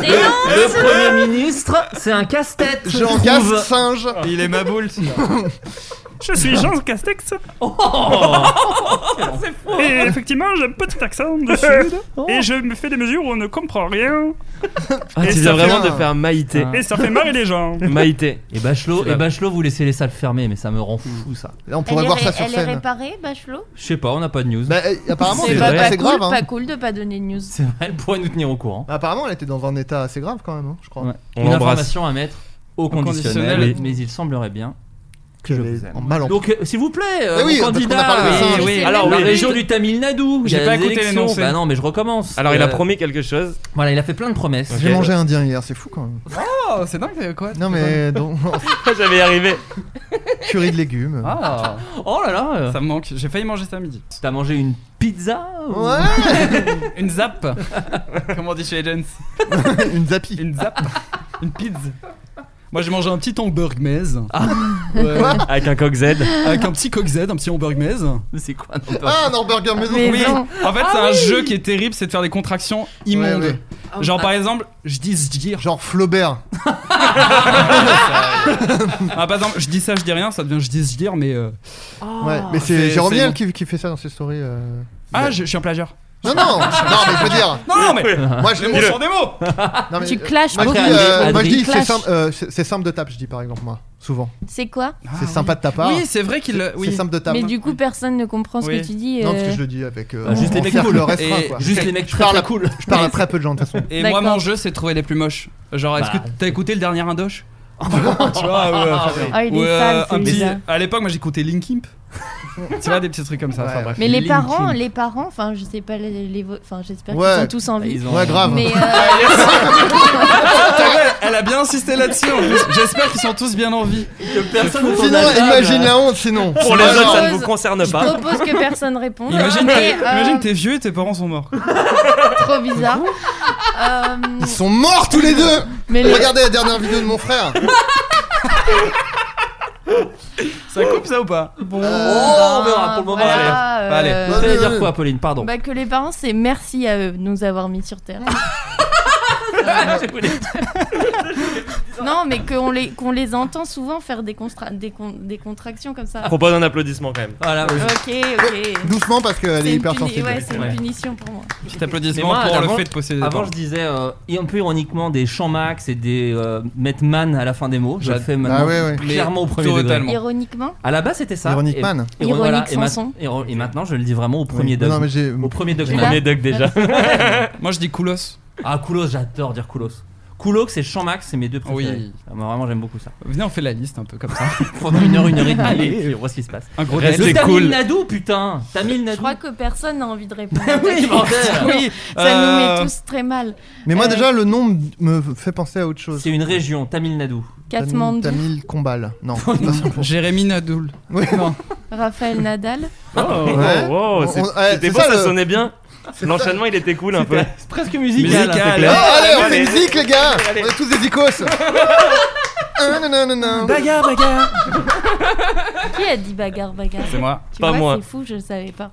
Le Premier ministre, c'est un casse-tête. je Jean Ah. trouve. Gast singe. Il est ma boule. *laughs* je suis Jean *laughs* Castex. Oh! *laughs* C'est fou. hein. Et effectivement, j'ai un petit *laughs* accent du sud. Oh. Et je me fais des mesures où on ne comprend rien. Ah, Et tu ça fait viens un- vraiment de faire Maïté. Et ça fait marrer les gens. *laughs* Maïté. Et Bachelot, C'est et la- Bachelot, vous laissez les salles fermées, mais ça me rend fou ça. on Elle est ré- Elle est réparée, Bachelot Je sais pas, on n'a pas de news. Bah, euh, apparemment, C'est elle vrai. était- Pas C'est cool, grave, hein. pas cool de pas donner de news. C'est vrai, elle pourrait nous tenir au courant. Bah, Apparemment, elle était dans un état assez grave quand même, hein, je crois. Une information à mettre au conditionnel, conditionnel. mais il semblerait bien que je vous aime. mal en- Donc, euh, s'il vous plaît, euh, Eh oui, parce vos qu'on a candidats, parlé de singes. C'est alors même la pas région dit. du Tamil Nadu, il y J'ai a pas des écouté élections. l'énoncé. Bah non, mais je recommence. Alors, il a Euh, promis quelque chose. Voilà, il a fait plein de promesses. Ok. J'ai mangé indien hier, c'est fou quand même. Oh, c'est dingue, quoi. Non mais donc, *laughs* *laughs* J'avais arrivé. curry de légumes. Ah. *laughs* Oh là là Ça me manque, j'ai failli manger ça à midi. T'as mangé une pizza ou- *laughs* Une *laughs* zappe Comment on dit chez Agents Une zappie. Une zappe Une pizza Moi j'ai mangé un petit hamburg maize. Ah. Ouais. Avec un coq Z. Avec un petit coq Z, un petit hamburg maize. Mais C'est quoi non, pas- Ah, un hamburger maison. Mais Oui. non. En fait, Ah c'est un oui. jeu qui est terrible, c'est de faire des contractions immondes. Ouais, Ah. Genre par exemple, je dis je dire. Genre Flaubert. Ah, par exemple, je dis ça, je dis rien, ça devient je dis je dire, mais. euh, Ah. Ouais, mais Ah. C'est- c'est Jérôme c'est Niel bon. qui, qui fait ça dans ses stories. euh. Ah, je, je suis un plagieur. Non, non, non, mais je veux dire. Non, Ah, non, mais. Moi, je Les mots sont des mots *laughs* non, mais- Tu clashes Moi, je beaucoup. dis, Adrien, euh, moi, je Adrien dis, c'est clash. simple, euh, c'est c'est simple de tape, je dis par exemple, moi, souvent. C'est quoi c'est sympa de ta part. Ah Oui, c'est vrai qu'il. le- C'est Oui. simple de tape. Mais du coup, personne ne comprend ce Oui. que tu dis. Non, parce euh, que je le dis avec. euh, Ah, juste en les mecs cercle cool. restreint, Et quoi. Juste les mecs Je très parle très à- cool. Je parle à très peu de gens, de toute façon. Et moi, D'accord. mon jeu, c'est de trouver les plus moches. Genre, est-ce Bah. que t'as écouté le dernier *laughs* Indoche Ah, Tu vois, euh, Ah, il est ou, euh, sale, un petit- celui-là. À l'époque, moi, j'écoutais Linkimp. *laughs* tu vois, des petits trucs comme ça. Ouais, enfin, bref. Mais les Linkin. parents, les parents, enfin, je sais pas, les, les vo- enfin, j'espère Ouais. qu'ils sont tous en vie. Ils ont- *laughs* Ouais, grave. Mais euh, C'est vrai, *laughs* elle a bien insisté là-dessus. en plus. J'espère qu'ils sont tous bien en vie. Personne autour de Sinon, la table. imagine la honte, sinon. Pour les Sinon, autres, alors- ça ne vous concerne je pas. propose que personne *laughs* réponde. Imagine, Et, t'es- euh, imagine t'es vieux et tes parents sont morts. *laughs* trop bizarre. Euh, Ils sont morts tous les deux mais les- Regardez la dernière vidéo de mon frère *laughs* Ça coupe ça ou pas Oh, on verra pour le moment. voilà, euh, Allez. Bah, Vous allez dire quoi, Pauline Pardon. bah, que les parents, c'est merci à eux de nous avoir mis sur terre. non, mais qu'on les qu'on les entend souvent faire des, constra- des, con- des contractions comme ça. Propose un applaudissement quand même. Voilà, Ok, ok. Doucement parce qu'elle C'est est une, hyper puni- sensible. ouais, c'est une Ouais. punition pour moi. Petit applaudissement Mais moi, pour avant- le fait de posséder des Avant, parents. je disais euh, un peu ironiquement des champs max et des euh, mettre man à la fin des mots. Je le fais maintenant Ah ouais, ouais. clairement au premier Totalement. degré. Ironiquement, À la base, c'était ça. Ironic Et- man. et Ironique voilà, et, ma- Sanson. et re- et maintenant, je le dis vraiment au premier Oui. degré. Non, mais j'ai. Au premier degré. l'as Premier duck *laughs* déjà. *laughs* Moi, je dis Koulos. Ah, Koulos, j'adore dire Koulos. Koulos c'est champ max, c'est mes deux préférés. Oui. Ah, moi, vraiment, j'aime beaucoup ça. Venez, on fait la liste un peu comme ça. *laughs* Pendant une heure, une heure et *laughs* demie, et on voit ce qui se passe. Un gros Reste- test. Le C'est Tamil cool. Nadu, putain Tamil je Nadu crois que personne n'a envie de répondre. Oui, *laughs* bordel. Oui, Ça nous euh, met tous très mal. Mais moi, Euh, déjà, le nom me fait penser à autre chose. C'est une région, Tamil Nadu. Tamil, Katmandou, Tamil Combal. Non. Jérémy Nadoul. Oui. Non. Raphaël Nadal. Oh, Ouais. wow, c'est- On- ouais, c'était c'est beau, ça, ça le- sonnait bien. L'enchaînement, il était cool un peu. C'est presque musical. Musical. Ah, allez, on hein, Allez, fait allez. musique, les gars On est tous des icos Ah, non, non, non, non. Bagarre, bagarre. Qui a dit bagarre, bagarre C'est moi. Tu pas vois, moi. C'est fou, je le savais pas.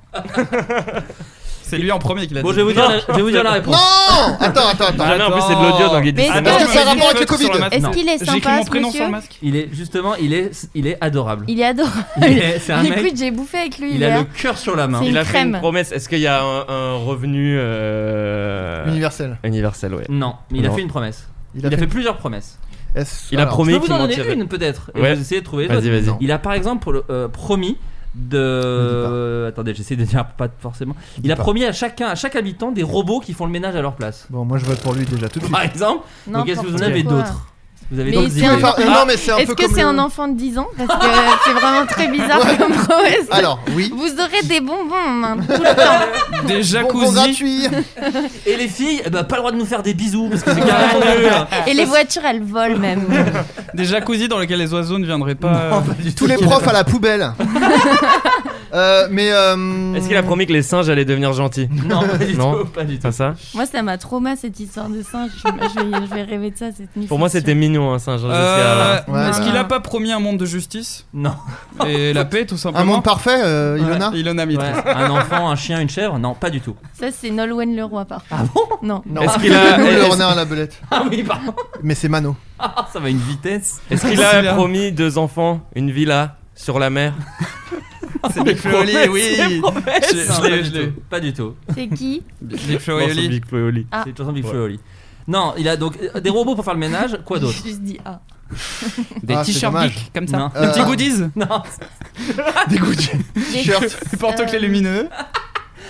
C'est lui en premier qui l'a dit. Bon, je vais vous dire, la, je vais vous dire la réponse. Non Attends, attends, attends. Ah non, en plus, c'est de l'audio dans Guide Mais Disney. est-ce que- Parce que ça a Est-ce rapport avec le qu'il- Covid. Est-ce Est-ce Non. qu'il est J'ai écrit sympa, mon ce prénom sans monsieur masque. Il est justement, il est, il est adorable. Il est adorable. Il est- c'est un mec- Écoute, j'ai bouffé avec lui Il a le hier. cœur sur la main. C'est Il a fait une crème. promesse. Est-ce qu'il y a un, un revenu euh, Universel. universel ouais. Non, mais il a Non. fait une promesse. Il, a fait plusieurs promesses. Est-ce- Il a alors, promis je peux vous qu'il en m'en donner tirait. une peut-être. Et Ouais. vous essayez de trouver les Vas-y, autres. vas-y. Il a par exemple euh, promis de. Attendez, j'essaie de dire pas forcément. Il a pas. promis à chacun, à chaque habitant, des robots qui font le ménage à leur place. Bon, moi, je vote pour lui déjà tout de suite. Par exemple. Donc, N'importe est-ce que vous en avez quoi. d'autres Vous avez Mais d'autres c'est idées Ah. un- Enfin, euh, non, mais c'est un Est-ce peu que comme c'est le- un enfant de 10 ans Parce que c'est vraiment très bizarre comme promesse. Alors, oui. Vous aurez des bonbons main, tout le temps. Des Bonbon jacuzzi. gratuit *laughs* Et les filles, eh ben, pas le droit de nous faire des bisous parce que c'est carrément nul. Et les voitures, elles volent même. Des jacuzzis dans lesquels les oiseaux ne viendraient pas. euh, Tous les profs à la poubelle Euh, Mais. euh, Est-ce qu'il a promis que les singes allaient devenir gentils Non, pas du Non. tout, pas du tout. Pas ça Moi, ça m'a trauma cette histoire de singe. Je, je vais, je vais rêver de ça cette nuit. Pour moi, c'est c'était sûr. mignon un singe. hein, jusqu'à- Euh, Ouais. Est-ce qu'il a pas promis un monde de justice Non. *laughs* et la paix tout Un simplement monde parfait, euh, Ilona Ouais, Ilona Mitri. Ouais, un enfant, un chien, une chèvre Non, pas *laughs* du tout. Ça, c'est Nolwenn Leroy, par contre. Ah bon Non. Non. Est-ce qu'il a- Nous, le est-ce- renard à la belette. Ah oui, pardon. Mais c'est Mano. Ah, ça va une vitesse. *laughs* Est-ce qu'il Est-ce qu'il a a- promis deux enfants, une villa sur la mer. C'est Big Flo et Oli, oui. Je- je l'ai- je l'ai. *laughs* C'est qui Ah. Big Flo et Oli. Big Flo et Oli. Ah. C'est une chanson Big Flo et Ouais. Oli. Non, il a donc euh, des robots pour faire le ménage, quoi d'autre J'ai juste dit ah. *laughs* Des Ah, c'est t-shirts dommage. geeks, comme ça. Non. Des Euh, petits goodies *laughs* Non. Des goodies. Des- Shirts. *laughs* euh, *laughs* Porte-clés lumineux.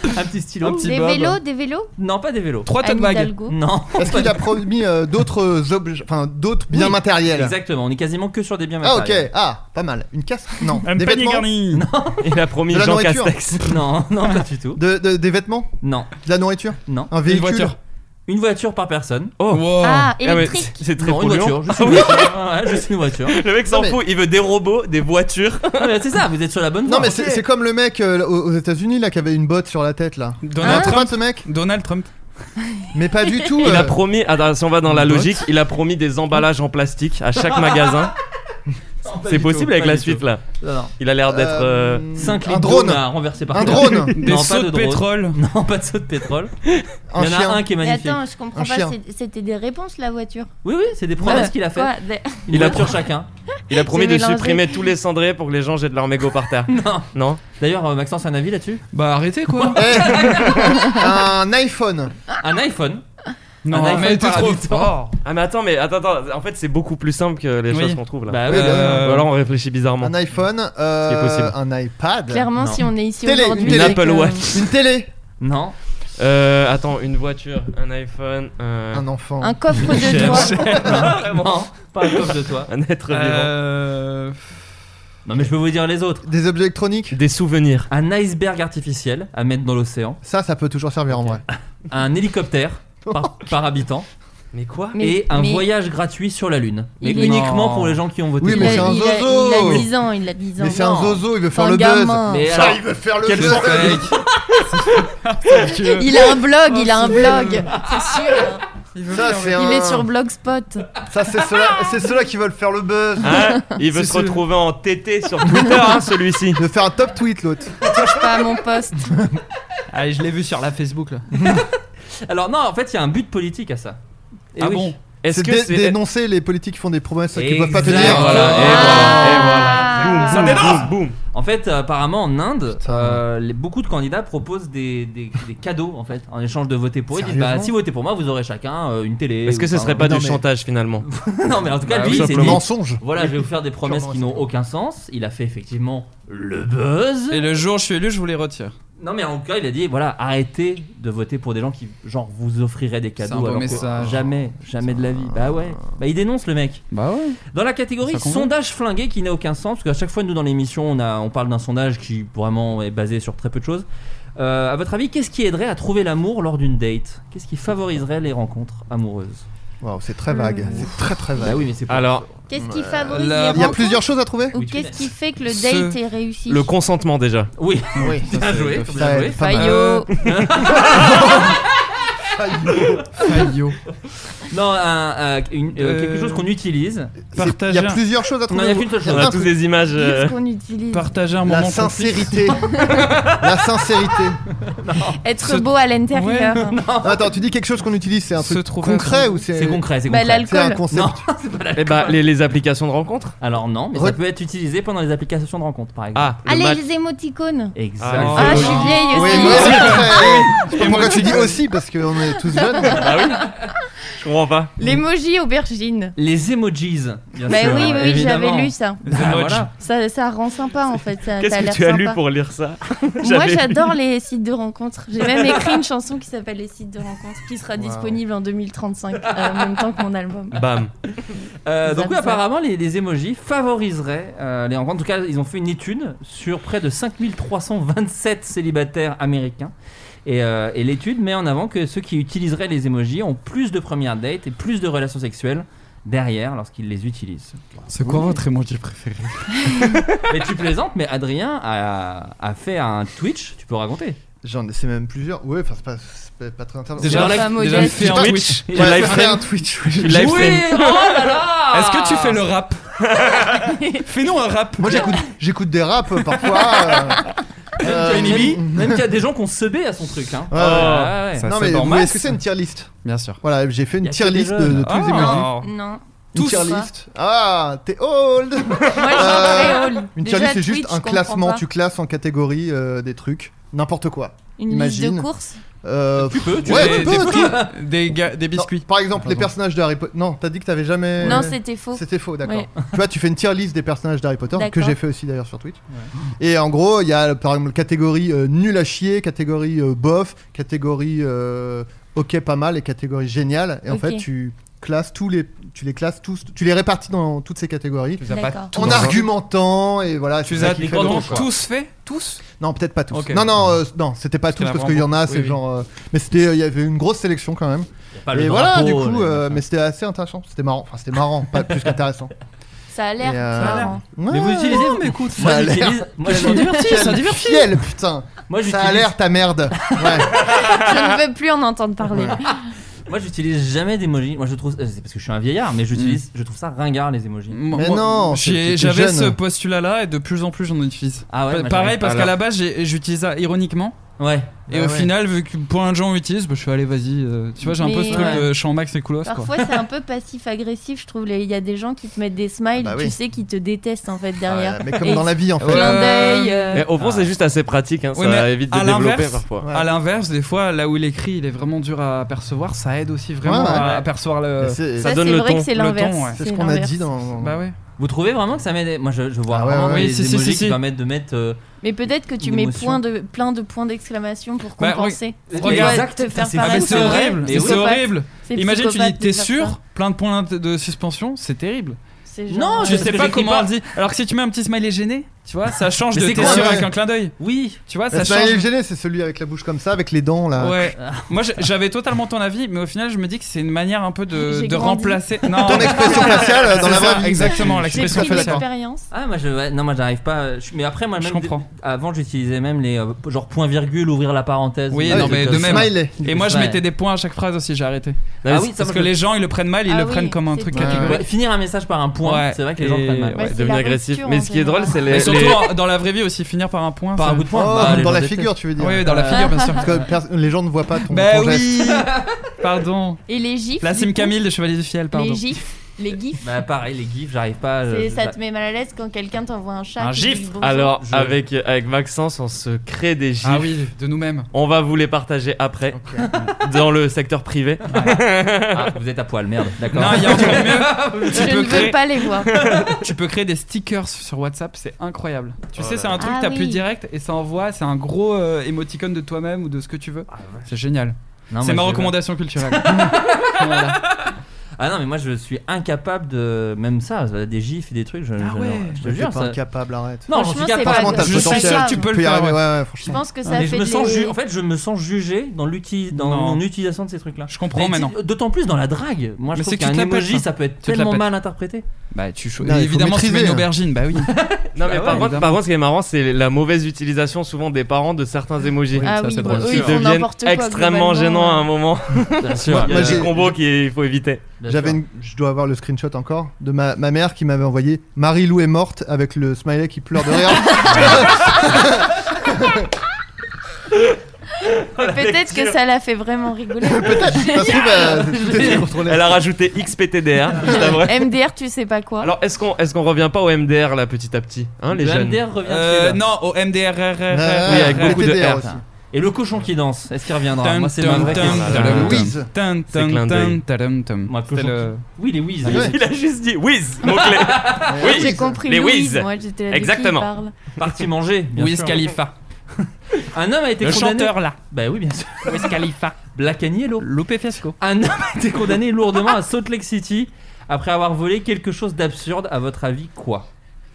Un petit stylo. Un petit Des bob. vélos, des vélos Non, pas des vélos. Trois Anne tote bags. Hidalgo. Mm. Non. Est-ce qu'il a promis euh, d'autres objets, enfin d'autres biens Oui, matériels Exactement, on est quasiment que sur des biens Ah matériels. ok, ah pas mal. Une casse Non. Un des panier vêtements garni. Il a promis *laughs* De la Jean nourriture. Castex. *laughs* Non, non, pas du tout. De, de- des vêtements Non. De la nourriture Non. Un véhicule Une voiture par personne. Oh. Ah Ah, ouais, électrique. c'est c'est très Non, une polluant. Ah voiture, juste une voiture. Ah Ouais, juste une voiture. Le mec s'en fout, il veut des robots, des voitures. Ah, mais C'est ça, vous êtes sur la bonne voie. Non mais c'est c'est comme le mec euh, aux, aux États-Unis là qui avait une botte sur la tête là. Ah. Donald Trump Trump. ce mec Donald Trump. Mais *laughs* pas du tout. Il a euh, promis, attends, si on va dans la logique, il a promis des emballages en plastique à chaque magasin. C'est possible avec la suite là. Non, non. Il a l'air d'être. euh, 5 un litres drone. d'eau à renverser par Un terre. drone. Des Non, pas sauts de drone. pétrole. *laughs* Non, pas de saut de pétrole. Un Il y en a chien. un qui est Mais magnifique. attends, je comprends Un pas, chien. c'est- c'était des réponses la voiture. Oui, oui, c'est des promesses qu'il a fait. Quoi Des- Une Il a- voiture chacun. Il a promis C'est de mélangé. supprimer tous les cendriers pour que les gens jettent leurs mégots par terre. *laughs* Non. Non D'ailleurs, euh, Maxence, un avis là-dessus Bah arrêtez *laughs* quoi. eh, *laughs* un iPhone. Un iPhone Non, Un iPhone mais t'es par trop habitant. fort. Ah, mais attends, mais attends, attends. En fait, c'est beaucoup plus simple que les Oui. choses qu'on trouve là. Bah oui, Oui, bah, bien Euh, Voilà, on réfléchit bizarrement. Un iPhone. euh, Ce qui est possible. un iPad. Clairement, Non. si on est ici Télé, aujourd'hui. une avec, Apple euh, Watch. Une télé. Non. Euh, attends, une voiture, un iPhone, euh, Un enfant. Un coffre *laughs* de *laughs* doigts. Non, pas un coffre de toi. un être vivant. Euh, Non, mais je peux vous dire les autres. Des objets électroniques. Des souvenirs. Un iceberg artificiel à mettre dans l'océan. Ça, ça peut toujours servir en vrai. Un hélicoptère par, par habitant. Mais quoi Mais- et un mais- voyage gratuit sur la Lune. Mais Il est- uniquement Non. pour les gens qui ont voté. Oui, il, mais a, c'est un il, a, il zozo. a 10 ans, il a 10 ans. Mais c'est un non. zozo, il veut C'est faire un le buzz. gamin. Mais Ça, alors- il veut faire le Quel buzz. *laughs* fake. Il Oh, a un blog, il a un blog. C'est sûr. hein. Ça, c'est un- Il est sur Blogspot. Ça, c'est ceux-là c'est ceux-là qui veulent faire le buzz. Hein Il veut C'est se sûr. retrouver en TT sur *laughs* Twitter, hein, celui-ci. De faire un top tweet l'autre. Touche pas à mon poste. Allez, je l'ai vu sur la Facebook là. *laughs* Alors, non, en fait, il y a un but politique à ça. Et ah oui. bon Est-ce C'est que dé- c'est. dénoncer les politiques qui font des promesses qu'ils peuvent pas Exact. tenir. Voilà, et Ah. voilà, et voilà. Boum, boum, boum, boum. En fait, euh, apparemment, en Inde, Putain. euh, les- beaucoup de candidats proposent des, des- des cadeaux en fait, en échange de voter pour eux. Ils disent bah, Sérieusement si vous votez pour moi, vous aurez chacun euh, une télé. Est-ce que ou ce enfin, serait pas non, du mais- chantage *laughs* finalement *laughs* Non, mais en tout cas, Bah lui, oui, il s'est Le simplement. dit mensonge. voilà, je vais *laughs* vous faire des promesses Sûrement, qui n'ont aucun sens. Il a fait effectivement le buzz. Et le jour où je suis élu, je vous les retire. Non, mais en tout cas, il a dit voilà, arrêtez de voter pour des gens qui, genre, vous offriraient des C'est un cadeaux beau alors que message. jamais, jamais de la vie. Bah ouais, bah il dénonce le mec. Bah ouais. Dans la catégorie Ça convient. sondage flingué qui n'a aucun sens, parce qu'à chaque fois, nous dans l'émission, on, a- on parle d'un sondage qui vraiment est basé sur très peu de choses. Euh, à votre avis, qu'est-ce qui aiderait à trouver l'amour lors d'une date Qu'est-ce qui favoriserait les rencontres amoureuses Waouh, c'est très vague. C'est très très vague. Bah oui, mais c'est pas. Alors, Qu'est-ce qui favorise la- les Il y a rencontres plusieurs choses à trouver Ou Oui, tu qu'est-ce qui fait que le Ce- date est réussi le consentement *laughs* déjà. Oui, Oui. bien joué, Ça bien aide joué. pas mal. Fayot. Aïe. Non, un- un- une- euh, Euh, quelque chose qu'on utilise. C'est- Il y Partager, a un- plusieurs choses à Non, trouver. il n'y a qu'une seule chose. On Ah, a tous des images. euh, Qu'est-ce qu'on utilise partager un moment. La sincérité. La sincérité. Être beau à l'intérieur. *laughs* *laughs* Bah, Attends, tu dis quelque chose qu'on utilise, c'est un Se truc trouver concret ensemble. ou c'est C'est concret, c'est Bah, concret. l'alcool. C'est un Non, concept. c'est pas la- Eh bah, les, les applications de rencontre Alors non, mais ça Re- peut être utilisé pendant les applications de rencontres, par exemple. Ah, le Allez, match. les émoticônes. Exactement. Ah, Ah, je suis oui. vieille Oui, aussi. moi aussi. très- Je sais pas pourquoi tu dis aussi parce qu'on est tous jeunes. Ah oui Je comprends pas. L'emoji aubergine. Les emojis, bien Bah sûr. oui, oui, évidemment. j'avais lu ça. Bah, voilà. Ça, ça rend sympa en fait. Ça, Qu'est-ce ça a que l'air tu as lu sympa. pour lire ça *laughs* Moi J'avais- j'adore les sites de rencontres. J'ai *laughs* même écrit une chanson qui s'appelle Les sites de rencontres qui sera Wow. disponible en 2035 euh, en même temps que mon album. *laughs* Bam. Euh, donc Ils oui, aiment ça. apparemment, les, les emojis favoriseraient euh, les rencontres. En tout cas, ils ont fait une étude sur près de 5327 célibataires américains. Et, euh, et l'étude met en avant que ceux qui utiliseraient les emojis ont plus de premières dates et plus de relations sexuelles derrière lorsqu'ils les utilisent. C'est quoi votre emoji préféré mais tu plaisantes, mais Adrien a, a fait un Twitch, tu peux raconter. J'en ai, c'est même plusieurs. Ouais, enfin, c'est pas, c'est pas très intéressant. Déjà, Dans la déjà, modeste. fais un J'ai pas- Twitch. Ouais, live faire un Twitch. oui. Tu live oui, stream. oh là là Est-ce que tu fais le *laughs* rap Fais-nous un rap. Moi, j'écoute, j'écoute des raps euh, parfois. euh, euh, Même- ouais, Même qu'il y a des gens qui ont sebé à son truc. Hein. Ah ouais. Ouais, ouais. Oh, Ça, non c'est mais dans vous- Max. est-ce que c'est une tier list Bien sûr. Voilà, j'ai fait Y une a que tier des list de, jeunes. de tous les Ah. emojis. Non, Une Tous. tier list. Ah, t'es old. moi je suis très old. Euh, Une tier Déjà, list, c'est juste Twitch, un je classement. comprends pas. Tu classes en catégorie euh, des trucs, n'importe quoi. Une liste Imagine. de courses Euh, Tu peux, tu ouais, fais tu peux, des tu fruits, peux. des ga- des Non, biscuits. par exemple, les Pardon. personnages d'Harry Potter. Non, t'as dit que t'avais euh, jamais. Non, c'était faux. C'était faux, d'accord. Ouais. Tu vois, tu fais une tier list des personnages d'Harry Potter que D'accord. j'ai fait aussi d'ailleurs sur Twitch. Et en gros, il y a par exemple catégorie euh, nul à chier, catégorie euh, bof, catégorie euh, ok pas mal et catégorie génial. Et en Ok. fait, tu classes tous les, tu les classes tous, tu les répartis dans toutes ces catégories. Tu les as pas D'accord. tous en dans un. argumentant et Ah, voilà. Tu c'est les as ça qui fait le vraiment truc, quoi. tous fait Tous Non, peut-être pas tous. Ok. Non, non, euh, non, c'était pas Parce tous qu'il y en a parce qu'il y en a, vraiment- c'est oui, oui. genre. euh, mais c'était, euh, il y avait une grosse sélection quand même. pas et le voilà, drapeau, du coup, les hein. euh, mais c'était assez intéressant. C'était marrant. Enfin, c'était marrant, pas plus qu'intéressant. Ça a l'air. Et, euh, marrant. Mais vous Ouais, utilisez- non, mais écoute, Moi, ça a *laughs* j'utilise- l'air- moi, je m'en divertis, Quel ça divertit. Ciel, putain. *laughs* Moi, ça a j'utilise- l'air ta merde. Ouais. Je *laughs* ne veux plus en entendre parler. Moi, j'utilise jamais d'emoji. Moi, je trouve. euh, C'est parce que je suis un vieillard, mais Mm. j'utilise. Je trouve ça ringard les emojis. Moi- moi, j'ai- J'avais ce postulat-là et de plus en plus j'en utilise. Ah ouais, Pa- moi, pareil, j'arrive pas parce à qu'à l'heure. la base j'ai- j'utilise ça ironiquement. Ouais. Ah Et Ouais, au ouais. final, vu que plein de gens l'utilisent, bah, je suis allé, vas-y. euh, tu vois, j'ai un peu Mais- ce truc Ouais. de champ max et coolos. Parfois, c'est un peu passif-agressif, je trouve. Les- Il y a des gens qui te mettent des smiles, Bah tu oui. sais, qui te détestent en fait derrière. mais comme dans la vie, en fait. Clin d'œil. euh, Mais Eh, au fond, c'est juste assez *laughs* pratique, hein, Ouais, ça Ah. mais évite de à développer l'inverse- parfois. À l'inverse, des fois, là où il écrit, il est vraiment dur à percevoir, ça aide aussi vraiment Ouais, ouais. à apercevoir le. Mais c'est- Ça, Ça, donne c'est le vrai ton. que c'est l'inverse. C'est ce qu'on a l'inverse. dit dans. Bah ouais. Vous trouvez vraiment que ça m'aide Moi, je, je vois Ah ouais, vraiment ouais. les Oui, si, si, emojis si, qui si. permettent de mettre. euh, Mais peut-être que tu mets D'émotion. point de, plein de points d'exclamation pour Bah, compenser. oui. Ce qui Regarde. doit te faire C'est Ah, mais paraître c'est vrai. horrible, Mais c'est oui. horrible. C'est Imagine, tu psychopathe dis, de t'es faire sûr, ça. plein de points de- de suspension, c'est terrible. C'est genre- Non, je Ouais. sais Parce pas que j'écris comment pas. on le dit. Alors que si tu mets un petit smiley gêné, tu vois, ça change Mais de c'est t'es quoi, sûr ouais. avec un clin d'œil. Oui. Tu vois, Le ça Ah. smiley change. gêné, Bah, c'est celui avec la bouche comme ça, avec les dents là. Ouais. Moi, je- j'avais totalement ton avis, mais au final, je me dis que c'est une manière un peu de, J'ai de grandi. *laughs* remplacer. Non. Ton expression faciale, euh, dans C'est la ça, vraie vie. Exactement, J'ai l'expression pris une faciale. expérience. Ah, moi, je, ouais, non, moi, j'arrive pas. euh, je- mais après, moi, Je même. comprends. Avant, j'utilisais même les. euh, genre point virgule, ouvrir la parenthèse. Oui, Ah des non, trucs mais de comme euh, même. ça. Et moi, je Ouais. mettais des points à chaque phrase aussi, j'ai arrêté. Ah oui, ça, parce moi, que je- les gens, ils le prennent mal, ils Ah le oui, prennent comme un c'est truc vrai. catégorique. Ouais, finir un message par un point, Ouais. c'est vrai que les gens le prennent mal. Et- Ouais, ouais, c'est devenir la agressif. rupture, Mais en ce qui est drôle, c'est les- Mais surtout, les- en- dans la vraie vie aussi, finir par un point. Par ça- un coup de poing. Oh, Bah, les dans gens la détestent. figure, tu veux dire. Oui, dans la Ouais. figure, bien sûr. Parce *laughs* que pers- les gens ne voient pas ton, Bah ton oui geste. Pardon. Et les gifs. La du Sim coup, Camille des Chevaliers du Fiel, pardon. Les gifs. Les gifs. Bah, pareil, les gifs, j'arrive pas. je- c'est- je- Ça te met mal à l'aise quand quelqu'un t'envoie un chat. Euh, bah. Un qui gif. dit bonjour. Alors, Je- avec, avec Maxence, on se crée des gifs. Ah oui, de nous-mêmes. On va vous les partager après, *laughs* dans le secteur privé. *laughs* Ah, vous êtes à poil, merde, d'accord. Non, il y a encore *laughs* mieux. Je ne veux pas les voir. tu peux créer des stickers sur WhatsApp, c'est incroyable. Tu Oh sais, là c'est un là. truc, Ah t'appuies oui. direct et ça envoie, c'est un gros euh, émoticône de toi-même ou de ce que tu veux. C'est génial. Non, C'est moi, ma je- recommandation culturelle. Ah non, mais moi je suis incapable de. Même ça, ça va, des gifs et des trucs, je, je- ouais. je te T'es jure. pas ça- incapable, arrête. Non, j'en suis Franchement, c'est capable. pas Franchement, t'as le je suis potentiel, sûr que tu tu peux peux le y faire. arriver, ouais. ouais, ouais, Je franchement. pense que Non, ça mais fait je me sens des- ju- En fait, je me sens jugé dans, l'uti- dans Non. mon utilisation de ces trucs-là. Je comprends Mais tu- maintenant. D'autant plus dans la drague. Moi, je Mais trouve c'est que tu qu'un te la pètes, emoji, ça. ça peut être Tu te la tellement pètes. mal interprété. Bah, tu cho- Non, il faut évidemment, tu mets maîtriser, une hein. aubergine, *laughs* bah oui. Non, mais Bah par, ouais, contre, évidemment. par contre, ce qui est marrant, c'est la mauvaise utilisation souvent des parents de certains emojis. Ah ça, oui, c'est bah, drôle. eux, Qui ils font deviennent n'importe quoi. extrêmement globalement. gênants à un moment. Bien sûr. Il y a Moi, des j'ai- combos qu'il faut éviter. J'avais une- Je dois avoir le screenshot encore de ma, ma mère qui m'avait envoyé Marie-Lou est morte avec le smiley qui pleure *laughs* de *laughs* rire. Peut-être que ça l'a fait vraiment rigoler. Ça se trouve, euh, tout est contrôlé. Elle a rajouté XPTDR. juste après. MDR, tu sais pas quoi. Ah. Alors, est-ce qu'on est qu'on revient pas au MDR là petit à petit hein, les Le jeunes MDR revient Euh, dessus, là. non, au MDRRR. Oui, avec beaucoup de PTDR R. aussi. Et le cochon qui danse, est-ce qu'il reviendra Tum, Moi, c'est tum, ma vraie tum, question. tum, tum, Whiz. tum, C'est tum, clin d'œil. tum, tum, tum. Moi, le C'est cochon le- qui- Oui, les whiz. Ah ouais. *laughs* Il a juste dit whiz, mot-clé. Ouais, Whiz, Ah, J'ai compris les Louise, whiz. moi j'étais là. de qui il Exactement. parle Parti manger. bien Wiz sûr. Khalifa. Un homme a été Le condamné. chanteur là. Bah oui, bien sûr. Wiz Khalifa. Black and Yellow. Loupé Fiasco. Un homme a été condamné lourdement à Salt Lake City après avoir volé quelque chose d'absurde. À votre avis, quoi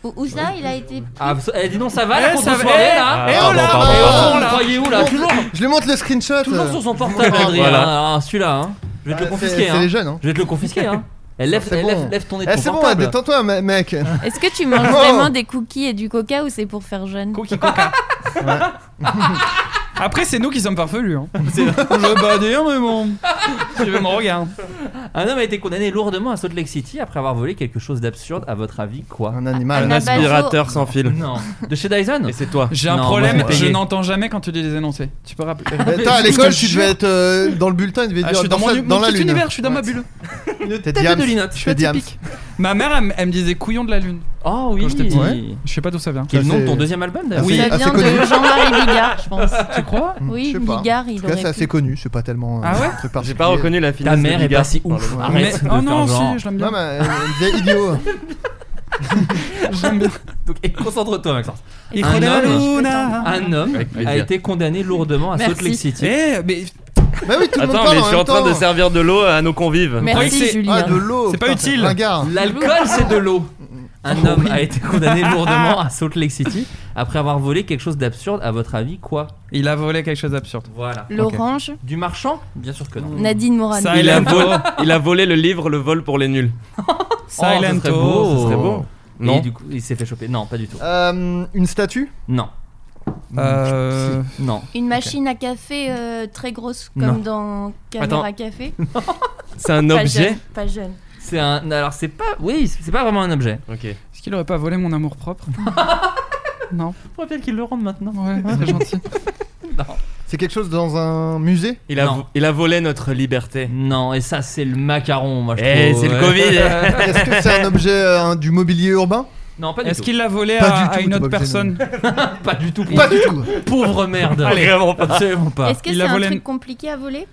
Où, où ça il a été. ah, vous- eh, dis donc, ça va la Eh, ça va- contre-soirée eh, là Ah, eh, Eh, oh là, pardon, bah, pardon, oh, pardon. oh Vous là. croyez où là Toujours Je lui montre le screenshot. euh. toujours sur son portable, Voilà. Adrien. Voilà. Ah, celui-là, hein. je vais te Ah, le c'est- confisquer. c'est hein. les jeunes, hein. Je vais te *laughs* le confisquer. Hein. Elle lève, C'est elle bon. lève, lève ton nez de Eh, ton c'est bon, portable. détends-toi, me- mec. Est-ce *laughs* que tu manges Oh. vraiment des cookies et du coca ou c'est pour faire jeune Cookie Coca. Après, c'est nous qui sommes farfelus. Hein. Je bah dire, mais *laughs* bon. Tu veux mon regard. Un homme a été condamné lourdement à Salt Lake City après avoir volé quelque chose d'absurde. À votre avis, quoi Un Un animal. abat- aspirateur sans fil. Non. De chez Dyson Et c'est toi. J'ai un Non, problème, moi, je vais je payer. n'entends jamais quand tu dis les énoncés. Tu peux rappeler. *laughs* Mais Attends, à Je te l'école, jure. *laughs* tu devais être euh, dans le bulletin, il devait Ah, dire je suis dans, sa- mon, mon la petit lune. *laughs* univers, je suis dans ma bulle. Une T'es tête Diams. de linotte. Je suis Diams. atypique. Ma mère, elle, m- elle me disait couillon de la lune. Oh oui. Quand j'étais petit. Ouais. Je sais pas d'où ça vient. Qui est le nom de ton deuxième album d'ailleurs. Oui. Ça assez vient de connu. Hmm. Jean-Marie Bigard, *laughs* je pense. Tu crois Oui, Bigard, il En tout cas, aurait c'est assez pu. connu, c'est pas tellement. euh, Ah ouais J'ai pas reconnu la finesse Ta mère de est Bigard. pas si Pardon. ouf. Mais- Arrête. Oh de non, faire genre. si, je l'aime bien. Non, mais euh, elle disait idiot. *laughs* J'aime bien. Donc et concentre-toi, Maxence. Il Un connaît la homme, luna. un homme Avec plaisir. a été condamné lourdement à Merci. Salt Lake City. Eh, mais Bah oui, tout le monde Attends, parle mais je en suis même en train temps. de servir de l'eau à nos convives. croyez que Merci, c'est- Ah, de Julien. l'eau. C'est pas putain, utile. ringard. L'alcool, c'est de l'eau. Un Oh, homme a été condamné *laughs* lourdement à Salt Lake City après avoir volé quelque chose d'absurde. À votre avis, quoi Il a volé quelque chose d'absurde. Voilà. L'orange, *laughs* Du marchand Bien sûr que non. Nadine Morano. Ça, Il a, Silent volé, *laughs* il a volé le livre Le vol pour les nuls. *laughs* Oh, ce Silent serait Hill. beau. Ce serait beau. Et Non. du coup, il s'est fait choper. Non, pas du tout. Euh, Une statue Non, Euh, non. *laughs* Une machine à café euh, très grosse, Non. comme dans Caméra Attends. *laughs* Café. C'est un Pas objet. jeune, Pas jeune. C'est un. Alors, c'est pas. Oui, c'est pas vraiment un objet. Ok. Est-ce qu'il aurait pas volé mon amour propre Non. Faudrait peut-être qu'il le rende maintenant. Ouais, ouais, c'est gentil. C'est quelque chose dans un musée Il a, Non. vo- il a volé notre liberté. Non, et ça, c'est le macaron, moi je Eh, trouve. c'est le Ouais. *laughs* Covid. *laughs* Est-ce que c'est un objet euh, du mobilier urbain Non, pas du Est-ce tout. qu'il l'a volé Pas à, du tout, à une tu autre vois, personne Pas du tout. Pas du *laughs* tout. Pauvre *laughs* merde. Vraiment pas. Absolument pas. Est-ce que Il c'est a un volé truc une- compliqué à voler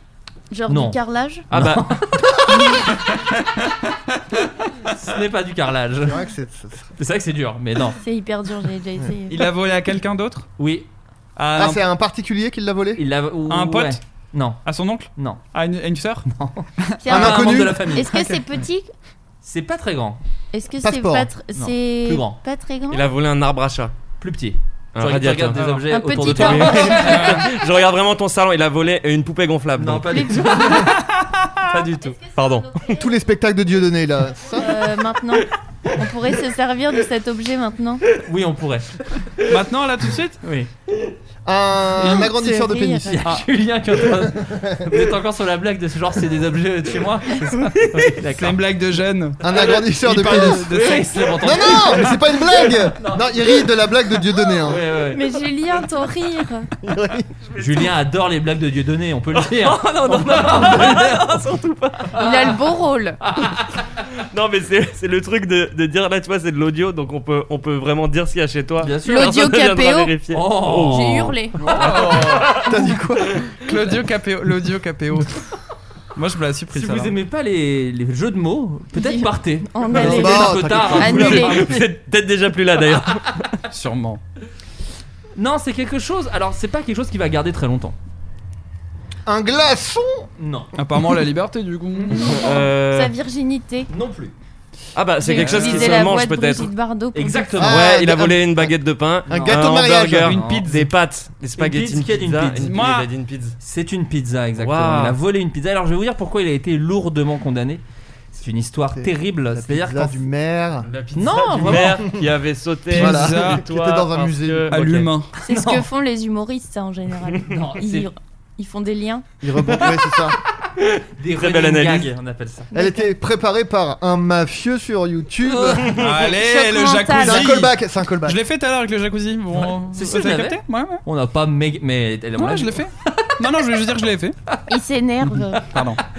Genre Non. du carrelage Ah bah, Ce n'est pas du carrelage. C'est vrai que c'est. c'est- c'est- C'est vrai que c'est dur, mais non. *laughs* C'est hyper dur, j'ai déjà essayé. Il l'a volé à quelqu'un d'autre Oui, à, Ah, un, c'est un particulier qui l'a volé il l'a. un pote ouais. Non, à son oncle non. À une, à une sœur *laughs* C'est Un un- inconnu membre de la famille. Est-ce que c'est petit C'est pas très grand, Est-ce que c'est Passeport. pas, tr- Non. c'est Plus grand. pas très grand il a volé un arbre à chat. plus petit. Un tu regardes- tu radiateur. regardes des Ah. objets Un autour de petit toi. *laughs* Je regarde vraiment ton salon. Il a volé une poupée gonflable. non, donc. pas du *laughs* tout. pas du tout. Pardon. *laughs* Tous les spectacles de Dieudonné là. Euh, maintenant, on pourrait se servir de cet objet maintenant. Oui, on pourrait. Maintenant, là, tout de suite Oui. Un agrandisseur de c'est rire. pénis. Ah. Il y a Julien qui est en train *laughs* de- Vous êtes encore sur la blague de ce genre, c'est des objets de chez moi C'est ça Ok, C'est D'accord. une blague de jeune. Un agrandisseur de Il parle pénis. de, de sexe. C'est bon, Non, non, mais c'est pas une blague Non, il rit de la blague de Dieudonné. Hein. ouais, ouais. Mais Julien, ton rire Julien adore les blagues de Dieudonné, on peut le *laughs* dire. Il a le beau rôle Ah, Non, mais c'est c'est le truc de, de dire là, tu vois, c'est de l'audio, donc on peut, on peut vraiment dire ce qu'il y a chez toi. Bien sûr. L'audio Personne ne viendra KPO. vérifier. Oh. J'ai hurlé Oh. *laughs* T'as dit quoi Claudio Capéo. L'audio Capéo. Moi, je me la Si supprime. vous aimez pas les, les jeux de mots, peut-être Dis- partez. On Non, allait bah, C'est t'as un peu tard. compris. hein, vous l'avez Annulé. parlé. Vous êtes peut-être déjà plus là d'ailleurs. *laughs* *laughs* Sûrement. Non, c'est quelque chose. Alors, c'est pas quelque chose qui va garder très longtemps. Un glaçon Non. Apparemment, la *laughs* liberté, du *laughs* coup. Euh, Sa virginité. Non plus. Ah bah, c'est quelque chose qui Utilisez se la mange voix de peut-être. Brigitte Bardot pour Exactement. Ah, Ouais, il a un- volé une baguette de pain, Un gâteau de mariage. hamburger, Une pizza. des pâtes, des spaghettis, pizza, une qui a une pizza, pizza. une- Moi- il a dit une pizza. C'est une pizza, exactement. Waouh. Il a volé une pizza. Alors, je vais vous dire pourquoi il a été lourdement condamné. C'est une histoire C'est terrible. La C'est-à-dire pizza qu'en du maire. La pizza Non, du vraiment. maire qui avait sauté Voilà. sur Qui le toit était dans un parce musée. que- À Ok. l'humain. C'est ce que font les humoristes, ça, en général. *laughs* Non, c'est Ils, ils font des liens. Il reprend, ouais, c'est ça. des Très belle running analyse. gags, on appelle ça. Elle était préparée par un mafieux sur YouTube. Oh. *laughs* Allez, Choc le mental. C'est un si. jacuzzi. callback, c'est un Je callback. l'ai fait tout à l'heure avec le jacuzzi. Bon, C'est vous sûr, avez je l'avais. capté Ouais, ouais. On n'a pas méga. Mais elle- on Ouais, l'a je vu. l'ai fait. Non, non, je voulais juste dire que je l'ai fait. Ils s'énervent. Pardon. Ah,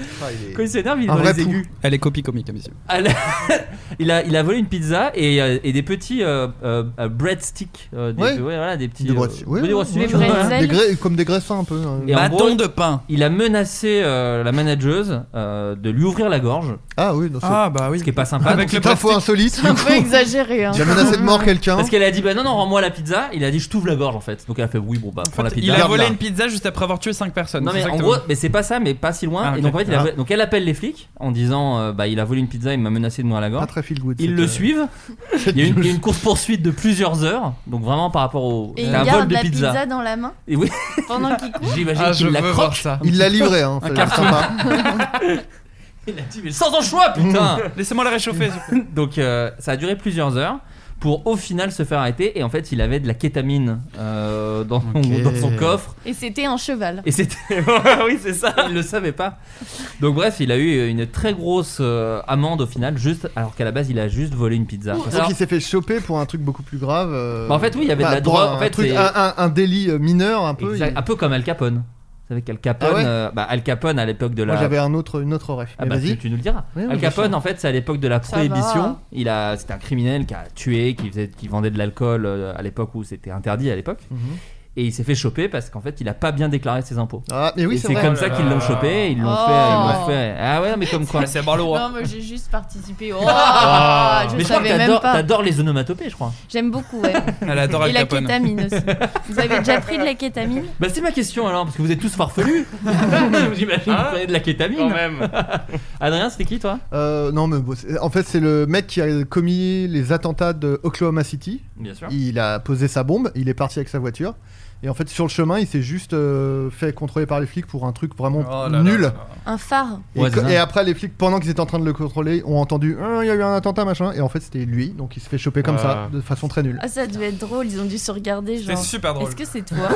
il est- Quand il s'énerve, il est Un dans vrai les aigus. Elle est copie comique, monsieur. Elle- *laughs* il, a, il a volé une pizza et, euh, et des petits euh, euh, euh, breadsticks. euh, des, Ouais. ouais, voilà, des petits. Des euh, breadsticks, oui, des oui, breadsticks, oui. voilà. Des breadsticks. Des gra- Comme des graissins un peu. hein. Et en *laughs* Bâton gros, de pain. Il a menacé euh, la manageuse euh, de lui ouvrir la gorge, Ah oui, non, c'est Ah bah oui. ce qui est pas sympa. Avec Donc, le une info insolite. Un peu exagéré, hein. Il a menacé de mort *laughs* quelqu'un. Parce qu'elle a dit bah non non rends-moi la pizza, il a dit je t'ouvre la gorge en fait. Donc elle a fait oui bon bah prends la Il pizza. a Garde volé là. une pizza juste après avoir tué 5 personnes. Non c'est mais ça que en t'as gros volé. mais c'est pas ça mais pas si loin. Ah, ok. Et donc en fait il a Ah. volé- donc elle appelle les flics en disant euh, bah il a volé une pizza, il m'a menacé de m'ouvrir la Pas gorge. très feel good. Ils cette, le euh, suivent. *laughs* cette Il y a une, news. il y a une course poursuite de plusieurs heures. Donc vraiment par rapport au Et c'est il un garde vol de la pizza. pizza. dans la main Et oui pendant *laughs* qu'il court. j'imagine Ah, je qu'il la veux croque. voir ça. Il l'a livré, *laughs* hein. ça a l'air sympa. Il a dit mais sans anchois Mmh. putain. Laissez-moi la réchauffer. s'il vous plaît. *laughs* Donc euh, ça a duré plusieurs heures pour au final se faire arrêter et en fait il avait de la kétamine euh, dans, Ok. dans son coffre Et c'était un cheval. et c'était *laughs* oui c'est ça il le savait pas donc bref il a eu une très grosse euh, amende au final juste alors qu'à la base il a juste volé une pizza Donc Alors, il s'est fait choper pour un truc beaucoup plus grave. euh, Bah, en fait, oui, il y avait de la pour drogue, Un, en fait, truc- ah, c'est- un, un- un délit euh, mineur un peu. exact- il- un peu comme Al Capone C'est avec Al Capone. Ah ouais euh, bah, Al Capone à l'époque de la. Moi j'avais un autre, une autre ref. Ah Mais bah, vas-y. tu, tu nous le diras. Oui, oui, Al bien sûr. Capone, en fait, c'est à l'époque de la Ça prohibition. va. Il a, c'était un criminel qui a tué, qui faisait, qui vendait de l'alcool euh, à l'époque où c'était interdit à l'époque. Mhm. Et il s'est fait choper parce qu'en fait, il a pas bien déclaré ses impôts. Ah, mais oui, Et c'est c'est vrai. comme Oh ça là qu'ils l'ont là. chopé. Ils l'ont Oh. fait, ils l'ont fait. Ah ouais, non, mais *laughs* comme quoi. C'est hein. Non, *laughs* mais j'ai juste participé. Oh, Ah. je mais je crois que savais t'adores- même pas. t'adores les onomatopées, je crois. J'aime beaucoup, ouais. *laughs* Elle adore Et Al la Capone. kétamine *laughs* aussi. Vous avez déjà pris de la kétamine Bah c'est ma question alors, parce que vous êtes *laughs* tous farfelus. J'imagine Ah. que vous prenez de la kétamine. Quand même. *laughs* Adrien, c'était qui toi Euh, non, mais bon, c'est- en fait, c'est le mec qui a commis les attentats de Oklahoma City. Bien sûr. Il a posé sa bombe, il est parti avec sa voiture. Et en fait, sur le chemin, il s'est juste euh, fait contrôler par les flics pour un truc vraiment Oh là là. nul. Euh. Un phare Et, Ouais, c'est co- ça. et après, les flics, pendant qu'ils étaient en train de le contrôler, ont entendu Ah, il y a eu un attentat, machin. Et en fait, c'était lui, donc il se fait choper comme Ah. ça, de façon très nulle. Ah, ça devait être drôle, ils ont dû se regarder. C'était genre, super drôle. Est-ce que *laughs* c'est toi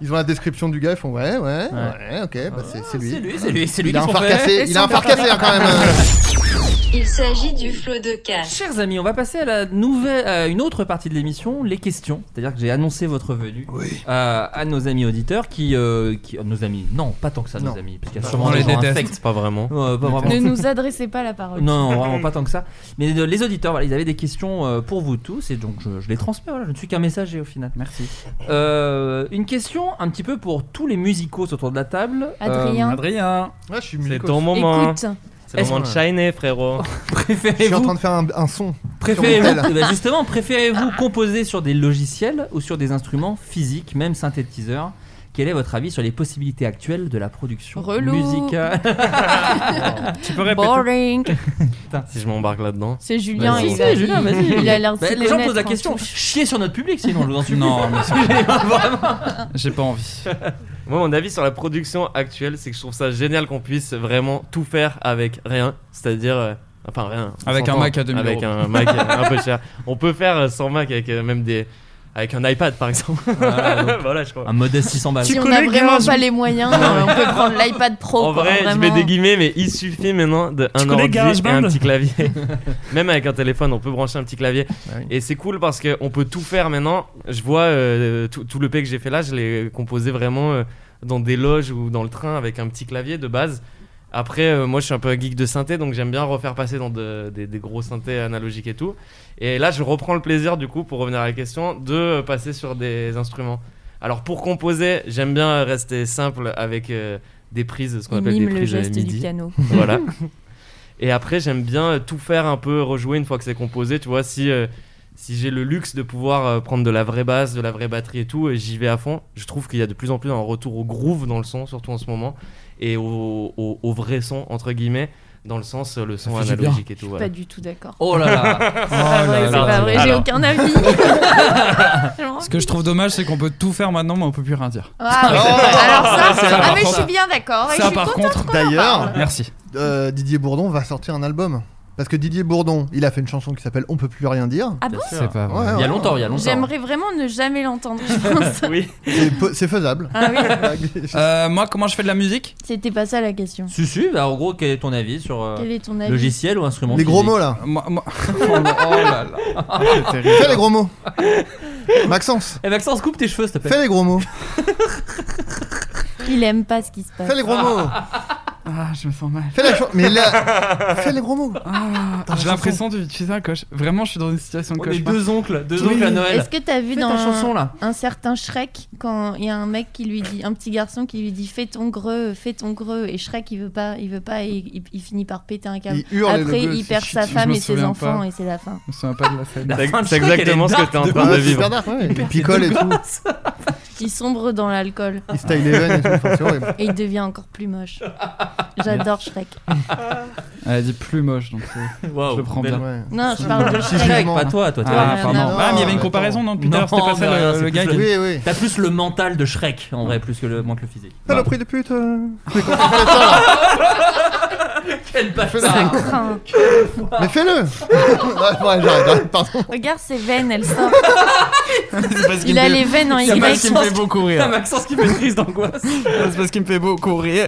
Ils ont la description du gars, ils font ouais, ouais, ouais, ok, bah, c'est c'est lui. Ah, c'est lui, c'est lui, c'est lui Il a qu'est-ce un qu'on phare fait cassé, Et il a un son phare phare cassé hein, quand même. *laughs* Il s'agit du flot de cash. Chers amis, on va passer à la nouvelle, à une autre partie de l'émission, les questions. C'est-à-dire que j'ai annoncé votre venue euh, à nos amis auditeurs qui, euh, qui- à nos amis, non, pas tant que ça, nos Non. amis, parce qu'il y a On sûrement les des gens déteste. infects. Pas vraiment. Ouais, pas vraiment. Ne nous adressez pas la parole. Non, non, vraiment pas tant que ça. Mais euh, les auditeurs, voilà, ils avaient des questions euh, pour vous tous, et donc je, je les transmets. Voilà, je ne suis qu'un messager au final. Merci. une question un petit peu pour tous les musicos autour de la table. Euh, Adrien. Adrien. Ouais, Ah, je suis C'est ton moment. Écoute. C'est le Est-ce- Oh. moment de shiner, frérot. Je suis en train de faire un, un son. Sur mon Préférez-vous, tel. eh ben justement, préférez-vous composer sur des logiciels ou sur des instruments physiques, même synthétiseurs Quel est votre avis sur les possibilités actuelles de la production Relou. *laughs* musicale Tu peux répéter. Boring. si je m'embarque là-dedans. C'est Julien, Vas-y. il va- Julien, vas-y. il a l'air de Ben, s'y les gens connaître hein, posent la en question. touche. Chier sur notre public, sinon je vous en *laughs* supplie. Non, mais c'est- Vraiment. J'ai pas envie. Moi, mon avis sur la production actuelle, c'est que je trouve ça génial qu'on puisse vraiment tout faire avec rien. C'est-à-dire. euh, Enfin, rien. on Avec un s'entend. Mac à 2000 Avec euros. *laughs* un Mac un peu cher. On peut faire euh, sans Mac avec euh, même des. Avec un iPad par exemple. Voilà, *laughs* donc, voilà, je crois. un modeste 600 balles. Si on a vraiment pas les moyens, euh, on peut prendre l'iPad Pro. En quoi, vrai, je vraiment. mets des guillemets, mais il suffit maintenant d'un connais ordi et un GarageBand *laughs* petit clavier. *laughs* Même avec un téléphone, on peut brancher un petit clavier. Et c'est cool parce qu'on peut tout faire maintenant. Je vois euh, tout, tout le P que j'ai fait là, je l'ai composé vraiment euh, dans des loges ou dans le train avec un petit clavier de base. Après, euh, moi je suis un peu un geek de synthé, donc j'aime bien refaire passer dans de- des, des gros synthés analogiques et tout. Et là, je reprends le plaisir, du coup, pour revenir à la question, de euh, passer sur des instruments. Alors pour composer, j'aime bien rester simple avec euh, des prises, ce qu'on Il appelle des mime le prises geste du MIDI. piano. *laughs* *laughs* Voilà. Et après, j'aime bien euh, tout faire un peu, rejouer une fois que c'est composé. Tu vois, si, euh, si j'ai le luxe de pouvoir euh, prendre de la vraie basse, de la vraie batterie et tout, et j'y vais à fond. Je trouve qu'il y a de plus en plus un retour au groove dans le son, surtout en ce moment, et au, au- au vrai son, entre guillemets, dans le sens euh, le son fait du bien. analogique et tout. Je suis voilà. pas du tout d'accord. Oh là là. Ah, C'est pas Oh vrai, là c'est là. pas vrai, j'ai Alors. *laughs* aucun avis. Ce que je trouve dommage, c'est qu'on peut tout faire maintenant, mais on peut plus rien dire. Oh. Ah, ouais. Alors ça, ah, mais je suis bien d'accord. et je Ça, suis par contente contre, qu'on en D'ailleurs, parle. Merci. euh, Didier Bourdon va sortir un album. Parce que Didier Bourdon, il a fait une chanson qui s'appelle On peut plus rien dire. Ah bon C'est pas vrai. Il Ouais, y a ouais. longtemps, il y a J'aimerais vraiment ne jamais l'entendre, je *laughs* pense. C'est po- C'est faisable. Ah oui. *laughs* Euh, moi, comment je fais de la musique C'était pas ça la question. Si, si, bah, en gros, quel est ton avis sur euh, Quel est ton avis logiciel ou instrument Les gros physique mots là. Moi, *laughs* moi- Oh là- oh là là. Fais les gros mots. Maxence, Eh Maxence, coupe tes cheveux, s'il te plaît. fais les gros mots. Il aime pas ce qui se passe. Fais les gros *laughs* mots. Ah, je me sens mal. Fais la cho- Mais *laughs* là, fais les gros mots. Ah, Ah, J'ai l'impression de tuer un coche. Vraiment, je suis dans une situation de On coche. est deux oncles, deux Oui. oncles à Noël. Est-ce que t'as vu Fais dans ta chanson, là. un certain Shrek quand il y a un mec qui lui dit, un petit garçon qui lui dit fais ton greu, fais ton greu et Shrek il veut pas, il veut pas et il, il finit par péter un câble. Il hurle, Après le gosse, il perd je- sa je femme me et ses souviens enfants pas. et c'est *laughs* la fin. Je me souviens pas de la scène. La C'est- fin de c'est Shrek, exactement elle est ce que t'es en dark train de de ouf. vivre. C'est dark, ouais. Il picole et tout. Ah, Il sombre dans l'alcool. Il se taille les veines et tout, enfin, c'est horrible. Et il devient encore plus moche. J'adore Shrek. Elle a dit plus moche, donc euh, Waouh, je le prends belle- bien. Ouais. Non, je parle de Si, Shrek. Shrek, Ah, pas toi, toi. t'es- Ah, pardon. Ah, mais il y avait une comparaison, non, Peter C'était pas mais rien, ça le- c'est le plus gars qui- Oui, oui. T'as plus le mental de Shrek en vrai, plus que le, moins que le physique. Saloperie de pute. euh. Mais comment tu fais ça, là Quel Ça bâtard Ah, craint. *laughs* Mais fais-le. Ouais, ouais, j'arrête, j'arrête, Pardon. *laughs* Regarde ses veines, elles sortent. parce qu'il hein, Il a me fait- les veines en C'est parce Y. qu'il me fait beaucoup rire. T'as Maxence qui fait une crise *laughs* d'angoisse. C'est parce qu'il me fait beaucoup rire.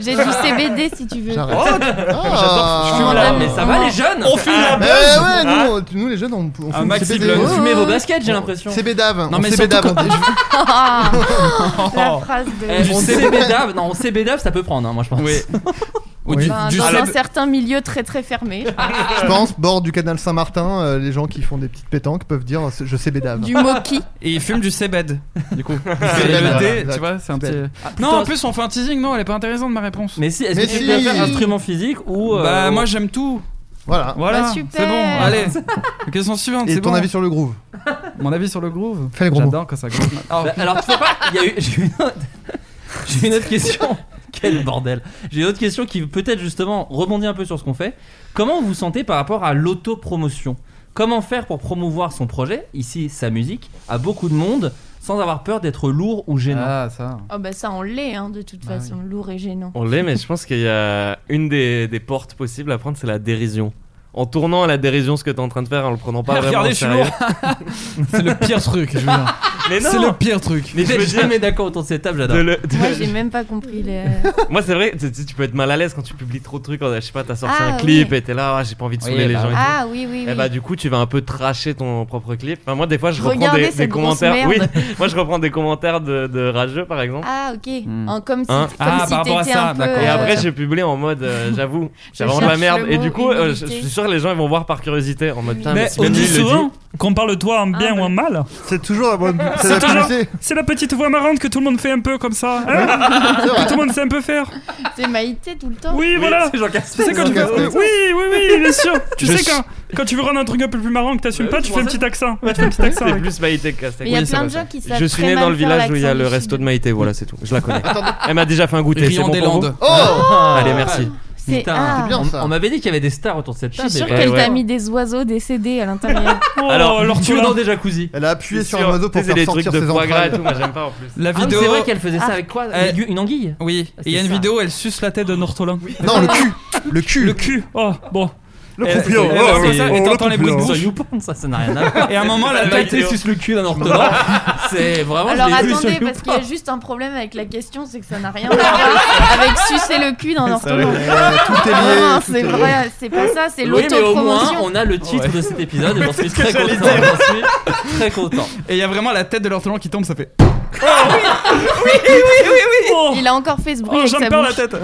J'ai du CBD si tu veux. J'arrête. Oh, J'adore. Je suis là, mais ça va les jeunes On fume la Ah, buzz eh ouais, ouais, nous, on- nous, les jeunes, on, on Ah, fume Maxi CBD. Blonde. Ouais, Vous fumez ouais, vos ouais. baskets, j'ai l'impression. C'est bédave. Non, on mais sait surtout bédave, quand- Oh. on *laughs* dit- *laughs* La phrase de. Eh, on sait bédave, non, on sait bédave, ça peut prendre, hein, moi je pense. Oui. Ou du, Enfin, du dans un seb- certain milieu très très fermé. Je pense, bord du canal Saint-Martin, euh, les gens qui font des petites pétanques peuvent dire c'est- je sais bédave. *laughs* Du moki. Et il fume du Sebed, du *laughs* coup. C'est Sebed, voilà, l'idée, exact. tu vois, c'est un petit. Sebed. Ah, non, putain, en plus, on fait un teasing, non, elle est pas intéressante ma réponse. Mais si, est-ce que tu préfères instrument physique ou. euh, Bah, moi j'aime tout. Voilà. Voilà, Bah, super. c'est bon, allez. *laughs* Question suivante, Et c'est ton bon. avis sur le groove Mon avis sur le groove Fais les gros J'adore quand ça groove. Bah, alors, tu sais pas, il y a eu- j'ai eu une autre- j'ai eu une autre question. *laughs* Quel bordel. J'ai une autre question qui peut-être justement rebondit un peu sur ce qu'on fait. Comment vous sentez par rapport à l'autopromotion Comment faire pour promouvoir son projet, ici sa musique, à beaucoup de monde sans avoir peur d'être lourd ou gênant Ah, ça. Oh bah ça on l'est hein, de toute façon, lourd et gênant. *laughs* On l'est, mais je pense qu'il y a une des, des portes possibles à prendre, c'est la dérision. En tournant à la dérision ce que t'es en train de faire, en le prenant pas vraiment Regardez, au je suis sérieux. lourd. C'est le pire *laughs* truc, je veux dire. Mais non. C'est le pire truc. Mais Je veux j'ai dire- jamais d'accord autour de cette table, j'adore. de le- de- Moi j'ai même pas compris les. Moi, c'est vrai, tu, tu- tu peux être mal à l'aise quand tu publies trop de trucs. Je sais pas, t'as sorti Ah, un clip oui. et t'es là, ah, j'ai pas envie de Oui, saouler les bah gens. oui. et tout. Ah, oui, oui, oui. Et bah, du coup, tu vas un peu tracher ton propre clip. Enfin, moi, des fois, je reprends Regardez des, cette des grosse commentaires. Oui, *laughs* merde. moi, je reprends des commentaires de, de rageux, par exemple. Ah ok, Hmm. En- comme si, Hein comme si t'étais un peu. Et euh, après, j'ai publié en mode, *laughs* euh, j'avoue, Je j'ai vraiment de la cherche merde. le Et mot du coup, euh, je, humilité. je suis sûr que les gens ils vont voir par curiosité en mode, putain, mais, Mais si on même lui, dit il le souvent qu'on parle de toi Ah, en bien ou en mal. C'est toujours la bonne. C'est la toujours- publicité. c'est la petite voix marrante que tout le monde fait un peu comme ça. hein, que tout le monde sait un peu faire. C'est Maïté tout le temps. Oui, voilà. C'est Jean Tu Castex. sais quand tu Jean veux- Castex. Oui, oui, oui, bien sûr. Tu Je sais suis- quand, quand tu veux rendre un truc un peu plus marrant que t'assumes Bah pas, oui, tu c'est fais un pour ça. petit accent. Ouais, tu fais un petit accent. C'est plus Maïté que Castex. Mais il y a Oui, c'est plein vrai, de ça. gens qui savent Je suis très né mal dans le faire village où il y a l'accent le du resto Sud. de Maïté, voilà, c'est tout. Je la *laughs* connais. Elle m'a déjà fait un goûter. Riant C'est bon des pour vous Ah Landes. *laughs* Oh Allez, merci. C'est Putain, ah, C'est bien on- ça. On m'avait dit qu'il y avait des stars autour de cette Je table. suis sûre Ah, mais- qu'elle ouais. t'a mis des oiseaux décédés *laughs* à l'intérieur. Oh, Alors, leur Dieu tour dans là. des jacuzzi. Elle a appuyé C'est sur un sûr, oiseau pour tu sais, faire les sortir trucs de ses foie gras et entrailles. tout, moi j'aime pas en plus. La Ah, mais vidéo. c'est vrai qu'elle faisait ça avec quoi Elle- Une anguille Ah, Oui, et il y a une ça. vidéo, elle suce la tête de Nortolin. Non, le cul Le cul Le cul. Oh, bon. Le Eh, complot. eh, Oh, eh, oh, c'est ça, oh, et le t'entends les bruits complot. de Sur bouche. YouPorn, ça, ça n'a rien à voir. Et à un moment, la La tête vérité suce le cul d'un ortholan. C'est vraiment. Alors je l'ai vu sur attendez, YouPorn. parce qu'il y a juste un problème avec la question, c'est que ça n'a *laughs* rien à voir avec sucer le cul dans l'ortholan. Euh, Tout est lié. Non, tout c'est est lié. vrai, c'est pas ça, c'est Oui, mais au moins, l'autopromotion. on a le titre de cet épisode et j'en suis très j'allais content. J'en suis très content. Et il y a vraiment la tête de l'ortolan qui tombe, ça fait. *laughs* Oh, Il a encore fait ce bruit oh avec j'en sa perds la bouche. tête.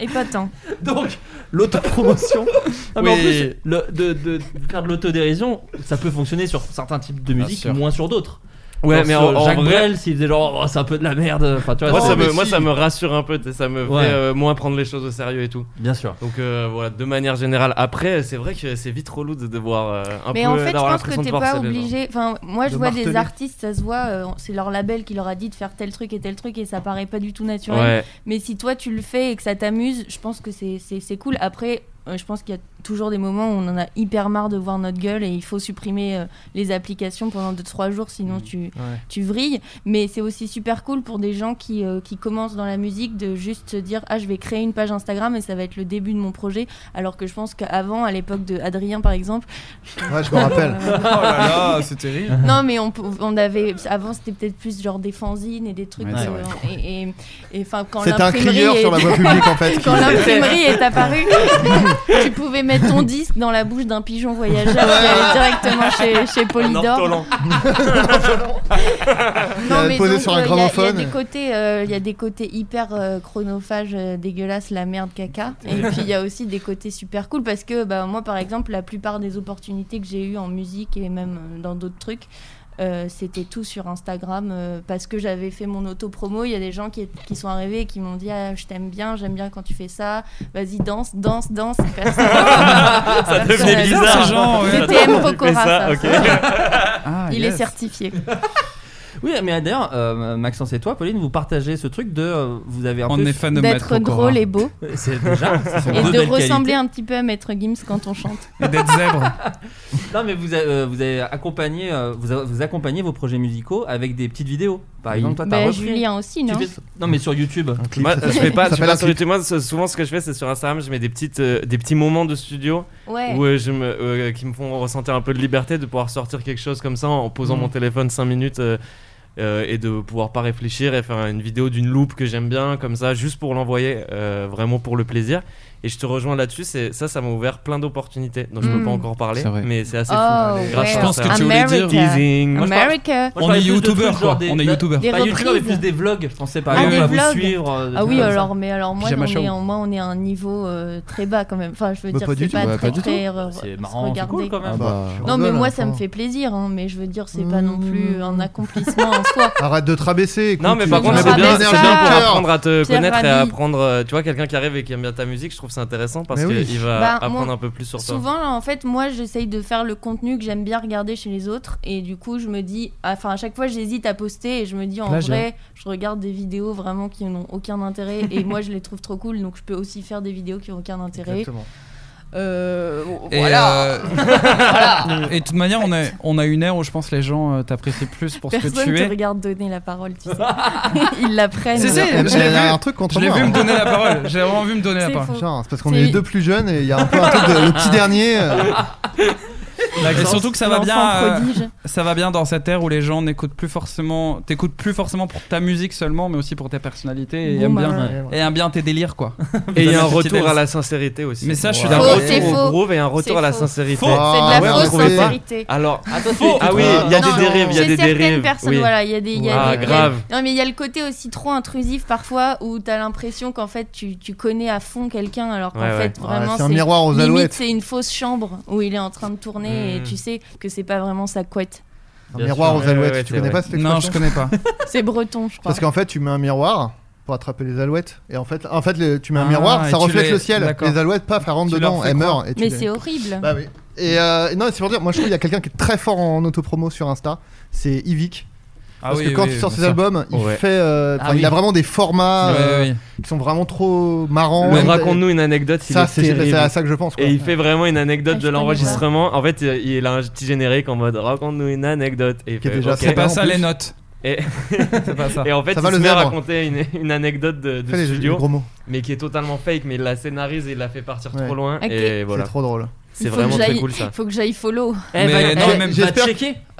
Et pas tant. Donc, *laughs* l'autopromotion. Non, Ah, mais en Oui. plus, le- de, de- de faire de l'autodérision, ça peut fonctionner sur certains types de musique, sûr. moins sur d'autres. Ouais, Genre mais sur en- en Jacques vrai- Brel, s'il faisait genre, oh, c'est un peu de la merde. Enfin, tu vois, Moi, c'est- ça mais me, moi si. ça me *laughs* rassure un peu, tu sais, ça me Ouais. fait euh, moins prendre les choses au sérieux et tout. Bien sûr. Donc euh, voilà, de manière générale. Après, c'est vrai que c'est vite relou de devoir euh, un Mais peu en fait, je d'avoir pense que l'impression de t'es pas forcer les gens. obligé. Enfin, moi, je De vois des marteler. artistes, ça se voit, euh, c'est leur label qui leur a dit de faire tel truc et tel truc, et ça paraît pas du tout naturel. Ouais. Mais si toi tu le fais et que ça t'amuse, je pense que c'est- c'est c'est cool. Après, euh, je pense qu'il y a toujours des moments où on en a hyper marre de voir notre gueule et il faut supprimer euh, les applications pendant 2-3 jours, sinon Mm. tu, tu vrilles. Mais c'est aussi super cool pour des gens qui, euh, qui commencent dans la musique de juste se dire Ah, je vais créer une page Instagram et ça va être le début de mon projet. Alors que je pense qu'avant, à l'époque de Adrien par exemple, Ouais, je me rappelle. *laughs* Oh là là, c'est terrible. non, mais on, pou- on avait. Avant, c'était peut-être plus genre des fanzines et des trucs. Ouais, c'est euh, et, et, et, enfin, quand C'était un l'imprimerie crieur est- sur la voie publique en fait. qui- *laughs* Quand l'imprimerie est apparue, *laughs* tu pouvais mettre ton disque dans la bouche d'un pigeon voyageur qui allait directement chez, chez Polydor. ortolan. Il a posé donc, sur euh, un il y a- gramophone. Il y, a des côtés, euh, il y a des côtés hyper euh, chronophages, euh, dégueulasses, la merde, caca. Et puis il y a aussi des côtés super cool parce que bah, moi, par exemple, la plupart des opportunités que j'ai eues en musique et même euh, dans d'autres trucs. euh, c'était tout sur Instagram euh, parce que j'avais fait mon auto-promo. Il y a des gens qui, qui sont arrivés et qui m'ont dit ah, Je t'aime bien, j'aime bien quand tu fais ça. Vas-y, danse, danse, danse. Ça ça devenait bizarre. ces gens, ouais. C'était M. Tu fais Pokora, ça. ok. *laughs* Ah, Il yes. est certifié. Oui, mais d'ailleurs, euh, Maxence et toi, Pauline, vous partagez ce truc de. euh, vous avez un On peu. est fan de Matt D'être Pokora. drôle et beau. *laughs* C'est déjà. ce sont deux Et de belles ressembler qualités. un petit peu à Maître Gims quand on chante. Et d'être zèbre. Non, mais vous avez, euh, vous avez accompagné, euh, vous, a- vous accompagnez vos projets musicaux avec des petites vidéos. Par exemple, toi, t'as Bah, repris. Julien aussi, non Tu fais- Non, mais sur YouTube. Moi, je fais pas, je fais pas sur YouTube. YouTube. Moi, c'est- souvent, ce que je fais, c'est sur Instagram, je mets des, petites, euh, des petits moments de studio Ouais. où, euh, je me, euh, qui me font ressentir un peu de liberté de pouvoir sortir quelque chose comme ça en posant Mm. mon téléphone 5 minutes euh, euh, et de pouvoir pas réfléchir et faire une vidéo d'une loupe que j'aime bien, comme ça, juste pour l'envoyer, euh, vraiment pour le plaisir. Et je te rejoins là-dessus, c'est- ça, ça m'a ouvert plein d'opportunités dont je peux Mm. pas encore parler, C'est vrai. mais c'est assez Oh, fou. ouais. à Je pense que ça. tu voulais dire- America. America. Moi, je parlais On est plus de trucs youtubeurs, genre quoi. On est youtubeurs. Des Pas youtubeurs, mais reprises. plus des vlogs. Je pensais par Ah, exemple des à vous vlogs. suivre. euh, des ah trucs oui, comme ça. alors, mais alors moi, Pyjama on est, show. moi, on est à un niveau euh, très bas quand même. Enfin, je veux Bah, dire, pas c'est du pas tout. Bah, très, pas du très, tout. euh, C'est re- marrant, c'est regardé. cool, quand même. Ah bah, tu non, mais rigoles, moi, hein, ça me enfin. fait plaisir, hein, mais je veux dire, c'est Mmh. pas non plus un accomplissement en soi. Arrête de te rabaisser. Non, mais par contre, c'est c'est bien, c'est bien pour apprendre à te Pierre connaître et à Rabhi. apprendre. euh, Tu vois, quelqu'un qui arrive et qui aime bien ta musique, je trouve ça intéressant parce Mais oui. qu'il va Bah, apprendre moi, un peu plus sur toi. Souvent, en fait, moi, j'essaye de faire le contenu que j'aime bien regarder chez les autres. Et du coup, je me dis. ah, Enfin, à chaque fois, j'hésite à poster. Et je me dis, en Plagiat. hein. vrai, je regarde des vidéos vraiment qui n'ont aucun intérêt. et moi, je les trouve trop cool. Donc, je peux aussi faire des vidéos qui n'ont aucun intérêt. Exactement. Euh, bon, Et, voilà. euh, *laughs* Voilà. et de toute manière, on a, on a une ère où je pense les gens euh, t'apprécient plus pour ce que Personne tu te es. regarde donner la parole, tu sais. *laughs* Ils la prennent. Si, si, je l'ai vu. Je l'ai vu me donner la *laughs* parole. J'ai vraiment vu me donner la C'est parole. faux. Putain, c'est hein. *laughs* parce qu'on est les *laughs* deux plus jeunes et il y a un peu un truc de le petit dernier. euh, Bah, Et surtout que ça va bien, L'enfant euh, prodige. ça va bien dans cette ère où les gens n'écoutent plus forcément, t'écoutes plus forcément pour ta musique seulement, mais aussi pour ta personnalité et aiment Boomer. bien, Ouais, et aiment bien tes délires quoi. Et il y a un Petit retour délire. à la sincérité aussi. Mais ça, je suis Ouais. d'accord. Un C'est retour faux. au groove et un retour C'est à la faux. sincérité. Faux. C'est de la Ah ouais, fausse vous trouvez pas sincérité. Alors, Ah, toi, Faux. ah oui, il y a Non, des dérives, il y a chez des certaines dérives. personnes, oui. voilà, il y a des. il y a Ah, des- il y a- grave. Non, mais il y a le côté aussi trop intrusif parfois où t'as l'impression qu'en fait tu, tu connais à fond quelqu'un alors qu'en Ouais, ouais. fait vraiment Ouais, c'est un miroir aux limite, alouettes. c'est une fausse chambre où il est en train de tourner et Mm. tu sais que c'est pas vraiment sa couette. Un Bien miroir sûr. aux Ouais, alouettes, ouais, ouais, tu c'est connais vrai. pas cette Non, je expression connais pas. *laughs* C'est breton, je crois. Parce qu'en fait, tu mets un miroir pour attraper les alouettes. Et en fait, en fait les- tu mets un Ah, miroir, et ça tu reflète les- le ciel. d'accord. Les alouettes, paf, elles rentrent Tu leur dedans, fais elles croire. meurent. Et tu Mais les- c'est horrible. Bah oui. Et euh, non, c'est pour dire, moi je trouve qu'il y a quelqu'un qui est très fort en autopromo sur Insta, c'est Yvick. Ah Parce oui, que quand oui, il sort bien ses sûr. albums, il Ouais. fait, euh, Ah enfin, il oui. a vraiment des formats Ouais, euh, ouais, ouais. qui sont vraiment trop marrants. Le Et- raconte-nous une anecdote. il Ça, est c'est- terrible. c'est à ça que je pense, quoi. Et il fait vraiment une Ah, anecdote je de connais l'enregistrement. En fait, euh, il a un petit générique en mode raconte-nous une anecdote. Et il Qui est fait, déjà ok. très C'est pas ça les notes. *laughs* Et... C'est pas ça. et en fait, Ça va, il se le met à zèbre. raconter une, une anecdote de, de Fais les- studio, les gros mots. mais qui est totalement fake, mais il la scénarise et il la fait partir Ouais. trop loin. Ok. Et voilà. C'est trop drôle. C'est vraiment très cool ça. Faut que j'aille follow. Eh, Mais va- non, eh, même j'espère-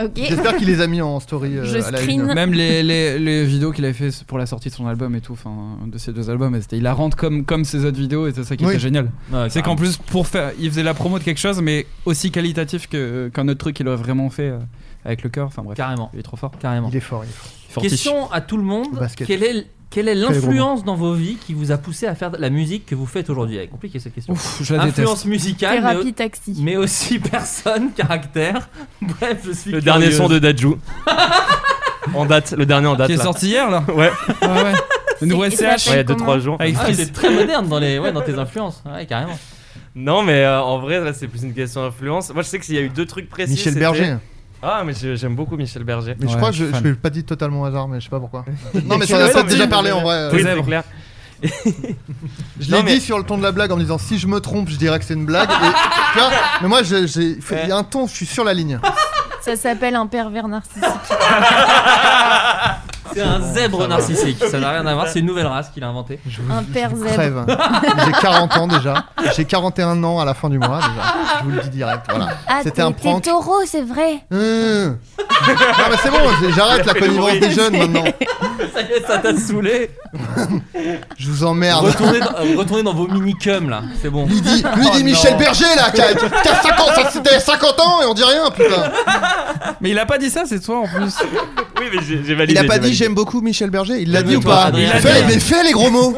Ok. J'espère qu'il les a mis en story. euh, Je à la screen. une. Même les, les, les vidéos qu'il avait fait pour la sortie de son album et tout, enfin de ses deux albums, et c'était hilarant comme, comme ses autres vidéos et c'est ça qui Oui. était génial. Ouais, c'est carrément. qu'en plus, pour faire, il faisait la promo de quelque chose, mais aussi qualitatif que- qu'un autre truc qu'il aurait vraiment fait euh, avec le cœur. Enfin bref, Carrément. il est trop fort. Carrément. Il est fort, il est fort. Question à tout le Au monde basket. quelle est, quelle est Fais les gros l'influence dans vos vies qui vous a poussé à faire la musique que vous faites aujourd'hui C'est compliqué cette question. je la déteste. Influence musicale, Thérapie mais, taxi. mais aussi *laughs* personne, caractère. Bref, je suis Le curieuse. dernier son de Dajou. en date, le dernier en date. Qui est là. sorti hier là *laughs* Ouais. Ah ouais. Le nouveau il SCH. s'appelle Ouais, il y a deux, comment trois jours. Avec Ah, Freeze. t'es *laughs* très moderne dans, les, ouais, dans tes influences. Ah Ouais, carrément. Non, mais euh, en vrai, là, c'est plus une question d'influence. Moi, je sais qu'il y a eu deux trucs précis. Michel c'était- Berger. Ah, mais j'ai- j'aime beaucoup Michel Berger. Mais je crois que je, je l'ai pas dit totalement au hasard, mais je sais *laughs* pas pourquoi. non, mais Tu ça l'as ça a dit, déjà mais- parlé en vrai. Oui, euh, c'est clair. *laughs* Je Non, l'ai mais- dit sur le ton de la blague en me disant si je me trompe, je dirais que c'est une blague. Et, tu vois, mais moi, j'ai- j'ai il faut- il y a un ton, je suis sur la ligne. Ça s'appelle un pervers narcissique. C'est un zèbre narcissique. Ça n'a rien à voir, c'est une nouvelle race qu'il a inventée. Un père zèbre. Crève. J'ai 40 ans déjà. J'ai 41 ans à la fin du mois déjà. Je vous le dis direct. Voilà. Ah, C'était un t'es- t'es prank. taureau, c'est vrai. Mmh. non, mais c'est bon, j'ai- j'arrête Il a *laughs* la fait le connivence bruit. des jeunes maintenant. *laughs* Ça y est, ça t'a saoulé. Je vous emmerde. Retournez dans, euh, retournez dans vos mini-cums là, c'est bon. Lui dit, lui dit *laughs* Oh, Michel non. Berger là, qui a, qui a 50, ça, c'était 50 ans et on dit rien, putain. Mais il a pas dit ça, c'est toi en plus. *laughs* Oui, mais j'ai j'ai validé. Il a pas j'ai dit validé. j'aime beaucoup Michel Berger, il l'a dit ou Calme-toi, pas Adrien. Fais, mais fais les *laughs* gros mots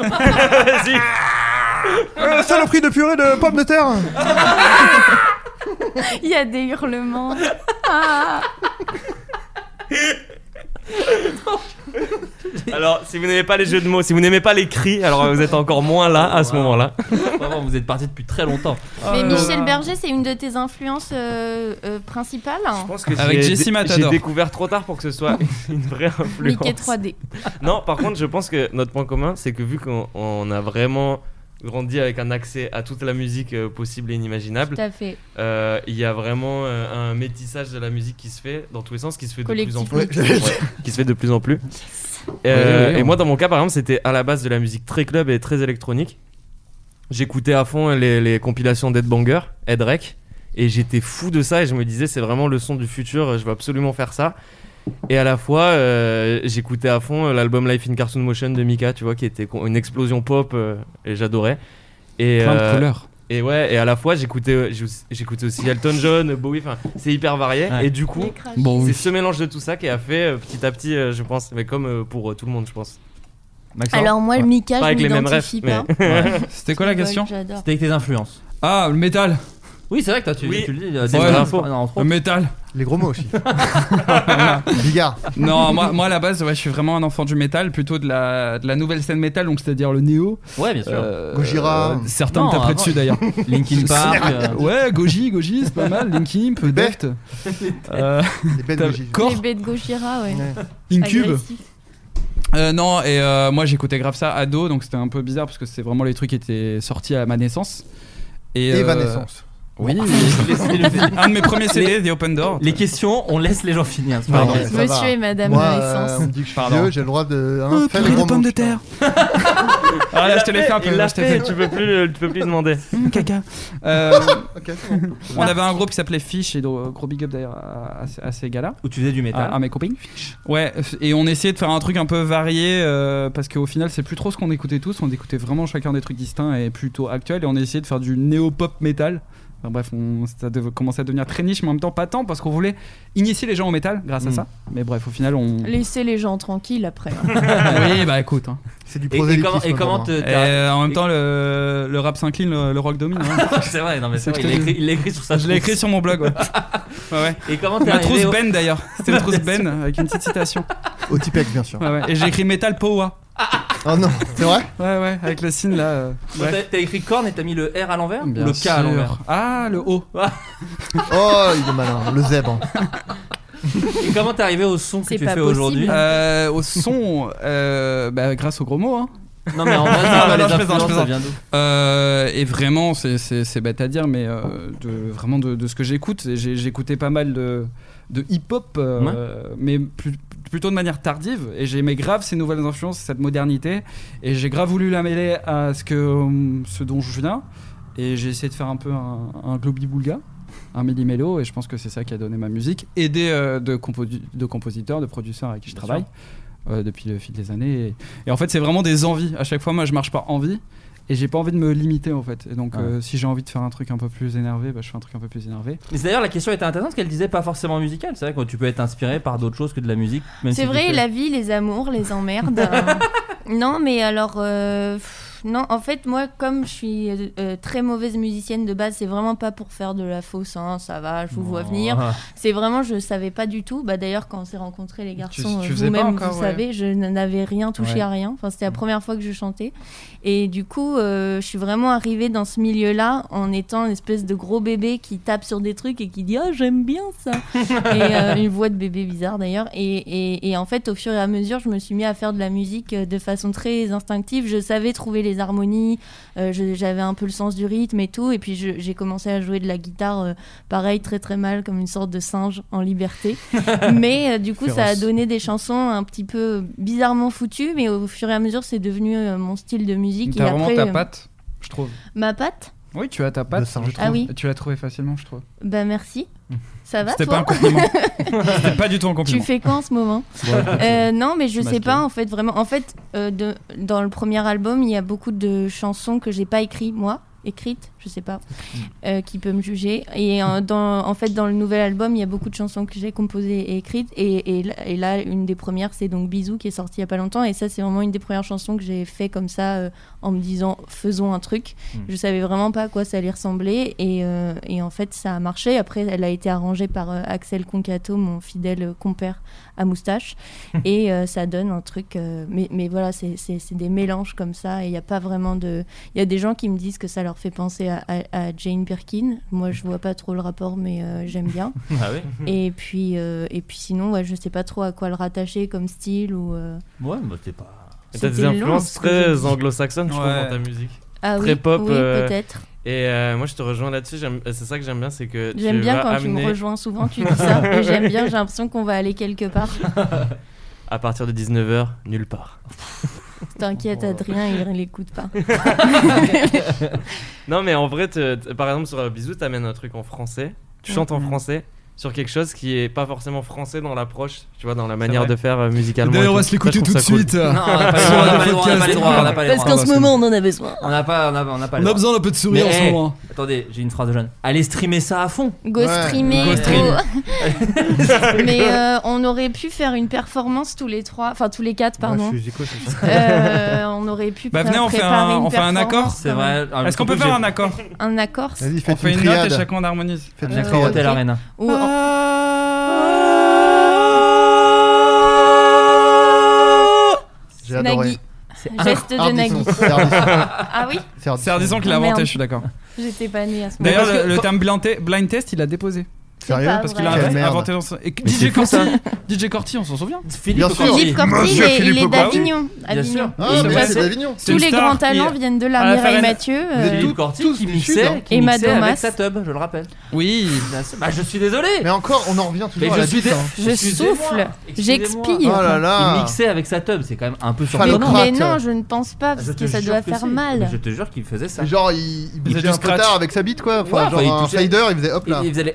euh, Saloperie de purée de pommes de terre *laughs* Il y a des hurlements. Ah. *laughs* Alors, si vous n'aimez pas les jeux de mots, si vous n'aimez pas les cris, alors euh, vous êtes encore moins là à ce moment-là. Euh, Vraiment, vous êtes parti depuis très longtemps. Mais Oh Michel Berger, c'est une de tes influences euh, euh, principales. Je pense que Avec j'ai- Jessie J'ai Matador. découvert trop tard pour que ce soit une vraie influence. *laughs* Mickey 3D. Non, par contre, je pense que notre point commun, c'est que vu qu'on on a vraiment grandi avec un accès à toute la musique euh, possible et inimaginable. Tout à fait. Euh, Il y a vraiment euh, un métissage de la musique qui se fait dans tous les sens, qui se fait de plus en plus. Collectivement. Ouais, *laughs* qui se fait de plus en plus. Euh, Ouais, ouais, ouais. Et moi, dans mon cas, par exemple, c'était à la base de la musique très club et très électronique. J'écoutais à fond les, les compilations d'Headbanger, Headrec, et j'étais fou de ça. Et je me disais, c'est vraiment le son du futur, je veux absolument faire ça. Et à la fois, euh, j'écoutais à fond l'album Life in Cartoon Motion de Mika, tu vois, qui était con- une explosion pop, euh, et j'adorais. Et, euh, Plein de couleurs. Et ouais, et à la fois, j'écoutais j'écoutais aussi Elton John, Bowie, enfin, c'est hyper varié. Ouais. Et du coup, Les crashs. Bon, oui. c'est ce mélange de tout ça qui a fait euh, petit à petit, euh, je pense, mais comme euh, pour euh, tout le monde, je pense. Alors moi, le Mika, Pas je avec les mêmes m'identifie refs, pas. mais- *laughs* Ouais. C'était quoi la question J'adore. avec tes influences. Ah, le métal Oui, c'est vrai que toi, tu, Oui. tu le dis. C'est des vrai. infos. Ah, Non, entre Le autres. métal. Les gros mots aussi. Bigard. Non, moi, moi à la base, ouais, je suis vraiment un enfant du métal, plutôt de la, de la nouvelle scène métal, donc c'est-à-dire le néo. Ouais, bien sûr. Gojira. Euh, certains Non, me taperaient avant- dessus *laughs* d'ailleurs. *laughs* Linkin Park, euh. Ouais, Goji, Goji, c'est pas mal. Linkin, peu Deft. Euh, t'as- Korn, Les bêtes Gojira, ouais. Incube. Agressif. Euh, non, et euh, moi j'écoutais grave ça ado, donc c'était un peu bizarre parce que c'est vraiment les trucs qui étaient sortis à ma naissance. *laughs* Et, Et ma euh, naissance. *laughs* Oui, Laissez-le faire. un de mes premiers CD, Les- The Open Door. Les questions, on laisse les gens finir. c'est pas Pardon. grave. Ça va. Monsieur et Madame Moi, Naissance. euh, on me dit que je suis Pardon. vieux, j'ai le droit de. hein, Oh, purée faire les de gros mots. pommes de terre. Ah, là, je te l'ai fait un peu. Il là, l'a je te l'ai fait. fait, tu peux plus, le- tu peux plus demander. Hum, *laughs* caca. Euh, Ok, c'est bon. on avait un groupe qui s'appelait Fish et donc, gros big up d'ailleurs à, à ces- à ces gars-là. Où tu faisais du métal. À, à mes copines. Ouais, et on essayait de faire un truc un peu varié euh, parce qu'au final, c'est plus trop ce qu'on écoutait tous. On écoutait vraiment chacun des trucs distincts et plutôt actuels. Et on essayait de faire du néo-pop métal. Enfin, bref, on, ça dev- commençait à devenir très niche, mais en même temps pas tant parce qu'on voulait initier les gens au métal grâce à Hum. ça. Mais bref, au final, on. Laissez les gens tranquilles après. *laughs* oui, bah écoute. hein. C'est du Et- et comment- et prosélytisme, comment pour moi. te- t'as- Euh, en même temps, le, le rap s'incline, le, le rock domine. hein. *laughs* c'est vrai, non, mais c'est C'est vrai, ce il que l'a je- écrit, il l'a écrit sur sa Je l'ai trousse. écrit sur mon blog, *laughs* ouais. Ouais, ouais. Et comment t'es Ma trousse arrivé au- Ben d'ailleurs. C'était une trousse Ben avec une petite citation. Au Tipex, bien sûr. Ouais, ouais. Et j'ai écrit Metal Powa. Oh non, c'est vrai Ouais, ouais, avec le signe là. euh, Donc, ouais. t'as- T'as écrit corne et t'as mis le R à l'envers ou Bien Le K à sûr. l'envers. Ah, le O. *laughs* Oh, il est malin, le hein. zèbre. Et comment t'es arrivé au son que C'est tu pas fais possible. aujourd'hui Euh, au son, euh, bah, grâce aux gros mots. Hein. Non, mais *laughs* en vrai, Ah, ça, bah, non, les je plaisante, je influences, ça plaisante. vient d'où Euh, et vraiment, c'est- c'est c'est bête à dire, mais euh, de, vraiment de, de ce que j'écoute, j'ai- j'écoutais pas mal de, de hip-hop, euh, mais plus- plutôt de manière tardive. Et j'aimais grave ces nouvelles influences, cette modernité. Et j'ai grave voulu la mêler à ce, que, hum, ce dont je viens. Et j'ai essayé de faire un peu un, un globi-boulga, un méli-mélo. Et je pense que c'est ça qui a donné ma musique, aidé euh, de, composi- de compositeurs, de producteurs avec qui je Bien travaille. euh, depuis le fil des années. Et, et en fait, c'est vraiment des envies. À chaque fois, moi, je marche par envie. Et j'ai pas envie de me limiter en fait. Et donc, Ah Ouais. euh, si j'ai envie de faire un truc un peu plus énervé, bah, je fais un truc un peu plus énervé. Mais c'est d'ailleurs, la question était intéressante parce qu'elle disait pas forcément musicale. C'est vrai que tu peux être inspiré par d'autres choses que de la musique. même C'est si vrai, tu fais- la vie, les amours, les *laughs* emmerdes. hein. non, mais alors. euh, pff, non, en fait, moi, comme je suis euh, très mauvaise musicienne de base, c'est vraiment pas pour faire de la fausse, hein, ça va, je vous Oh. vois venir. *laughs* C'est vraiment, je savais pas du tout. Bah, D'ailleurs, quand on s'est rencontrés, les garçons, tu euh, faisais pas vous-même, encore, vous ouais. savez, je n'avais rien touché Ouais. Mm. à rien. Enfin, C'était la première fois que je chantais. Et du coup, euh, je suis vraiment arrivée dans ce milieu-là en étant une espèce de gros bébé qui tape sur des trucs et qui dit Oh, j'aime bien ça *laughs* et euh, une voix de bébé bizarre d'ailleurs. Et, et- et en fait, au fur et à mesure, je me suis mis à faire de la musique euh, de façon très instinctive. Je savais trouver les harmonies, euh, je- j'avais un peu le sens du rythme et tout. Et puis je- j'ai commencé à jouer de la guitare, euh, pareil, très très mal, comme une sorte de singe *laughs* en liberté. mais euh, du coup, ça a Féroce. donné des chansons un petit peu bizarrement foutues, mais au fur et à mesure, c'est devenu euh, mon style de musique. T'as et vraiment après, ta euh, patte, je trouve. Ma patte Oui, tu as ta patte. singe. je trouve. Ah oui. Tu l'as trouvée facilement, je trouve. Bah merci. Ça va C'était toi pas un *laughs* compliment. C'était pas du tout un Tu compliment. fais quoi en ce moment Ouais. Euh, Non, mais je Masqué. sais pas en fait vraiment. En fait, euh, de- dans le premier album, il y a beaucoup de chansons que j'ai pas écrites moi, écrites, je sais pas, Mm. euh, qui peut me juger. Et euh, dans, en fait, dans le nouvel album, il y a beaucoup de chansons que j'ai composées et écrites. Et, et là- et là, une des premières, c'est donc Bisous qui est sortie il y a pas longtemps. Et ça, c'est vraiment une des premières chansons que j'ai fait comme ça euh, en me disant faisons un truc. Mm. Je savais vraiment pas à quoi ça allait ressembler. Et, euh, et en fait, ça a marché. Après, elle a été arrangée par euh, Axel Concato, mon fidèle compère à moustache. Hum. et euh, ça donne un truc. euh, mais, mais voilà, c'est c'est- c'est des mélanges comme ça. Et il n'y a pas vraiment de. Il y a des gens qui me disent que ça leur fait penser à, à- à Jane Birkin. Moi, je vois pas trop le rapport, mais euh, j'aime bien. *laughs* Ah oui Et puis, euh, et puis sinon, ouais, je sais pas trop à quoi le rattacher comme style ou. euh, Ouais, bah t'es pas. Et T'as des C'était long, influences ce que j'ai très dit. anglo-saxonnes, je trouve, Ouais. dans ta musique. Ah très oui, pop. oui, euh, peut-être. Et euh, moi, je te rejoins là-dessus. j'aime- euh, C'est ça que j'aime bien, c'est que J'aime tu bien vas quand tu me amener- rejoins souvent, tu dis ça. Et j'aime bien, j'ai l'impression qu'on va aller *laughs* quelque part. *laughs* À partir de 19h, nulle part. T'inquiète, Adrien, il ne l'écoute *laughs* pas. *laughs* non, mais en vrai, te- te- par exemple, sur euh, Bisous, t'amènes un truc en français. Tu chantes en Mhm. français sur quelque chose qui est pas forcément français dans l'approche, tu vois, dans la C'est manière vrai. de faire euh, musicalement. D'ailleurs, et on va tout. se l'écouter Ça, je tout de trouve ça suite. cool. Non, on *laughs* *laughs* n'a pas les Sur droits, on le n'a pas les droits, podcast. on n'a pas les droits, on n'a pas les Parce droits. qu'en ce moment, on en a besoin. On n'a pas, on a, on a pas On a besoin d'un peu de sourire Mais, en ce hey, moment. Attendez, j'ai une phrase de jeune. Allez streamer ça à fond. Go streamer, euh, Go go- *laughs* stream. Mais euh, on aurait pu faire une performance tous les trois, enfin tous les quatre, pardon. je suis Zico, c'est ça. Euh, on aurait pu Bah, pré- venez, on fait préparer un- une on fait un accord performance, C'est quand vrai. même. Ah, Alors, Est-ce qu'on peut surtout, faire j'ai- un accord *laughs* Un accord Vas-y, On faites fait une une note triade. et chacun on harmonise. Faites Un une accord triade. Hotel Arena. Ou en- J'ai adoré. Nagui. Geste de Ardisson. Nagui. C'est Ardisson. *laughs* Ah oui C'est Ardisson. C'est Ardisson qui l'a Ah, merde. inventé, je suis d'accord. J'étais pas née à ce moment-là. D'ailleurs, le, le terme blind, te- blind test, il l'a déposé. Sérieux pas Parce qu'il Ouais. a Quelle inventé- merde. inventé dans son. Et Mais c'est DJ fou, Corti, ça. DJ Corti, on s'en souvient. Philippe Bien sûr. Corti. Philippe Corti, il Monsieur est, il Philippe est Corti. d'Avignon. Bien sûr. Avignon. Ah, Et mais bah, c'est d'Avignon. C'est tous une les star. grands talents Et- viennent de à là. la Mireille Farine. Mathieu. Vous êtes euh, tous- Philippe Corti qui du Sud, hein. mixait, qui Et mixait Madomas. avec sa tub, je le rappelle. Oui. Bah je suis désolé. Mais encore, on en revient Mais toujours à la je suis suite. dé- hein. Je Excusez-moi, souffle, excusez-moi. Oh j'expire. là Il là. mixait avec sa tub, c'est quand même un peu Mais, Phallocrate. surprenant. mais non, je ne pense pas, parce Ah, Je que te ça jure doit que faire si. mal. Mais Je te jure qu'il faisait ça. Et Genre, il, il faisait bougeait du un peu scratch. tard avec sa bite, quoi. Enfin, Ouais, genre, enfin, il un touchait- fader, il faisait hop là. Il, il faisait les-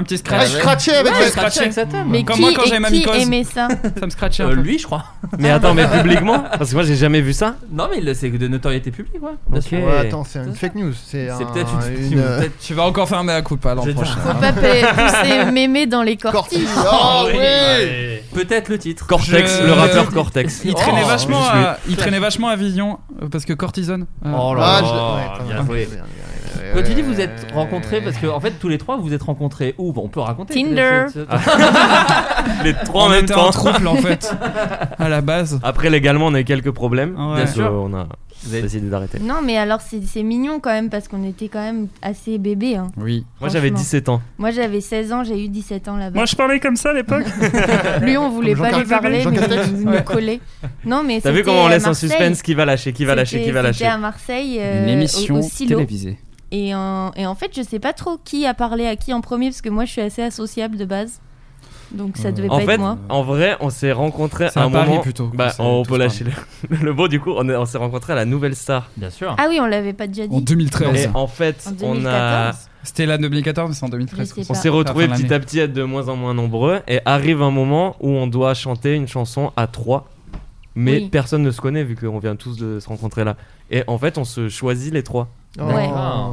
Un petit Ah, scratch. je scratchais avec Ouais, la- il scratchait avec sa tub. Mais Comme qui, moi, quand j'avais et ma qui mycose. aimait ça *laughs* Ah. Ça me scratchait Euh, un peu. lui, je *laughs* crois. Mais attends, mais publiquement Parce que moi, j'ai jamais vu ça. Non, mais le- c'est de notoriété publique, ouais. Bien Ok. sûr. Ouais, attends, c'est une C'est fake news. C'est C'est un- peut-être une- une. euh, peut-être- Tu vas encore faire un mea culpa l'an J'ai- prochain. Faut *laughs* pas *laughs* pa- pousser mémé dans les Corti. cortis. Oh, Ah oui. oui. Peut-être le titre. Cortex, Je- le rappeur *laughs* Cortex. Il traînait Oh, vachement, je à, il traînait vachement à Vision euh, parce que Cortisone. euh, Oh là Ah, là. je l'ai- ouais, bien pas mal, joué. bien, bien, bien, bien, Quand tu dis bien, vous bien, êtes bien, rencontrés, bien, parce que en fait tous les trois vous vous êtes rencontrés où Bon, on peut raconter. *laughs* Tinder. C'est- c'est- Les trois en on même était en temps. trouble en *laughs* fait, à la base. Après, légalement, on a eu quelques problèmes. Ouais. Bien Donc, sûr. euh, On a Vous êtes- décidé d'arrêter. Non, mais alors c'est c'est mignon quand même, parce qu'on était quand même assez bébés. hein. Oui. Moi, j'avais Franchement. 17 ans. Moi j'avais 16 ans, j'ai eu 17 ans là-bas. Moi, je parlais comme ça à l'époque. *laughs* Lui, on voulait Jean pas lui Castex. parler, Jean mais Castex. il nous collait. Non, mais T'as vu c'était comment on à laisse en Marseille. suspense qui va lâcher, qui va lâcher, qui va C'était- lâcher C'était à Marseille, euh, Une au, émission au silo. télévisée. Et en, et en fait, je sais pas trop qui a parlé à qui en premier, parce que moi, je suis assez associable de base. Donc Euh, ça devait En pas fait, être moi. en vrai, on s'est rencontrés C'est à un à Paris, moment. plutôt, que Bah, c'est on peut tous lâcher le, *laughs* le mot du coup. On, est- on s'est rencontrés à la Nouvelle Star. Bien sûr. Ah oui, on l'avait pas déjà En dit. 2013. Et en fait, En on a, 2014. C'était la 2014, mais c'est en 2013. Je sais on pas. s'est retrouvés Enfin, l'année. petit à petit à être de moins en moins nombreux. Et arrive un moment où on doit chanter une chanson à trois, mais Oui. personne ne se connaît vu qu'on vient tous de se rencontrer là. Et en fait, on se choisit les trois. Oh, Ouais.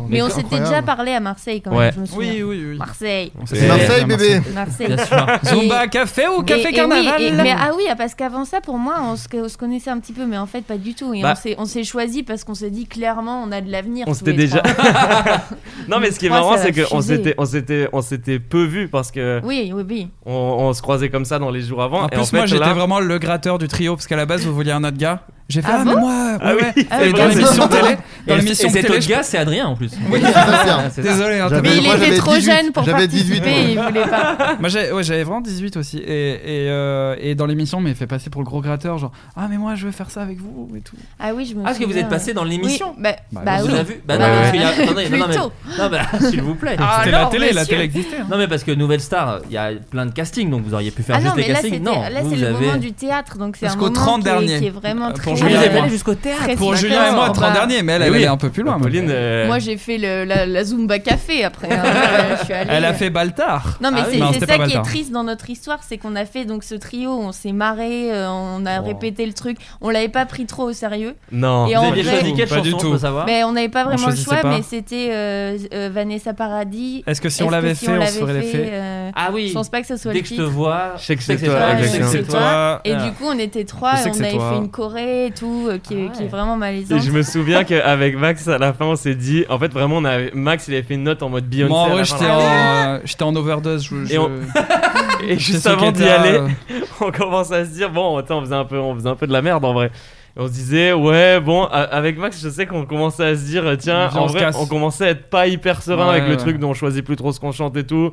Mais on c'est s'était déjà incroyable. parlé à Marseille quand Ouais. même, je me souviens. Ah, oui. Marseille, C'est Marseille, bébé. Marseille. Bien sûr. Et- Zumba, café ou et- café et carnaval oui, et- mais, Ah oui, ah, parce qu'avant ça, pour moi, on se, on se connaissait un petit peu, mais en fait, pas du tout. Et Bah. on s'est- on s'est choisi parce qu'on s'est dit clairement, on a de l'avenir. On tous s'était les déjà. trois. *laughs* non, mais ce qui est Trois, ça marrant, va c'est qu'on fuser. s'était, on s'était, on s'était peu vus parce que Oui, oui, oui. on, on se croisait comme ça dans les jours avant. En et plus, en fait, moi, j'étais là- vraiment le gratteur du trio parce qu'à la base, vous vouliez un autre gars. J'ai fait Ah ah, mais bon moi, Ah ouais, oui, ouais. Ah oui, Et dans carrément. l'émission télé, dans Et, et l'émission cet télé, autre je- gars, c'est Adrien en plus. Oui, c'est ça, c'est un- C'est ça. désolé, hein, t'as pas J'avais- Mais le il droit. moi, était j'avais trop 18, jeune pour j'avais participer, 18, moi. il voulait pas. *laughs* Moi j'ai- ouais, j'avais vraiment 18 aussi. Et, et, euh, et dans l'émission, mais il fait passer pour le gros gratteur, genre Ah, mais moi je veux faire ça avec vous et tout. Ah oui, je me Ah, parce que vous souviens, êtes passé dans ouais. l'émission. Oui, bah, Bah, bah On oui. vous a vu Bah, Bah, non, parce qu'il y a- ouais. attendez, non, non, mais- Plutôt. Non, mais s'il vous plaît. C'était la Ah, alors, télé, la monsieur. télé existait. hein. Non mais parce que Nouvelle Star, il y a plein de castings, donc vous auriez pu faire Ah juste non, mais les là, castings. c'était- non, là, vous c'est le avez- moment du théâtre, donc c'est un Jusqu'au moment 30 qui est- derniers. qui est vraiment Euh, très. pour Ah, vous Julien et êtes moi. allé jusqu'au théâtre. Très Pour d'accord. Julien et moi, Bah, 30 derniers, mais elle, Eh elle oui. est un peu plus loin. mais- Pauline, euh, Moi, j'ai fait le- la, la Zumba Café après. *laughs* hein. Euh, je suis allée- Elle a fait Baltar. Non mais Ah oui. c'est c'est c'était ça pas qui est Baltar. triste dans notre histoire, c'est qu'on a fait donc ce trio, on s'est marré, euh, on a Oh. répété le truc, on l'avait pas pris trop au sérieux, non. Et Vous en aviez vrai- choisi quelle Pas du chanson, tout. on peut savoir mais on n'avait pas On vraiment le choisissait choix, pas. mais c'était euh, euh, Vanessa Paradis. Est-ce que si Est-ce on que l'avait si fait, on l'avait se ferait les faits euh, Ah Je oui. pense pas que ce soit Dès le que je te titre. vois, Je sais que je sais c'est toi, je Alex, sais hein. que C'est c'est toi. Et Ah. du coup, on était trois Je sais et que on c'est avait toi. fait une choré et tout, euh, qui, est- Ah qui ouais. est vraiment Et malaisante. je me souviens qu'avec Max, à la fin, on s'est dit. En fait, vraiment, on avait... Max, il avait fait une note en mode Beyoncé. Moi, en à la vrai, fin, j'étais là. en, euh, j'étais en overdose. je- je- *laughs* Et on- Et j'étais juste sous avant d'y Keta, aller, euh, *laughs* on commence à se dire bon, attends, on faisait un peu, on faisait un peu de la merde en vrai. Et on se disait ouais, bon, a- avec Max, je sais qu'on commençait à se dire tiens, Viens, en on se vrai, casse. on commençait à être pas hyper serein Ouais, avec le ouais. truc dont on choisit plus trop ce qu'on chante et tout.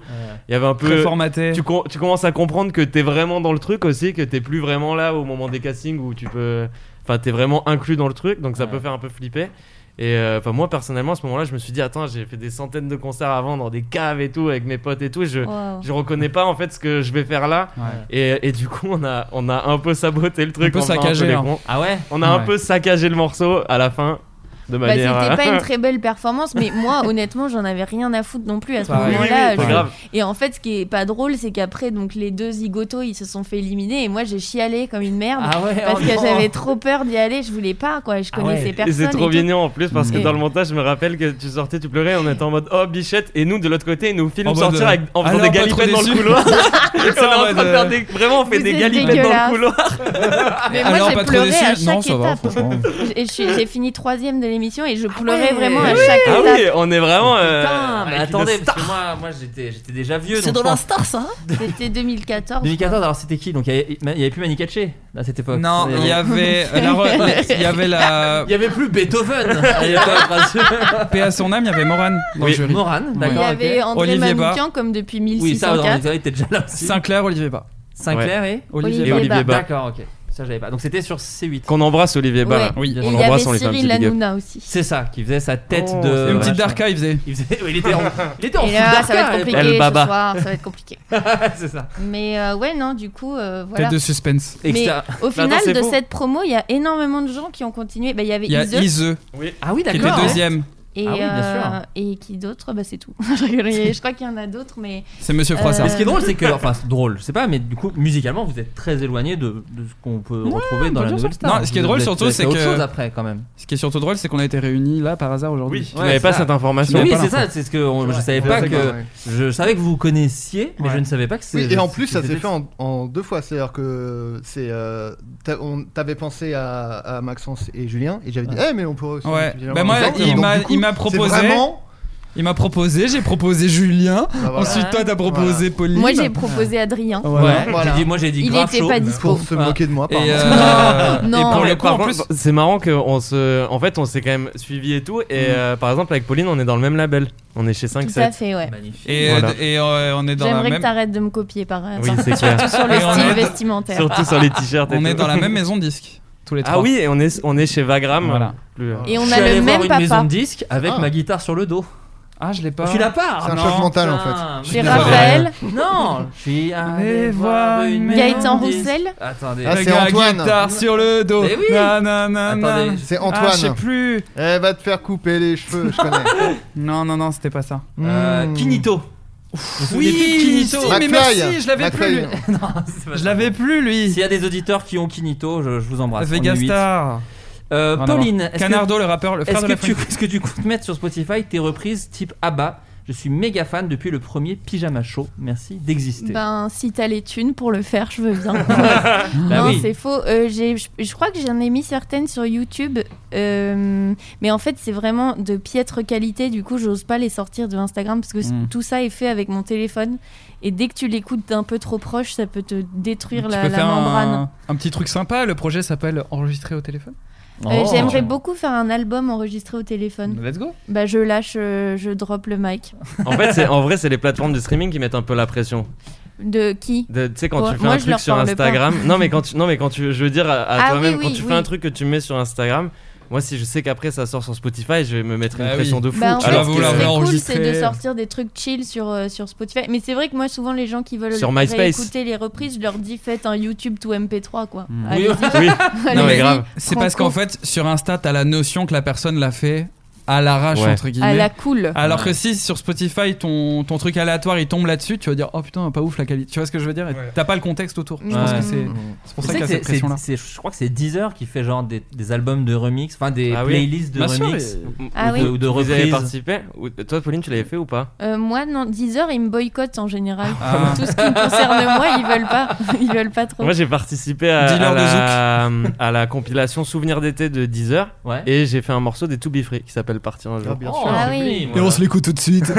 Il y avait un Très peu. formaté. Tu, com- tu commences à comprendre que t'es vraiment dans le truc aussi, que t'es plus vraiment là au moment des castings où tu peux. Enfin, t'es vraiment inclus dans le truc, donc ça Ouais. peut faire un peu flipper. Et euh, enfin, moi personnellement, à ce moment-là, je me suis dit, attends, j'ai fait des centaines de concerts avant dans des caves et tout avec mes potes et tout. Je, Wow. je reconnais pas en fait ce que je vais faire là. Et, et du coup, on a, on a un peu saboté le truc. peu en faisant saccagé, les hein. cons. Ah ouais On a un Ouais. peu saccagé le morceau à la fin de Bah, manière. c'était *laughs* pas une très belle performance, mais moi, honnêtement, j'en avais rien à foutre non plus à ce Pareil. moment-là. Oui, oui, Je- pas grave. Et en fait, ce qui est pas drôle, c'est qu'après, donc les deux zigotos, ils se sont fait éliminer, et moi, j'ai chialé comme une merde Ah ouais, parce oh que non. j'avais trop peur d'y aller. Je voulais pas, quoi. Je connaissais Ah Et personne. c'est trop Ah et tout. mignon en plus parce que Mm. dans le montage, je me rappelle que tu sortais, tu pleurais, on était en mode oh bichette, et nous de l'autre côté, ils nous En filment mode, sortir euh, avec- en faisant alors, des pas trop galipettes dans le déçu. *laughs* couloir. Et ça, Et on est en en train de mode, faire euh, des. Vraiment, on fait Vous des êtes galipettes dans dégueulasse. le couloir. Mais moi, Alors, j'ai pas trop pleuré à déçu chaque Non, ça va, étape. franchement. Et je suis- J'ai fini troisième de l'émission et je pleurais vraiment à chaque Ah étape. oui, on est vraiment. euh, Putain, avec mais une Attendez, star. parce que moi, moi j'étais j'étais déjà vieux. C'est donc dans je pense- star, ça C'était 2014. 2014, alors c'était qui Donc il y avait- il y avait plus Manicache à cette époque. Non, il y avait euh, la, *laughs* re- il y avait la Il y avait plus *laughs* Beethoven à l'époque, parce que- paix à son âme, il y avait Morane dans Oui, le jury. Morane, Il y d'accord. ok. avait André Olivier Bas. Manoukian comme depuis Oui, ça, dans 1604. les était déjà là aussi. Sinclair, Olivier Bas. Sinclair et Olivier Olivier Et Olivier Bas. Bas. D'accord, ok. Ça, j'avais pas. Donc c'était sur C8. Qu'on embrasse Olivier Ball. Ouais. Oui, Et on il y avait l'embrasse, on lui fait un Cyril petit big up. Hanouna aussi. C'est ça, qui faisait sa tête Oh, de. c'est Une petite machin. darka, il faisait. Il, faisait... oui, *laughs* il était en. Il était en Et full là, ça va darka, être à l'époque. compliqué ce Baba. soir, ça *laughs* va être compliqué. C'est ça. Mais euh, ouais, non, du coup, euh, voilà. Tête de suspense. Et que Mais ça- au final c'est de faux. cette promo, il y a énormément de gens qui ont continué. Bah, Il y avait Il y a Ize Iseux Ah qui oui, d'accord. était ouais. deuxième. et, Ah oui, bien sûr. euh, et qui d'autre bah, C'est tout. *laughs* je rigole, il y a- je crois qu'il y en a d'autres, mais C'est Monsieur Euh, Froissart. Mais ce qui est drôle, *laughs* c'est que. Enfin, c'est drôle, je sais pas, mais du coup, musicalement, vous êtes très éloigné de, de ce qu'on peut retrouver dans la Bah, nouvelle star. Non, ce qui est Vous drôle, êtes- surtout, vous êtes c'est autre que- chose après, quand même. Ce qui est surtout drôle, c'est qu'on a été réunis là par hasard aujourd'hui. Oui, tu Ouais, n'avais c'est pas ça. cette information. Mais oui, pas c'est l'info. ça, c'est ce que on- je Ouais. savais Ouais, pas c'est que. vrai. Je savais que vous vous connaissiez, mais Ouais. je ne savais pas que Oui, c'est. et en plus, que ça s'est c'était- fait en, en deux fois. C'est-à-dire que c'est, euh, t'a- on- t'avais pensé à, à Maxence et Julien, et j'avais dit, eh, mais on pourrait aussi. Ouais. évidemment, Bah, moi, ensemble. il Donc, m'a- du coup, il m'a c'est proposé- Vraiment, Il m'a proposé, j'ai proposé Julien. Bah, *laughs* voilà. Ensuite, toi, t'as proposé Pauline. moi j'ai proposé Adrien. Ouais, Voilà. j'ai dit- moi j'ai dit Il grave Ah. était chaud. pas dispo. pour se moquer de moi, Et, Oh, pardon. *laughs* *laughs* euh, Non. et Non, pour mais le coup, par en contre, plus, c'est marrant qu'on se. En fait, on s'est quand même suivi et tout. Et Mm. euh, par exemple, avec Pauline, on est dans le même label. On est chez Tout à 5-7. fait, ouais. Magnifique. et, Voilà. et, euh, on est dans la J'aimerais que même. t'arrêtes de me copier par Oui, par- c'est *laughs* clair. sur le Et on style est- vestimentaire. Surtout sur les *laughs* t-shirts. et On est tout. dans la même *laughs* maison disque. Tous les trois. Ah oui, et on est, on est chez euh. Vagram. Voilà. Le- Et Je on suis a allé le voir même une maison papa. de disques avec Ah. ma guitare sur le dos. Ah, je l'ai pas. Tu l'as pas C'est un non, choc mental, en putain. fait. Chez désolé. Raphaël, Non, je suis allé Allez voir voir une une Gaëtan maison de disques. Roussel. Attendez. Ah, Le c'est gars, Antoine. guitare sur le dos. Mais oui. Na, na, na, na. Attendez. C'est Ah, je sais Antoine. plus. Eh, va te faire couper les cheveux, je connais. *laughs* Non, non, non, c'était pas ça. Euh, Hmm. Kinito. Vous vous souvenez plus de Oui, Kinito si, mais McFly. merci, je l'avais McFly. plus. lui. Non, *laughs* c'est pas Je ça. l'avais plus, S'il lui. y a des auditeurs qui ont Kinito, je, je vous embrasse. on est huit. Vegastar. Euh, Rien à Pauline, voir. est-ce que- Canardo, le rappeur, le frère Est-ce de que, la tu- Funk. est-ce que tu comptes mettre sur Spotify tes reprises type ABBA Je suis méga fan depuis le premier Pyjama Show. Merci d'exister. Ben, si t'as les thunes pour le faire, je *laughs* veux bien. Bah non, oui. c'est faux. Euh, j'ai- je je crois que j'en ai mis certaines sur YouTube, euh, mais en fait, c'est vraiment de piètre qualité. Du coup, j'ose pas les sortir de Instagram parce que c- Hmm. Mm. tout ça est fait avec mon téléphone. Et dès que tu l'écoutes d'un peu trop proche, ça peut te détruire Tu la, peux la faire un- membrane. un petit truc sympa. Le projet s'appelle Enregistrer au téléphone. Euh, Oh. J'aimerais beaucoup faire un album enregistré au téléphone. Let's go. Bah, je lâche, euh, je drop le mic. En fait, c'est- en vrai, c'est les plateformes de streaming qui mettent un peu la pression. De qui De- Tu sais, quand Moi- tu fais moi, un je leur truc sur parle pas. Instagram. Non, mais quand tu, non, mais quand tu, je veux dire à, à Ah toi-même, oui, quand oui, tu oui. fais un truc que tu mets sur Instagram, moi, si je sais qu'après ça sort sur Spotify, je vais me mettre une Bah oui. pression de fou. Ah, Bah, en fait, Alors, ce vous qui l'avez serait cool, enregistré. c'est de sortir des trucs chill sur, euh, sur Spotify. Mais c'est vrai que moi, souvent, les gens qui veulent Sur MySpace. réécouter les reprises, je leur dis faites un YouTube tout MP3, quoi. Mm. Allez-y. Mmh. *laughs* Oui. Non, mais Allez-y. grave. C'est parce qu'en fait, sur Insta, t'as la notion que la personne l'a fait à l'arrache, Ouais. entre guillemets. À la cool. Alors que si sur Spotify ton, ton truc aléatoire il tombe là-dessus, tu vas dire oh putain pas ouf la qualité. Tu vois ce que je veux dire Et T'as pas le contexte autour. Je pense Ouais. que c'est Mmh. c'est pour Tu ça qu'il y sais que a cette c'est- pression là. c'est- c'est- Je crois que c'est Deezer qui fait genre des, des albums de remix, enfin des Ah oui. euh, playlists de Bien sûr, remix. et- Ah ou oui. de, ou de Vous avez reprises. participé Ou- Toi, Pauline, tu l'avais fait ou pas Euh, moi, non, Deezer, ils me boycottent en général. Ah. *laughs* Tout ce qui me concerne moi, ils veulent pas. *laughs* Ils veulent pas trop. Moi, j'ai participé à, Dealer à de la, à la compilation Souvenirs d'été de Deezer Ouais. et j'ai fait un morceau des To Be Free qui s'appelle Partir un jour. Ah, bien Oh, sûr. Ah oui. sublime, Et voilà. l'écoute tout de suite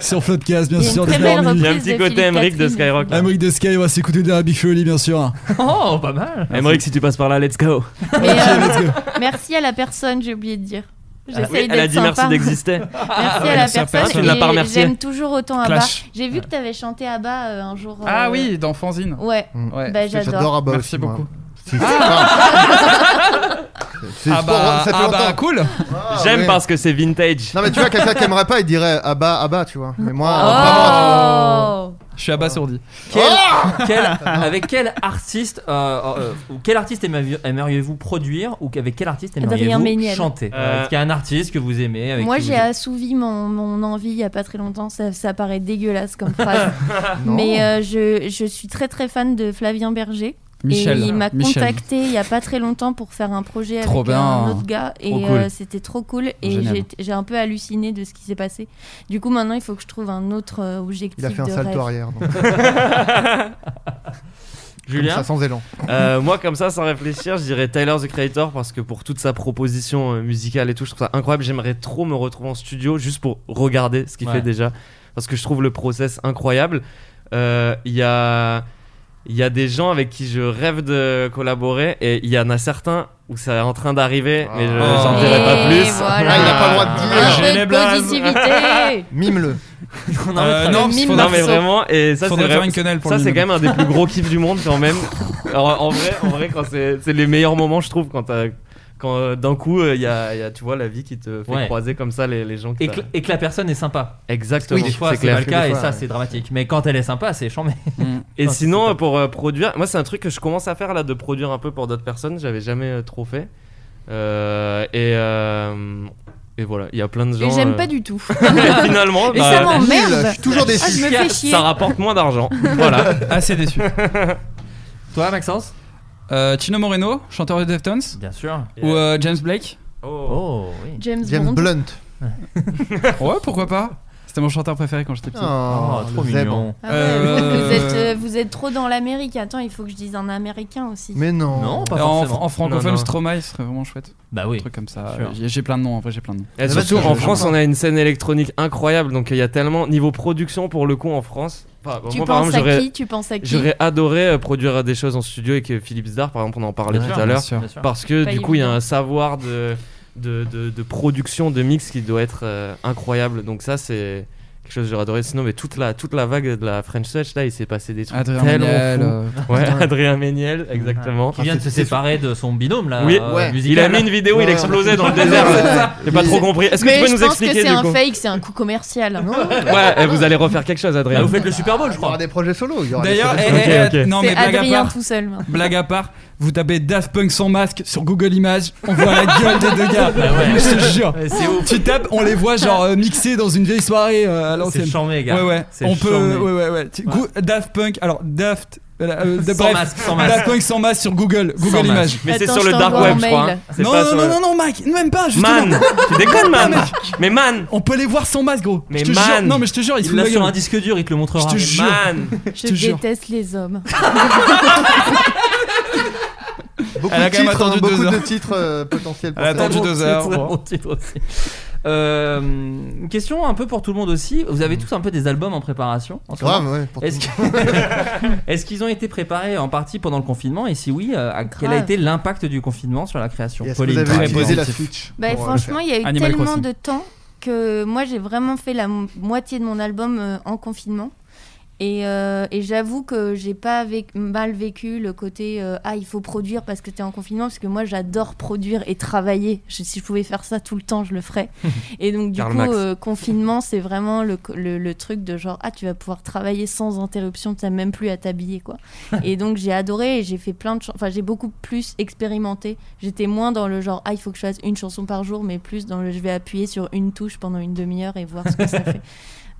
sur Floodcast, bien Il y a une très belle reprise Il y a un petit de côté Philippe Emmerich de Catherine. Skyrock. de Sky, on va s'écouter derrière Big Fury, bien sûr. *laughs* Oh, pas mal. Emmerich, si tu passes par là, let's go. Mais, euh, merci à la personne, j'ai oublié de dire. J'essaye Oui, elle d'être a dit sympa. merci d'exister. *laughs* Merci ouais, à la merci à personne. personne. Tu ne l'as pas et remercié. J'aime toujours autant Abba. Clash. J'ai vu que tu avais chanté Abba euh, un jour. Ah euh, oui, dans Fanzine. Mm. Ouais. Ouais. Bah, J'adore j'adore. Abba Merci aussi, moi. beaucoup. *laughs* Si, c'est pas- C'est Ah sport- hein, bah, ça fait ah bah, longtemps. cool. Ah, J'aime oui. parce que c'est vintage. Non mais tu vois quelqu'un qui aimerait pas il dirait ah bah ah bah tu vois mais moi Oh. Je suis abasourdi. Quel- quel- avec quel artiste euh, euh, ou quel artiste aimeriez- aimeriez-vous produire ou avec quel artiste Adrien aimeriez-vous Méniel. chanter Euh, Est-ce qu'il y a un artiste que vous aimez avec Moi, qui vous j'ai aimez assouvi mon, mon envie il y a pas très longtemps. Ça, ça paraît dégueulasse *laughs* comme phrase. Non. Mais euh, je, je suis très très fan de Flavien Berger. Michel, et il m'a Michel. contacté il y a pas très longtemps pour faire un projet Trop avec bien. un autre gars. Et Trop cool. euh, c'était trop cool. Et Génial. j'ai- j'ai un peu halluciné de ce qui s'est passé. Du coup, maintenant, il faut que je trouve un autre euh, objectif. Il a fait un de salto rêve. arrière, donc. *laughs* *laughs* Julien ça, sans élan. Euh, moi, comme ça, sans réfléchir, je dirais Tyler the Creator parce que pour toute sa proposition euh, musicale et tout, je trouve ça incroyable. J'aimerais trop me retrouver en studio juste pour regarder ce qu'il Ouais. fait déjà parce que je trouve le process incroyable. Euh, Il y a. Il y a des gens avec qui je rêve de collaborer et il y en a certains où ça est en train d'arriver, mais je Oh. n'en dirai pas Et plus. voilà. Ah, il a pas le droit de dire. Un peu de positivité. Mime-le. *laughs* Non, mais, Euh, non, parce qu'il faudrait- non, mais vraiment, et ça, faudrait c'est faire vrai- une quenelle pour ça, le c'est quand mime. même un des plus gros kiffs du monde quand même. Alors, en vrai, en vrai, quand c'est c'est les meilleurs moments, je trouve, quand t'as- quand euh, d'un coup, il y a, y a, tu vois, la vie qui te fait Ouais. croiser comme ça les, les gens. et, que, et que la personne est sympa. Exactement. Parce que des fois, c'est c'est pas clair. le cas Des et fois, ça, ouais. c'est dramatique. Mais quand elle est sympa, c'est chambé. Et sinon, euh, pour euh, produire, moi, c'est un truc que je commence à faire là, de produire un peu pour d'autres personnes. J'avais jamais euh, trop fait. Euh, et euh, et voilà, il y a plein de gens. Et j'aime euh, *laughs* pas du tout. Finalement, Et bah, *laughs* ça m'emmerde. Je suis toujours déçu. Ah, je me fais chier. ça rapporte moins d'argent. voilà. *laughs* Assez *laughs* déçu. Toi, Maxence Euh, Chino Moreno, chanteur de Deftones. Bien sûr. Ou euh, James Blake. Oh, oui. James, James Bond. Blunt. *laughs* Ouais, pourquoi pas C'était mon chanteur préféré quand j'étais petit. Oh, trop le mignon. zèbre. Ah ouais, Euh, vous, vous euh, êtes, euh, vous êtes trop dans l'Amérique. Attends, il faut que je dise un Américain aussi. Mais non. Non, pas Et en, forcément. en francophone, Non, non. Stromae serait vraiment chouette. Bah Un oui. truc comme ça. Sûr. J'ai j'ai plein de noms, en vrai, j'ai plein de noms. Et Mais surtout parce que en je- France, j'aime on a une scène électronique incroyable, donc il y a tellement niveau production pour le coup en France. Enfin, Tu moi, par penses exemple, à j'aurais qui Tu penses à qui j'aurais adoré euh, produire euh, des choses en studio avec euh, Philippe Zdar, par exemple, on en parlait Bien tout sûr, à Bien l'heure, sûr. Bien sûr. parce que Pas du coup, il y a évident. un savoir de de, de- de production de mix qui doit être euh, incroyable. Donc ça, c'est quelque chose que j'aurais adoré. Sinon, mais toute la toute la vague de la French Touch là, il s'est passé des trucs Adrien tellement Méniel, fous. euh, Ouais, *laughs* Adrien Méniel, exactement. Qui vient de se c'est- séparer de son binôme là. Oui, euh, Ouais. Il a musical. mis une vidéo, il Ouais. explosait *laughs* dans le Ouais. désert. Ouais. c'est ça J'ai pas Mais- trop compris. Est-ce que Mais tu peux je nous pense que expliquer c'est du un coup fake, c'est un coup commercial. Non, *laughs* il Ouais, et vous allez refaire quelque chose, Adrien. Bah, vous faites le Super Bowl, je y aura crois. des projets solo. il y aura des D'ailleurs, projets eh, solo. eh, Ok, ok. non mais C'est blague à Adrien part, tout seul. maintenant. blague à part, vous tapez Daft Punk sans masque sur Google Images, on voit la gueule des deux gars. ouais. Je te jure. Ouais, C'est ouf. Tu tapes, on les voit genre euh, mixés dans une vieille soirée euh, à C'est l'ancienne. chambé, gars. Ouais ouais. C'est On peut. chambé. Ouais ouais ouais. Tu- Go- Daft Punk. Alors Daft. euh, euh, de- Sans bref, masque, sans masque. Daft Punk sans masque sur Google. Sans Google masque. Images. Mais c'est Attends, sur je le dark t'envoie web, un je crois. hein. mail. C'est Non pas non, sur non le- non non Mike, même pas. Justement. Man, tu déconnes, man. Mais man, On peut les voir sans masque gros. Mais je te man. jure. Non mais je te jure, ils se Il foutent de l'a ma sur gueule. un disque dur, il te le montrera. Je te jure. man. Je te jure. déteste les hommes. Beaucoup Elle a de quand même titres, attendu hein, deux beaucoup heures. de titres euh, potentiels. pour Elle a ça. attendu deux heures. Titre, bon. bon titre aussi. Euh, une question un peu pour tout le monde aussi. Vous Mm. avez tous un peu des albums en préparation en ce moment Grave, ouais. pour Est-ce tout- que- *laughs* Est-ce qu'ils ont été préparés en partie pendant le confinement Et si oui, euh, à- quel a Grave. été l'impact du confinement sur la création Et Est-ce que Pauline, vous très avez utilisé positif. la Switch Bah, pour, euh, le faire franchement, il y a eu Animal tellement *laughs* Crossing. de temps que moi, j'ai vraiment fait la mo- moitié de mon album euh, en confinement. Et, euh, et j'avoue que j'ai pas véc- mal vécu le côté euh, ah il faut produire parce que t'es en confinement parce que moi j'adore produire et travailler Je- si je pouvais faire ça tout le temps je *laughs* le ferais et donc du Karl coup Marx. euh, confinement c'est vraiment le, co- le- le truc de genre ah tu vas pouvoir travailler sans interruption t'as même plus à *laughs* t'habiller quoi et donc j'ai adoré et j'ai fait plein de chansons. Enfin, j'ai beaucoup plus expérimenté. J'étais moins dans le genre ah il faut que je fasse une chanson par jour, mais plus dans le je vais appuyer sur une touche pendant une demi-heure et voir ce que *laughs* ça fait.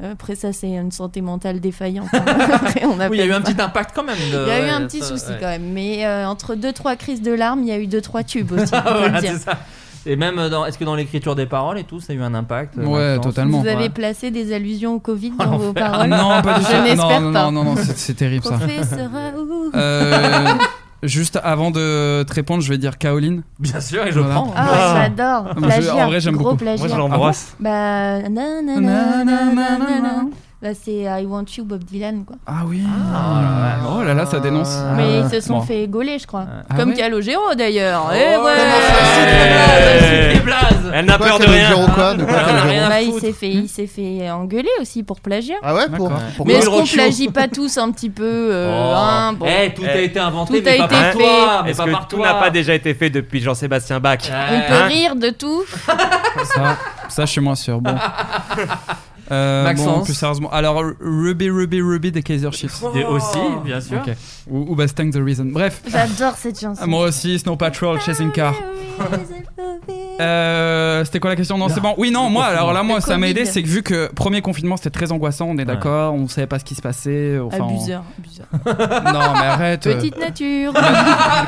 Euh, Après ça, c'est une santé mentale défaillante. *laughs* hein. *laughs* Après, on Oui, il y a eu appelle un ça. petit impact quand même. de- Il y a eu ouais, un petit ça, souci ouais. quand même, mais euh, entre deux trois crises de larmes, il y a eu deux trois tubes aussi. on peut *laughs* Ah, le voilà, dire. c'est ça. Et même, dans- est-ce que dans l'écriture des paroles et tout, ça a eu un impact euh, Ouais, Maxence totalement. Vous avez Ouais. placé des allusions au Covid Oh, dans vos paroles. Non pas du Je tout. Ah, Non, n'espère non, pas. Non non non, c'est c'est terrible ça. hein. Professeur hein, Raoult. Euh, Juste avant de te répondre, je vais dire Caroline. Bien sûr, et je Voilà. prends. Ah, Ah. j'adore. mais je- en Plagiat. Ah Bah, vrai, j'aime Gros beaucoup. plagiat. Moi, je l'embrasse. Bah, nanana, nanana. Bah, c'est I Want You Bob Dylan quoi. Ah. Ah oui Oh là là, ça dénonce. Mais ils se sont fait gauler je crois. Ah Comme ouais Calogero d'ailleurs. Eh ouais C'est des blazes Elle n'a Quoi, peur de Calogero, rien. quoi, de quoi, Ah, Calogero rien. à Bah, il foutre. s'est fait, Hmm il s'est fait engueuler aussi pour plagiat. Ah ouais pour, D'accord. Pourquoi Mais est-ce Will qu'on Rochio. plagie pas tous un petit peu euh, Oh. hein, bon. Eh, tout a Eh. été inventé, Tout mais pas a été par fait. toi. mais Est-ce pas que par tout toi. Eh. n'a pas déjà été fait depuis Jean-Sébastien Bach On Ouais. peut Hein rire de tout. Ça, ça, je suis moins sûr. Bon. Euh, Maxence. bon, plus sérieusement. Alors, Ruby, Ruby, Ruby des Kaiser Chiefs. Et aussi, bien sûr. Ok. Ou, ou Bastang the Reason. Bref. Ah, J'adore cette chanson. Moi aussi, Snow Patrol, Chasing Car. Euh, c'était quoi la question Non, c'est bon. Oui, non, moi, alors là, moi, Le ça m'a Covid. aidé, c'est que vu que premier confinement, c'était très angoissant, on est d'accord, on savait pas ce qui se passait. Enfin, on- Abuseur, abuseur. Non, mais arrête. euh, *laughs* Petite nature. Non,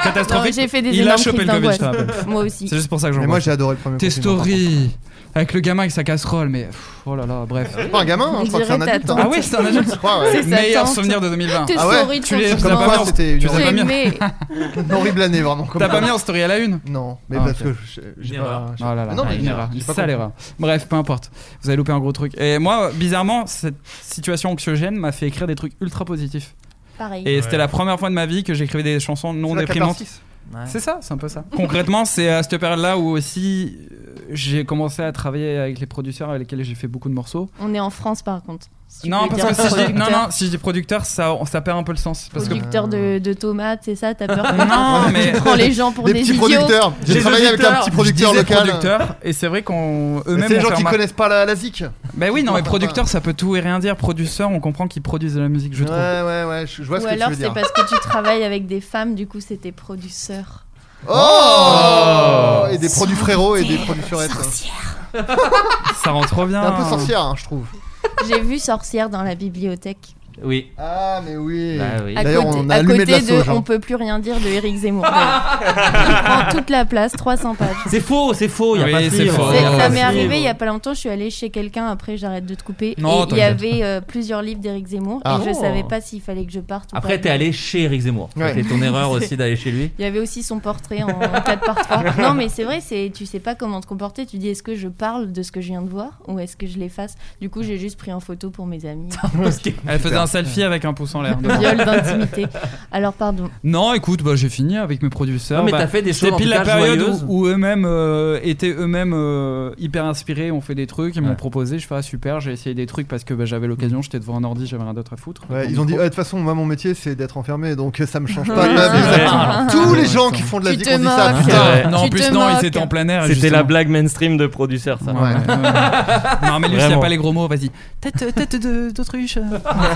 Catastrophique. J'ai fait des Il a énormes chopé crises le Covid, d'angoisse. je te rappelle. Moi aussi. C'est juste pour ça que j'en Mais moi j'ai adoré le premier. Tes confinement, par stories avec le gamin avec sa casserole, mais pff, oh là là, bref. contre. C'est pas un gamin, hein, On je crois que c'est un dirait adulte. ta hein. tante. Ah oui, c'est un adulte. Je crois, ouais. C'est sa Meilleur tante. souvenir de 2020. Tes Ah ouais, souris de tu les- sentiment. Comme pas mis quoi en- c'était tu une, les as pas mis en- Mais- *laughs* une horrible année vraiment. Comme T'as pas mis en story à la une Non, mais Ah, parce ok. que je- j'ai Une erreur. pas. j'ai- Oh là là, Non, mais une j'ai- erreur, j'ai une pas sale compris. erreur. Bref, peu importe. Vous avez loupé un gros truc. Et moi, bizarrement, cette situation anxiogène m'a fait écrire des trucs ultra positifs. Pareil. Et Ouais. c'était la première fois de ma vie que j'écrivais des chansons non C'est la déprimantes. 14-6. C'est ça, c'est un peu ça. Concrètement, *laughs* c'est à cette période-là où aussi euh, j'ai commencé à travailler avec les producteurs avec lesquels j'ai fait beaucoup de morceaux. On est en France par contre. Si tu Non, peux parce dire que si je dis, non, producteur. non, si je dis producteur, ça, ça perd un peu le sens. Parce que Producteur de, de tomates, c'est ça T'as peur que- *laughs* non, mais *laughs* Tu prends les gens pour des, Des petits idiots. producteurs. J'ai Des travaillé avec un auditeurs. petit producteur je disais local. producteur, et c'est vrai qu'on Mais eux-mêmes C'est les ont gens fait qui remarquer- connaissent pas la, la ZIC. Ouais, Ben oui, non, mais Enfin, producteur, ça peut tout et rien dire. Producteur, on comprend qu'ils produisent de la musique, je trouve. ouais, ouais, je je vois ce Ou que tu alors veux c'est dire. parce que tu travailles avec des femmes, du coup c'était producteur. Oh Et des produits frérots et des produits surettes. hein. Ça rend trop bien. T'es un peu sorcière, hein, je trouve. *laughs* J'ai vu Sorcière dans la bibliothèque. Oui. Ah, mais oui. Bah oui. À D'ailleurs, côté, on a à allumé de la côté sauge. On hein. peut plus rien dire de *laughs* Eric Zemmour. Il prend toute la place, 300 pages. C'est faux, c'est faux, il a Oui, pas de c'est livre. faux. C'est- Ah, Oh, ça c'est m'est arrivé il y y a pas longtemps, je suis allée chez quelqu'un, après j'arrête de te couper. Non, et il y t'inquiète. avait euh, plusieurs livres d'Éric Zemmour Ah. et je Oh. savais pas s'il fallait que je parte ou Après, pas. t'es allé chez Eric Zemmour. Ouais. C'était *laughs* ton erreur aussi d'aller chez lui. Il y avait aussi son portrait en 4 par 3. Non, mais c'est vrai, c'est tu sais pas comment te comporter. Tu dis est-ce que je parle de ce que je viens de voir ou est-ce que je l'efface Du coup, j'ai juste pris en photo pour mes *laughs* amis. Elle faisait un selfie avec un pouce en l'air. devant. Viol d'intimité. Alors, pardon. non, écoute, bah, j'ai fini avec mes producteurs. Non, mais Bah, t'as fait des choses C'était en pile tout la cas période joyeuses. où, où eux-mêmes euh, étaient eux-mêmes euh, hyper inspirés, ont fait des trucs, ils m'ont Ouais. proposé, je fais ah, super, j'ai essayé des trucs parce que bah, j'avais l'occasion, j'étais devant un ordi, j'avais rien d'autre à foutre. Ouais, ils ont dit, Ouais, de toute façon, moi, mon métier, c'est d'être enfermé, donc euh, ça me change pas. Ouais, ma c'est Oh, vie, ça me- vrai. Tous les Ouais, gens putain. qui font de la Tu ZIC te ont dit ça, moques. putain. non, en Tu plus te non, moques. ils étaient en plein air. C'était justement. la blague mainstream de producteur, ça. Ouais, Ouais. *laughs* ouais. non mais lui, s'il n'y a Vraiment. pas les gros mots, vas-y. Tête, euh, tête de- d'autruche.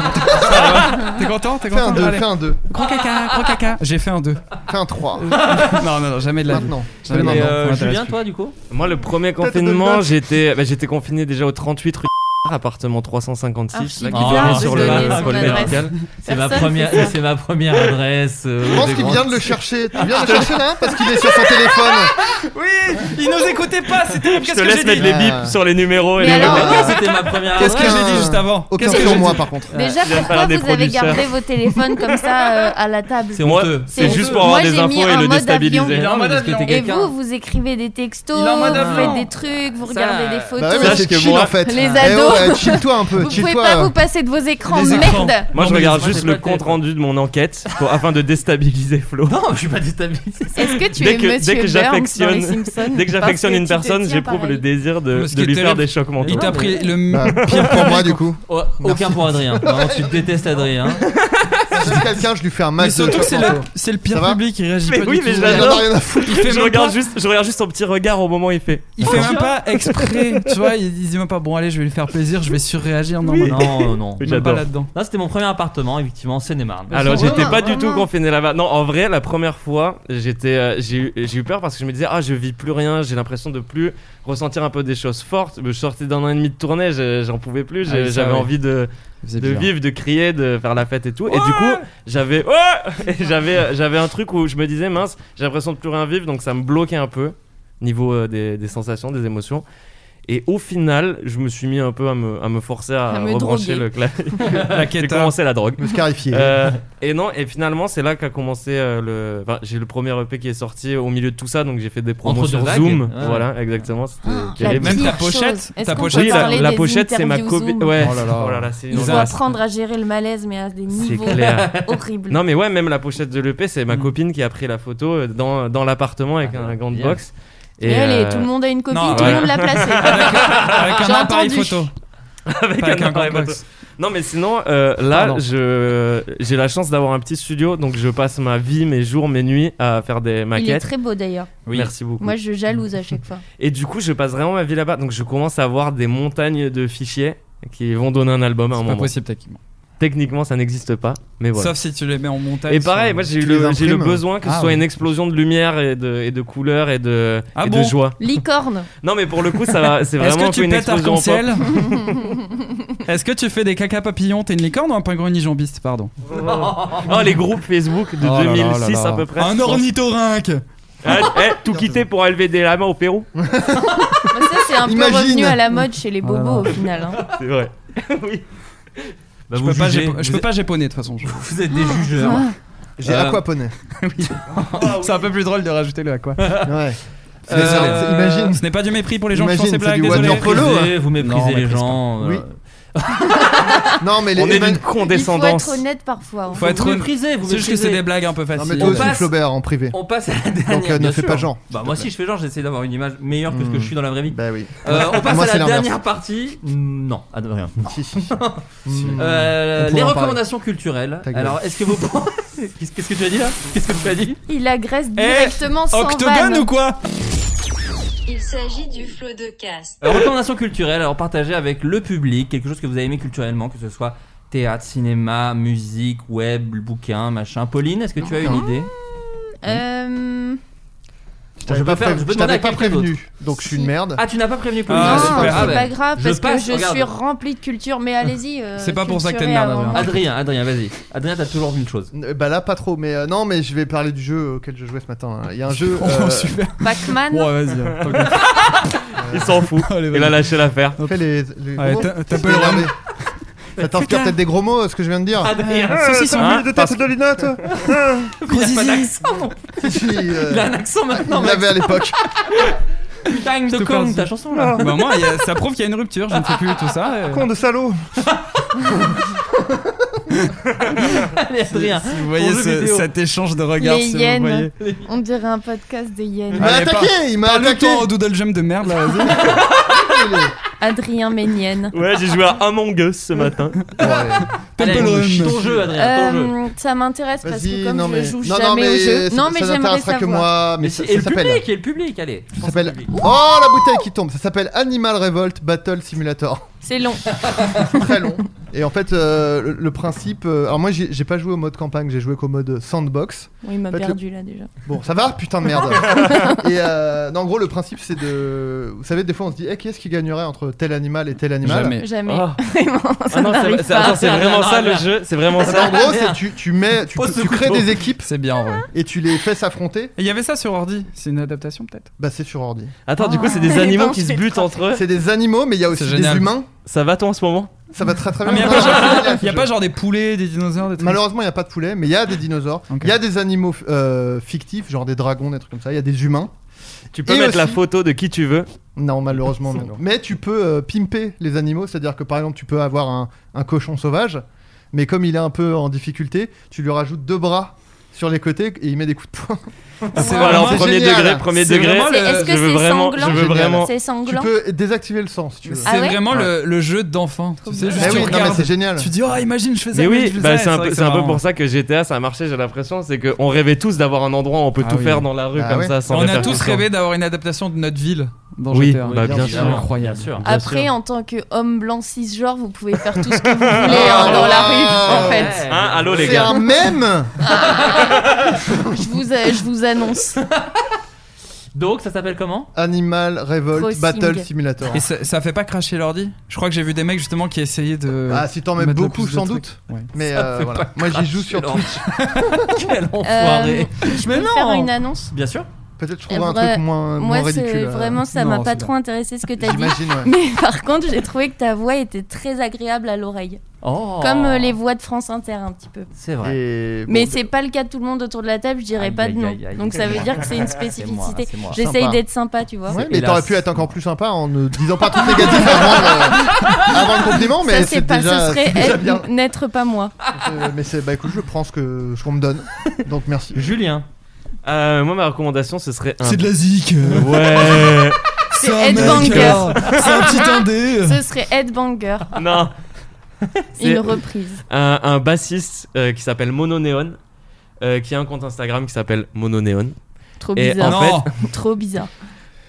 Ah, T'es content, t'es Fais un content. 2, Allez. fais un 2, Gros caca, gros caca. *laughs* J'ai fait un 2 fais un 3. *laughs* non, non, non, jamais de la vie. Maintenant. Jamais de la Maintenant. vie. Et, Ça euh, m'intéresse Julien, plus. toi, du coup Moi, le premier de confinement, notes. j'étais bah, j'étais confiné déjà au 38 rue appartement 356, Ah, Archi là, qui bizarre donnait de sur donner le son pôle adresse. médical. C'est ma, Personne première- fait ça. c'est *laughs* ma première adresse. euh, Ah, Je pense des qu'il grandes- vient *laughs* de le chercher. Tu viens de le chercher là Parce qu'il est sur son téléphone. Oui, ils nous écoutaient pas, c'était Je qu'est-ce te que j'ai laisse mettre dit les Ah. bips sur les numéros et Mais les alors, numéros. Ouais, C'était ma première Qu'est-ce adresse. Qu'est-ce que qu'un- j'ai dit juste avant Aucun Qu'est-ce que sur j'ai moi, dit par contre. Déjà, J'aime pourquoi pas des vous avez producteurs. gardé vos téléphones comme ça euh, à la table C'est Moi, honteux. C'est C'est juste honteux. pour avoir Moi, des j'ai mis infos un et le mode déstabiliser. avion. Non, mais parce que t'es Et quelqu'un. vous, vous écrivez des textos, Il est en mode vous faites avion. des trucs, Ça- vous regardez Bah des ouais, photos. mais Sache c'est que chill moi- en fait. Les Eh ados. ouais, chill-toi un peu, *laughs* vous pouvez chill-toi. pas vous passer de vos écrans, Les écrans. merde Moi, Non, je mais regarde laisse-moi juste tes le potes, compte rendu de mon enquête pour- afin de déstabiliser Flo. Non, je suis pas déstabilisé. Est-ce que tu Dès es que- Monsieur dès que Burns dans les j'affectionne- Simpsons Dès que j'affectionne une personne, j'éprouve le dé. désir de, Mais ce de qui lui est faire terrible, des chocs mentaux. Il t'a pris le Bah, pire pour moi, du coup. Oh, aucun pour Adrien. Vraiment, tu détestes Adrien. Si c'est quelqu'un, je lui fais un Mais max de surtout que c'est chocs le, mentaux. c'est le Ça pire va public qui réagit Mais pas oui, du mais tout. j'adore. J'en ai rien à foutre. Il fait Je même regarde, pas, juste, je regarde juste son petit regard au moment où il fait. il fait même pas exprès, tu vois, il il dit même pas bon allez, je vais lui faire plaisir, je vais surréagir non, mais non, Non, non. Oui, même pas j'adore. Ah, là-dedans. Là, c'était mon premier appartement, effectivement, en Seine-et-Marne. Alors sont j'étais vraiment, pas du Oh tout vraiment. confiné là-bas. Non, en vrai, la première fois, j'étais, euh, j'ai eu- j'ai eu peur parce que je me disais ah je vis plus rien, j'ai l'impression de plus ressentir un peu des choses fortes. Je sortais d'un an et demi de tournée, je- j'en pouvais plus, Ah oui, ça, j'avais ouais. envie de, Il faisait de bizarre. vivre, de crier, de faire la fête et tout. et du coup, j'avais ouais Et j'avais euh, j'avais un truc où je me disais mince, j'ai l'impression de plus rien vivre, donc ça me bloquait un peu niveau euh, des, des sensations, des émotions. Et au final, je me suis mis un peu à me, à me forcer à, À me rebrancher droguer. le clavier. *laughs* La J'ai quête. commencé la drogue. Me scarifier. Euh, et non, et finalement, c'est là qu'a commencé euh, le. Enfin, j'ai le premier EP qui est sorti au milieu de tout ça, donc j'ai fait des promos Entre sur deux vagues. Zoom. Ouais. Voilà, exactement. C'était la terrible. Ah. pire Ah. Même ta chose. pochette, Est-ce ta qu'on peut pochette, la, parler la des pochette, c'est ma interviews copie. Zoom Ouais. *laughs* Oh là là. c'est Il une faut horreur. apprendre à gérer le malaise, mais à des C'est niveaux clair. horribles. Non mais ouais, même la pochette de l'EP, c'est ma Mm. copine qui a pris la photo euh, dans, dans l'appartement avec Ah, un gant de bien. boxe. Et elle, euh, est- tout le monde a une copie, non, tout le ouais. Ah, monde *laughs* l'a placée. Ah, Avec un J'ai appareil entendu. photo. avec Pas avec un un appareil gant de photo. boxe. Non mais sinon, euh, là, Pardon. je j'ai la chance d'avoir un petit studio, donc je passe ma vie, mes jours, mes nuits à faire des Il est maquettes. très beau d'ailleurs. Merci beaucoup. Moi, je jalouse à chaque fois. Et du coup, je passe vraiment ma vie là-bas, donc je commence à avoir des montagnes de fichiers qui vont donner un album à un C'est pas moment. possible, techniquement. Techniquement, ça n'existe pas, mais voilà. Sauf si tu les mets en montagne. Et pareil, sur- moi j'ai eu Tu le, les j'ai le imprimes besoin que ce Ah, soit ouais. une explosion de lumière et de, et de couleurs et de, Ah et bon de joie. Licorne. Non, mais pour le coup, ça va, c'est Est-ce vraiment que un peu tu une pètes explosion en pop. arc-en-ciel Est-ce que tu fais des caca papillons T'es une licorne ou un pingouin nijombiste Pardon. Oh, les groupes Facebook de Oh là là 2006 là là. à peu près. Un je pense. ornithorynque Ah, eh, tout quitter pour élever des lamas au Pérou. Mais ça, c'est un peu Imagine. revenu à la mode chez les bobos au final. hein. C'est vrai. *laughs* oui. Bah, Je vous peux pas jugez, gépo- je peux vous, pas japonais de toute façon. je- vous êtes des jugeurs. Ah. J'ai *laughs* Euh, aquaponé. *laughs* C'est un peu plus drôle de rajouter le à quoi. *laughs* Ouais. C'est- Euh, c'est- Imagine. Ce n'est pas du mépris pour les gens qui font Imagine, ces c'est blagues, du désolé. water polo. hein. Méprisez, Non, Vous méprisez on les méprise gens. pas. euh, Oui. *laughs* Non, mais les. On est d'une Emmanuel- Il faut être condescendance. honnête parfois. hein. Faut être Vous honnête. méprisez, vous C'est juste que c'est méprisez. des blagues un peu Non, mais faciles. toi On aussi, passe- Flaubert, en privé. On passe à la dernière. Donc, euh, ne bien fais sûr. pas genre. Bah, moi, si je fais genre, j'essaie d'avoir une image meilleure que ce que Hmm. je suis dans la vraie vie. Bah oui. Euh, on passe Moi, à c'est la l'inverse. Hmm, dernière partie. Non, ah, de rien. Si, si. Mm. Euh, On pourrait les en parler. recommandations culturelles. Ta gueule. Alors, est-ce *laughs* que vous pensez- Qu'est-ce qu'est-ce que tu as dit là Qu'est-ce que tu as dit Eh, Il Eh, agresse directement sans Octogone vanne. ou quoi Il s'agit du flot de cast. Euh, Recommandations culturelles. Alors, partagez avec le public quelque chose que vous avez aimé culturellement, que ce soit théâtre, cinéma, musique, web, bouquin, machin. Pauline, est-ce que tu as une idée Euh, Je t'avais Je peux pas faire- pré- je peux je t'avais demander à pas quelqu'un prévenu, donc je suis une merde. Ah, tu n'as pas prévenu Pauline. Ah, non, super. c'est Ah ben, pas grave je parce passe, que je regarde. suis rempli de culture. Mais allez-y. euh, hein. C'est pas pour ça que t'es une culturez merde, avant. Adrien. Adrien, Adrien, vas-y. Adrien, t'as toujours vu une chose. Euh, Bah là, pas trop, mais euh, non, mais je vais parler du jeu auquel je jouais ce matin. hein. Il y a un jeu. euh, *laughs* Oh super. hein. *laughs* Pac-Man. Ouais vas-y. hein, tant que- *laughs* Il s'en fout. Allez, Il a lâché l'affaire. fais les. les Ouais, gros mots. t'as- t'as T'es pas le énervé. *laughs* Ça t'inspire Putain. peut-être des gros mots, euh, ce que je viens de dire. Adrien, Euh, saucisson. t'as Hein, oublié de parce tête *laughs* de Euh. lunettes il a pas d'accent non Si, euh, Il a un accent maintenant, Il mec. l'avait à *laughs* l'époque. Time de te com, parle- ta chanson là. Bah moi il y a- ça prouve qu'il y a une rupture. Je ne fais plus tout ça. euh. et- Con de salaud Allez, Adrien. Si vous voyez Ton jeu ce- vidéo. cet échange de regards, Les si vous hyènes. voyez. On dirait un podcast de Il Yen. m'a Allez, attaqué Il m'a attaqué Parle-toi au Doodle Jump de merde là. Vas-y. Adrien Ménienne. *laughs* Ouais, j'ai joué à Among Us ce matin. Allez, Temple Run. Ton jeu, Adrien, ton jeu. Euh, ça m'intéresse parce que Vas-y, comme non je mais. joue non, jamais non, mais au jeu. ça- Non mais ça j'aimerais n'intéressera savoir. que moi. Mais ça et le ça s'appelle. hein. public, et le public, allez. Ça s'appelle. Oh la bouteille qui tombe Ça s'appelle Animal Revolt Battle Simulator. C'est long. très long. Et en fait, euh, le, le principe. euh, alors, moi, j'ai j'ai pas joué au mode campagne, j'ai joué qu'au mode sandbox. Oui, il m'a En fait, le- perdu là déjà. Bon, ça va Putain de *laughs* merde. et euh, non, en gros, le principe, c'est de. Vous savez, des fois, on se dit, eh, qui est-ce qui gagnerait entre tel animal et tel animal Jamais. Jamais. Ah. *laughs* Vraiment, ça Ah non, c'est n'arrive c'est- pas. attends, c'est vraiment Ah, ça merde. le jeu. C'est vraiment Alors, ça. Oh, en gros, Ah, merde. c'est tu, tu mets, tu, Pose ce tu crées couteau. des équipes C'est bien en vrai. et tu les fais s'affronter. Et Il y avait ça sur ordi. C'est une adaptation peut-être. Bah, c'est sur ordi. Attends, du coup, c'est Ah. des Les animaux dents, *laughs* qui se c'est butent entre eux. C'est des animaux, mais il y a aussi C'est des génial. humains. Ça va toi en ce moment Ça va très très Ah, mais bien. il y a Non, pas non, genre- *laughs* c'est génial, Il y a ce pas jeu. genre des poulets, des dinosaures, des trucs. Malheureusement, il n'y a pas de poulet, mais il y a des dinosaures. Il Ok. y a des animaux euh, fictifs, genre des dragons, des trucs comme ça. Il y a des humains. Tu peux Et mettre la aussi- photo de qui tu veux. Non, malheureusement, non. Mais tu peux euh, pimper les animaux, c'est-à-dire que par exemple, tu peux avoir un, un cochon sauvage, mais comme il est un peu en difficulté, tu lui rajoutes deux bras sur les côtés et il met des coups de poing. Ah, C'est Alors, vraiment- premier génial. degré, premier C'est degré. vraiment C'est- Est-ce Je que veux c'est vraiment, sanglant je veux Génial. vraiment. C'est Tu sanglant. peux désactiver le sens, si tu veux. C'est Ah ouais vraiment le, le jeu d'enfant. Tu sais, juste tu Mais Bah oui, non, mais regardes, c'est génial. Tu dis, oh, imagine, je fais ça. Mais oui, je fais bah, ça. c'est un, vrai peu- que c'est un peu marrant. pour ça que GTA ça a marché, j'ai l'impression. C'est qu'on rêvait tous d'avoir un endroit où on peut Ah tout oui. faire dans la rue Bah comme ouais. ça sans On a tous répercussion. rêvé d'avoir une adaptation de notre ville dans Oui, GTA. bah, bien sûr. Incroyable. Bien sûr. Après, sûr. en tant qu'homme blanc cisgenre, vous pouvez faire tout ce que vous voulez hein, dans la rue, en fait. Hein, allô les C'est gars. un même Je vous, je vous annonce. Donc, ça s'appelle comment Animal Revolt Crossing. Battle Simulator. Et ça, ça fait pas cracher l'ordi Je crois que j'ai vu des mecs justement qui essayaient de. Ah, si t'en mets mettre le beaucoup, plus de sans trucs. doute. Ouais. Mais euh, voilà. Moi, j'y joue sur Quel Twitch. Quel *laughs* enfoiré. Euh, je peux Mais faire non. une annonce Bien sûr. Peut-être je trouverai un truc moins, moi, moins c'est- ridicule. euh. Vraiment, ça Non, m'a pas c'est trop intéressé ce que t'as dit. J'imagine, ouais. *laughs* Mais par contre, j'ai trouvé que ta voix était très agréable à l'oreille. Oh. Comme euh, les voix de France Inter, un petit peu. C'est vrai. Mais c'est pas le cas de tout le monde autour de la table, je dirais Aïe, pas de aïe, non. aïe, aïe. Donc ça veut dire que c'est *laughs* une C'est moi, spécificité. c'est moi. J'essaye Sympa. d'être sympa, tu vois. Ouais, mais Hélas. t'aurais pu être encore plus sympa en ne disant pas tout négatif avant le, *laughs* avant le compliment, mais ça, c'est c'est pas, déjà, ce c'est serait déjà être- bien. n'être pas moi. Euh, mais c'est, bah écoute, je prends ce, que, ce qu'on me donne. Donc merci. Julien. Euh, moi, ma recommandation, ce serait un. C'est de la zik. *laughs* Ouais. C'est un mec, Headbanger. euh, C'est un petit *laughs* indé. Ce serait Headbanger. non. *laughs* Une reprise. Un, un bassiste euh, qui s'appelle Mononeon, euh, qui a un compte Instagram qui s'appelle Mononeon. Trop Et bizarre. en fait, *laughs* Trop bizarre.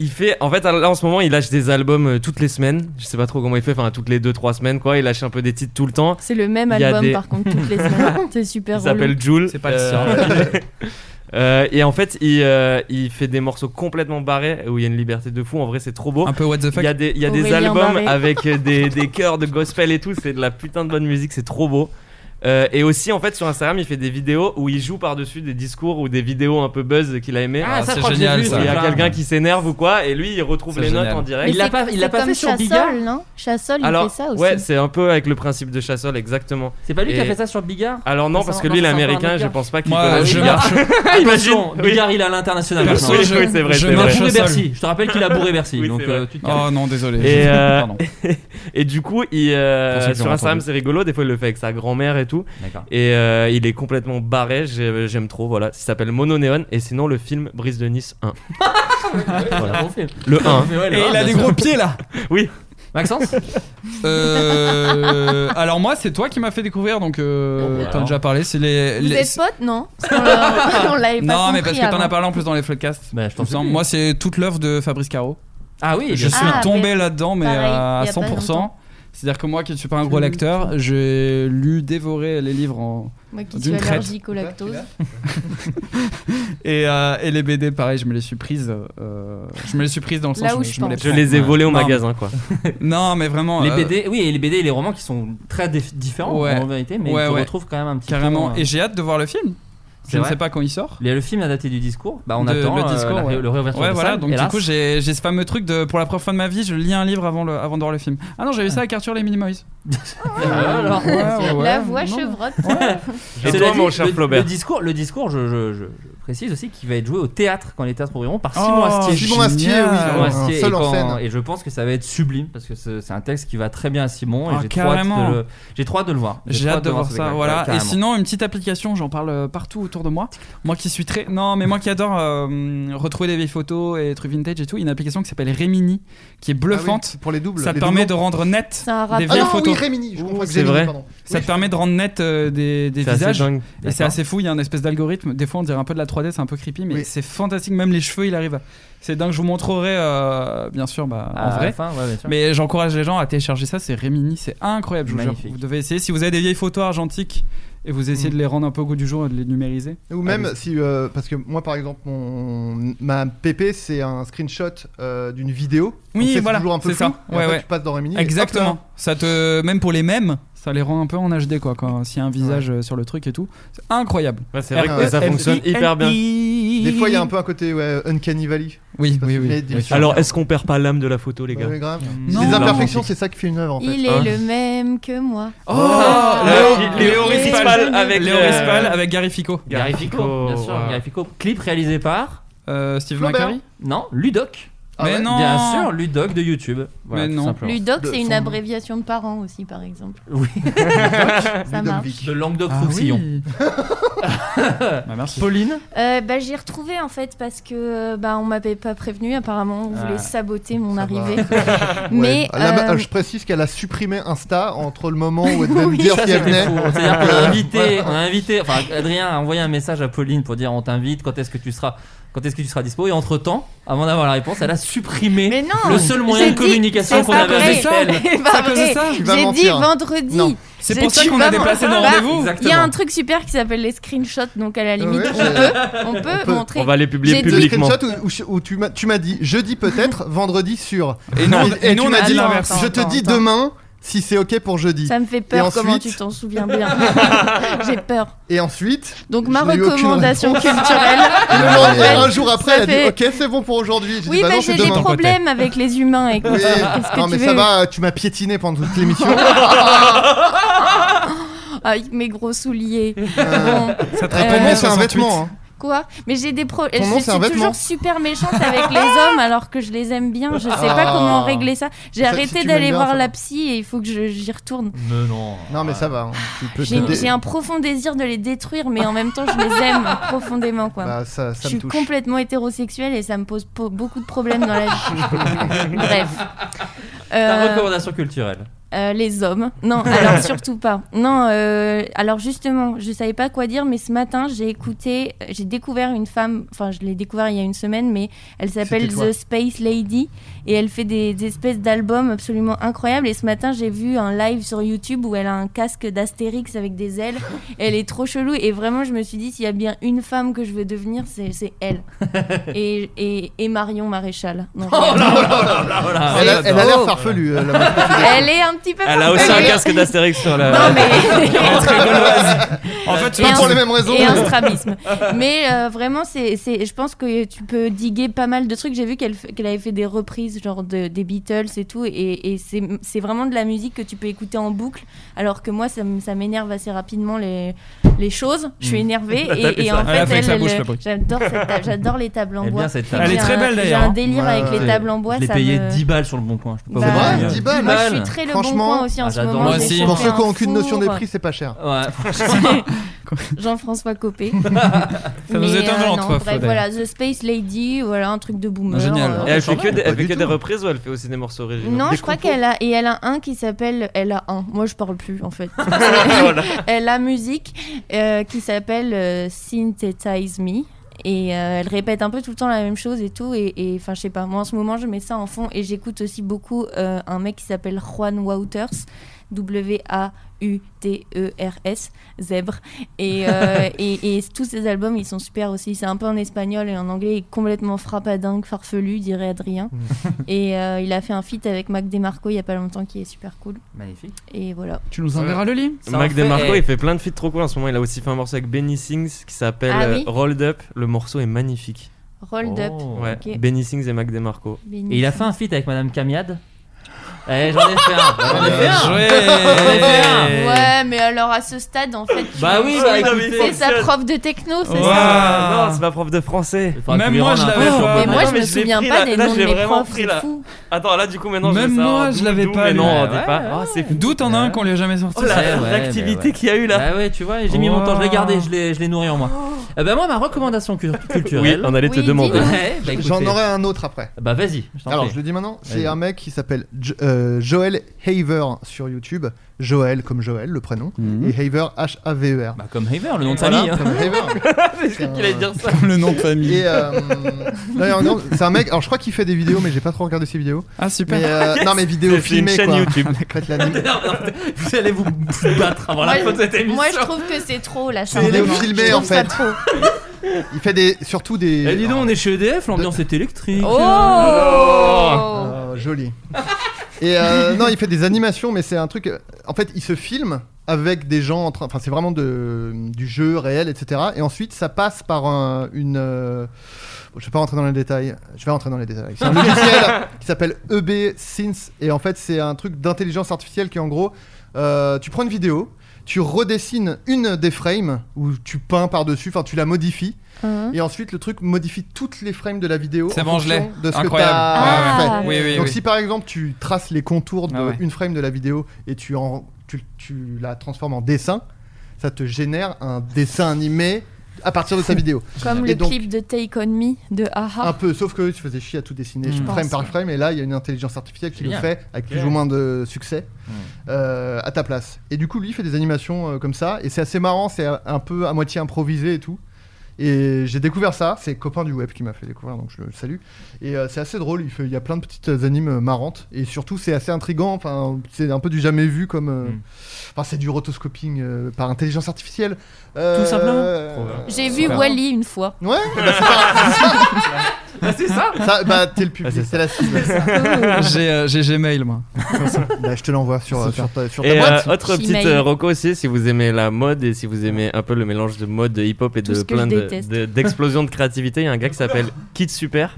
Il fait, en fait, là en ce moment, il lâche des albums euh, toutes les semaines. Je sais pas trop comment il fait, enfin toutes les 2-3 semaines, quoi. Il lâche un peu des titres tout le temps. C'est le même Il y a album, des- par contre, toutes *laughs* les semaines. C'est super Il s'appelle relou. Jules. C'est pas le Euh, *laughs* euh, et en fait, il, euh, il fait des morceaux complètement barrés où il y a une liberté de fou. En vrai, c'est trop beau. Un peu what the fuck. Il y a des, il y a des Aurélien albums Barré. avec euh, des, des chœurs de gospel et tout. C'est de la putain de bonne musique. C'est trop beau. Euh, et aussi, en fait, sur Instagram, il fait des vidéos où il joue par-dessus des discours ou des vidéos un peu buzz qu'il a aimé. Ah, ça, je crois que j'ai vu, Il y a ça. quelqu'un qui s'énerve ou quoi, et lui, il retrouve C'est les notes génial. en direct. Mais Il l'a c'est- pas- il l'a C'est pas comme fait sur Chassol, Bigard non Chassol, il Alors, fait ça aussi. ouais, c'est un peu avec le principe de Chassol, exactement. C'est pas lui qui a Et- fait ça sur Bigard Alors non, Ça, parce que non, lui, il est ça, c'est encore américain, Bigard. je pense pas qu'il Moi, connaît je Bigard. *laughs* *laughs* marche- Imagine. Attention, Ah, Bigard, il est à l'international. Perso, maintenant. je- Oui, oui, c'est vrai, je c'est marche vrai. au Bourré sol. Bercy. Je te rappelle qu'il a bourré Bercy. Oui, donc, c'est vrai. euh, tu te calmes. Oh non, désolé. Et, *laughs* euh, Pardon. *laughs* et du coup, il, euh, Pour ceux qui sur l'ont Instagram, entendu. c'est rigolo. Des fois, il le fait avec sa grand-mère et tout. D'accord. Et euh, il est complètement barré. j'ai- J'aime trop. Voilà. Il s'appelle Mononéon. Et sinon, le film Brise de Nice *laughs* 1. Voilà. un bon film. Le 1. Mais ouais, le Et un, il bien a des sûr. gros pieds là *laughs* Oui. Maxence Euh, Alors moi c'est toi qui m'as fait découvrir donc Bon, euh, bah, t'en as alors. déjà parlé. C'est les, Vous les- êtes potes, non Parce qu'on l'a- On l'avait pas non mais parce que compris t'en as avant. parlé en plus dans les floodcasts. Bah, je t'en Il me semble. supplie. Moi c'est toute l'œuvre de Fabrice Caro. Ah oui, Je bien sûr. suis Ah, tombé mais là-dedans mais pareil, à il y a pas 100%. longtemps. Hmm. C'est-à-dire que moi qui ne suis pas un gros lecteur, j'ai lu, dévoré les livres en... Moi qui suis d'une traite. allergique au lactose. Et, euh, et les BD, pareil, je me les suis prises. euh, je me les suis prises dans le sens Là où je me les, pense. Je prends. les ai volés au Non, mais- *laughs* magasin, *laughs* quoi. Non, mais vraiment. Les euh, BD, oui, et les BD et les romans qui sont très dif- différents Ouais. en vérité, mais Ouais, tu ouais. retrouves quand même un petit Carrément. ton, euh, Et j'ai hâte de voir le film. C'est Je ne vrai. sais pas quand il sort. Il y a le film adapté du discours. Bah, on De- attend le euh, discours, la- ouais. le réouverture Ouais, de voilà. salle, donc, du hélas. coup, j'ai j'ai ce fameux truc de pour la première fois de ma vie, je lis un livre avant, le, avant de voir le film. Ah non, j'avais ça avec Arthur les *laughs* Minimoys. Alors, Ah Ouais, ouais, ouais. La voix Non, chevrotte. Et Cela toi, dit, mon cher le, Flaubert Le discours, le discours je, je- je- je précise aussi qu'il va être joué au théâtre quand les théâtres ouvriront par Oh, Simon Astier. génial. Simon Astier, oui, Simon un Astier, et, seul en quand- scène. et je pense que ça va être sublime parce que ce- c'est un texte qui va très bien à Simon et Ah, j'ai trop, hâte carrément. de le- j'ai trop hâte de le voir. J'ai trop hâte de voir ce ça, spectacle, voilà. Et carrément. sinon, une petite application, j'en parle euh, partout autour de moi. Moi qui suis très. Non, mais moi qui adore euh, retrouver des vieilles photos et trucs vintage et tout, il y a une application qui s'appelle Remini, qui est Ah oui, bluffante. pour les doubles. Ça les te permet de doublons. rendre net C'est un des rapport. Ah vieilles non, oui, photos. Rémini, je comprends que c'est Gemini, vrai. pardon. Ça te permet de rendre net euh, des, des C'est assez visages. dingue. Et c'est D'accord. assez fou, il y a un espèce d'algorithme. Des fois, on dirait un peu de la 3D, c'est un peu creepy, mais Oui. c'est fantastique. Même les cheveux, il arrive. à- C'est dingue, je vous montrerai, euh, bien sûr, bah, Ah, en vrai. enfin, ouais, bien sûr. Mais j'encourage les gens à télécharger ça, c'est Rémini, c'est incroyable, je vous jure. Magnifique. Vous devez essayer. Si vous avez des vieilles photos argentiques et vous essayez de les rendre un peu au goût du jour et de les numériser. Ou même allez-y. si, euh, parce que moi par exemple, mon, ma PP c'est un screenshot euh, d'une vidéo. Oui, Donc, c'est voilà, toujours un peu c'est flou, ça. et Ouais, après, ouais. Tu passes dans Rémini. et hop, Exactement. là. Ça te, même pour les mêmes, ça les rend un peu en HD quoi. Quand s'il y a un visage euh, sur le truc et tout, c'est incroyable. E Ouais, c'est vrai Ah, que ça ouais. fonctionne hyper bien. Des Des fois, il y a un peu un côté ouais, uncanny valley. Oui, oui, Mais oui. des- bien sûr. Alors, est-ce qu'on perd pas l'âme de la photo, les gars Hmm. Ouais, grave. Non. Ah. Les imperfections, c'est ça qui fait une œuvre en fait. Il est Hein le même que moi. Oh, Euh, Léo- Léo Léo Rispal Rispal avec, Léo euh, Rispal avec Gary Fico. Gary Fico, bien sûr. ouais. Gary Fico. Clip réalisé par. Euh, Steve Flaubert. McCurry Non, Ludoc. Ah Mais ouais non Bien sûr, Ludoc de YouTube. Voilà, Mais tout non. simplement. Ludoc, De c'est une son- abréviation de parents aussi, par exemple. *laughs* *laughs* Oui. Ça marche. De Languedoc-Roussillon. Ah *laughs* Bah, *laughs* merci. Pauline Euh, bah, j'ai retrouvé en fait parce que euh, bah, on m'avait pas prévenu. Apparemment, on voulait Ah. saboter mon Ça va. arrivée. *laughs* Ouais. *laughs* Mais Elle a- euh, Ah, bah, *laughs* je précise qu'elle a supprimé Insta entre le moment où elle devait me dire Ça, si elle c'était venait. Euh, fou. *laughs* C'est-à-dire qu'on a invité, on a invité, enfin Adrien a envoyé un message à Pauline pour dire on t'invite, quand est-ce que tu seras, quand est-ce que tu seras dispo et entre temps, avant d'avoir la réponse, elle a supprimé Mais non, le seul moyen j'ai de dit, communication c'est qu'on pas avait vrai. avec elle. C'est pas C'est à cause de vrai. ça Tu vas J'ai dit mentir. vendredi. Non. C'est J'ai pour dit, ça tu qu'on vas a déplacé nos mentir. rendez-vous. Il y a Exactement. un truc super qui s'appelle les screenshots, donc à la limite, Euh, euh, Ouais, on, ouais. peut, on peut montrer. On va les J'ai publier dit- Le publiquement. screenshot où, où- où tu m'as- tu m'as dit jeudi peut-être, vendredi sûr. Et nous, on- et nous, tu on m'as a dit Attends, l'inverse. attends, Je te attends, dis attends. demain, si c'est ok pour jeudi. Ça me fait peur Et ensuite- comment tu t'en souviens bien. *laughs* *laughs* J'ai peur. Et ensuite, Donc ma je n'ai eu aucune recommandation réponse. culturelle. *laughs* Le lendemain, un jour après, Ça elle a dit fait- Ok, c'est bon pour aujourd'hui. J'ai Oui, dit, bah mais non, j'ai c'est des demain. problèmes avec les humains. Écoute, Oui. Qu'est-ce que Non, tu mais veux ça va, tu m'as piétiné pendant toute l'émission. *laughs* Avec mes gros *laughs* souliers. Ça te répond bien c'est sur un son vêtement. hein. Quoi Mais j'ai des pro... nom, Je c'est un suis vêtement. toujours super méchante avec *laughs* les hommes alors que je les aime bien. Je sais Ah. pas comment régler ça. J'ai Ça, si arrêté tu d'aller l'aimes bien, ça voir va. la psy et il faut que je- j'y retourne. Mais non. Non, mais ça va. hein. Tu peux J'ai t'aider. j'ai un profond désir de les détruire, mais en même temps, je *laughs* les aime profondément. Quoi. Bah, ça, ça hein. je me suis touche. complètement hétérosexuelle et ça me pose po- beaucoup de problèmes dans la *laughs* vie. Bref. Ta Euh, recommandation culturelle. euh, les hommes. Non, alors surtout pas. Non, euh, alors justement, je savais pas quoi dire, mais ce matin, j'ai écouté, euh, j'ai découvert une femme, enfin, je l'ai découvert il y a une semaine, mais elle s'appelle C'était toi. The Space Lady et elle fait des, des espèces d'albums absolument incroyables. Et ce matin, j'ai vu un live sur YouTube où elle a un casque d'Astérix avec des *laughs* ailes. Elle est trop chelou et vraiment, je me suis dit, s'il y a bien une femme que je veux devenir, c'est c'est *laughs* elle. et, et, et Marion Maréchal. Non, Oh Oh Elle a- elle a l'air Oh. farfelue. euh, la meuf. elle est un petit peu Elle a aussi un farfelue. *laughs* casque d'Astérix sur la. Non, mais- En fait, Et pas un- pour les mêmes raisons. Et un strabisme. Mais euh, vraiment, c'est, c'est- je pense que tu peux diguer pas mal de trucs. J'ai vu qu'elle, f- qu'elle avait fait des reprises, genre de- des Beatles et tout. Et, et c'est, c'est vraiment de la musique que tu peux écouter en boucle. Alors que moi, ça, m- ça m'énerve assez rapidement les, les choses. Je *laughs* suis énervée. Elle a tapé Et, et Hmm. ça. en Elle a fait fait, avec sa elle- bouche, elle- la brute. j'adore, cette table- j'adore les tables en Eh bois. bien, cette table. Elle est J'ai très un- belle, j'ai d'ailleurs. hein. un délire Ouais, avec les ouais. tables en bois. Je l'ai ça payé me- 10 balles sur le bon coin. Je peux pas Bah, vous dire. C'est vrai 10 balles Moi, je suis très le bon Franchement, coin aussi en ce Ah, moment. j'adore. Moi J'ai aussi. chopé Pour ceux qui un ont aucune notion des four. prix, c'est pas cher. *laughs* Ouais. *laughs* Jean-François Copé. nous Mais, éteint euh, violente, non, toi, Bref, Fred. voilà, The Space Lady, voilà, un truc de boomer. euh, Ah, Et elle fait que, des, elle Pas fait du que des tout. reprises ou elle fait aussi des morceaux originaux Non, Des je crois compos qu'elle a et elle a un qui s'appelle elle a un. Moi, je parle plus en fait. Voilà. Elle a musique euh, qui s'appelle euh, Synthesize Me et euh, elle répète un peu tout le temps la même chose et tout et et, enfin je sais pas. Moi en ce moment, je mets ça en fond et j'écoute aussi beaucoup euh, un mec qui s'appelle Juan Wouters. W A U T E R S zèbre et, euh, et, et tous ces albums ils sont super aussi c'est un peu en espagnol et en anglais il est complètement frappadingue farfelu dirait Adrien *laughs* et euh, il a fait un feat avec Mac DeMarco il y a pas longtemps qui est super cool Magnifique. et voilà Tu nous enverras le lien Ça en Mac fait- DeMarco, eh. il fait plein de feats trop cool en ce moment. Il a aussi fait un morceau avec Benny Sings qui s'appelle Ah euh, oui. Rolled Up. Le morceau est magnifique. Rolled Up Ouais. ok. Benny Sings et Mac DeMarco. Benny Oh. Et il a fait un feat avec Madame Camiade. Eh, j'en ai fait Ah, un. J'en ai fait Bien un. joué. J'en ai fait un. ouais mais alors à ce stade en fait tu- Bah oui, tu- bah, tu- écoutez. c'est sa prof de techno Oh, c'est Ouais. ça Non, c'est ma prof de français. faudra que Même tu lui moi, rendes je un l'avais peu pas. sur mais Bob moi non, je mais me je l'ai souviens pris, pas là- des là, noms je de l'ai mes vraiment profs pris, c'est là. fou Attends, là, du coup, maintenant, Même je vais moi, savoir. je D'où- l'avais d'où pas, mes noms, mais- on est pas. Ah, c'est fou. D'où t'en as un qu'on lui a jamais sorti *laughs* Oh la Ouais, ouais, réactivité mais ouais. qu'il y a eu là. Oh. Bah ouais, tu vois, j'ai mis mon temps, je l'ai gardé, je l'ai, je l'ai nourri en moi. Euh, bah moi, ma recommandation cul- culturelle. Oui, on allait te Oui, demander. dis-nous. Ouais, bah, écoutez. J'en aurai un autre après. *laughs* Bah vas-y, je t'en Alors, prie. je le dis maintenant, Vas-y. c'est un mec qui s'appelle Jo- euh, Joel Haver sur YouTube. Joel comme Joel, le prénom. Mhm. Et Haver, H-A-V-E-R. Bah comme Haver, le nom E de Voilà, famille. hein. comme Haver. *laughs* J'ai cru qu'il allait dire ça. le nom de famille. Et, euh, non, mais en *laughs* gros, c'est un mec, alors je crois qu'il fait des vidéos, mais j'ai pas trop regardé ses vidéos. Ah Mais, super. *laughs* euh, Non, mais vidéos C'est une filmées chaîne quoi. *laughs* YouTube. Faites l'anime. Vous *laughs* allez vous battre avant la Moi, fin de cette émission. moi je trouve que c'est trop là C'est des filmés, en fait. Il fait des, surtout des. Eh, dis donc, on est chez EDF, l'ambiance est électrique. oh Oh, joli. *laughs* Et euh, non, il fait des animations, mais c'est un truc. En fait, il se filme avec des gens en train. Enfin, c'est vraiment de, du jeu réel, etc. Et ensuite, ça passe par un- une. euh, bon, je vais pas rentrer dans les détails. Je vais rentrer dans les détails. C'est un logiciel qui s'appelle EB Synth. Et en fait, c'est un truc d'intelligence artificielle qui, en gros, euh, tu prends une vidéo. Tu redessines une des frames où tu peins par-dessus, enfin tu la modifies, Hein. et ensuite le truc modifie toutes les frames de la vidéo. C'est en bon, je l'ai. fonction De ce que Incroyable. t'as Ouais, ouais. fait. Ah. Oui, oui, Donc oui. si par exemple tu traces les contours d'une Ah ouais. frame de la vidéo et tu, en, tu, tu la transformes en dessin, ça te génère un dessin animé à *laughs* partir de sa vidéo. comme Et le donc, clip de Take On Me de Un Aha Hmm. peu, sauf que tu faisais chier à tout dessiner Je frame pense, par ouais. frame, et là il y a une intelligence artificielle qui Génial. le fait avec plus Génial. ou moins de succès Hmm. euh, à ta place. Et du coup, lui il fait des animations euh, comme ça, et c'est assez marrant, c'est un peu à moitié improvisé et tout. Et j'ai découvert ça, c'est copain du web qui m'a fait découvrir, donc je le salue. Et euh, c'est assez drôle, il, fait- il y a plein de petites euh, animes euh, marrantes, et surtout c'est assez intriguant, enfin, c'est un peu du jamais vu comme. euh, Hmm. Mm. Enfin, c'est du rotoscoping euh, par intelligence artificielle. simplement Euh, j'ai vu voilà. Wally une fois *laughs* Ouais, eh ben, c'est pas- Ah, c'est ça Ça, bah, t'es le Ah, public, c'est la cible. *laughs* J'ai euh, j'ai Gmail, moi. Bah, je te l'envoie sur, euh, Super. sur ta, sur ta Et boîte. euh, autre petite Gmail. euh, reco aussi, si vous aimez la mode et si vous aimez un peu le mélange de mode, de hip-hop et Tout de ce que plein je de- déteste. de- d'explosions de, créativité, il y a un gars qui *laughs* s'appelle Kid Super.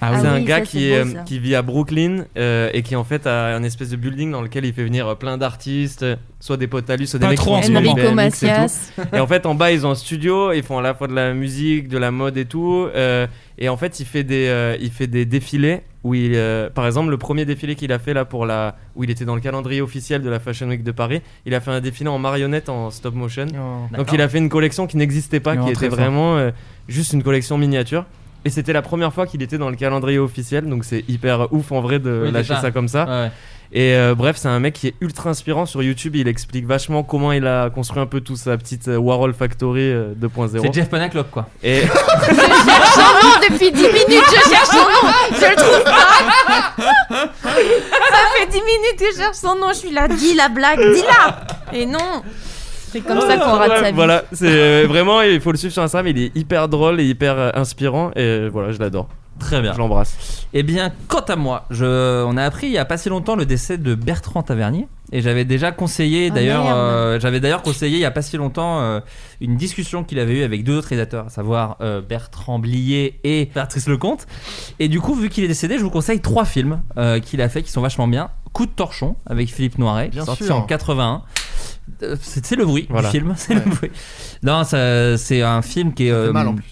Ah c'est oui, un ça, gars c'est qui, beau, euh, ça. qui vit à Brooklyn euh, et qui en fait a un espèce de building dans lequel il fait venir euh, plein d'artistes, euh, soit des potes à lui, soit des Pas mecs trop en qui ce font moment. des Enrico BMX et tout. Macias. Et en fait, en bas, ils ont un studio, ils font à la fois de la musique, de la mode et tout. euh, et en fait, il fait des, euh, il fait des défilés où il, euh, par exemple, le premier défilé qu'il a fait là pour la, où il était dans le calendrier officiel de la Fashion Week de Paris, il a fait un défilé en marionnette en stop motion. Donc il a fait une collection qui n'existait pas, Non, qui très était fort. vraiment euh, juste une collection miniature. Et c'était la première fois qu'il était dans le calendrier officiel, donc c'est hyper ouf en vrai de Oui, lâcher déjà. ça comme ça. Ouais. Et euh, bref, c'est un mec qui est ultra inspirant sur YouTube. Il explique vachement comment il a construit un peu tout sa petite euh, Warhol Factory euh, 2.0. C'est Jeff Panaclock quoi. *laughs* Et J'en nom depuis 10 minutes, je cherche son nom, je le trouve pas. Ça fait 10 minutes que je cherche son nom, je suis là, dis la blague, dis la. Et non, c'est comme ça qu'on rate Ouais, *laughs* sa vie. Voilà, c'est euh, vraiment, il faut le suivre sur Instagram. Il est hyper drôle et hyper euh, inspirant. Et euh, voilà, je l'adore. Très bien. Je l'embrasse. Eh bien, quant à moi, je, on a appris il y a pas si longtemps le décès de Bertrand Tavernier. Et j'avais déjà conseillé, Ah, d'ailleurs, merde. euh, j'avais d'ailleurs conseillé il y a pas si longtemps euh, une discussion qu'il avait eue avec deux autres réalisateurs, à savoir euh, Bertrand Blier et Patrice Lecomte. Et du coup, vu qu'il est décédé, je vous conseille trois films euh, qu'il a fait qui sont vachement bien. Coup de torchon avec Philippe Noiret, Bien sorti sûr. en 81. Euh, C'est c'est le bruit Voilà. du film, c'est le Ouais. bruit. Non, ça- c'est un film qui est C'est euh, mal en plus.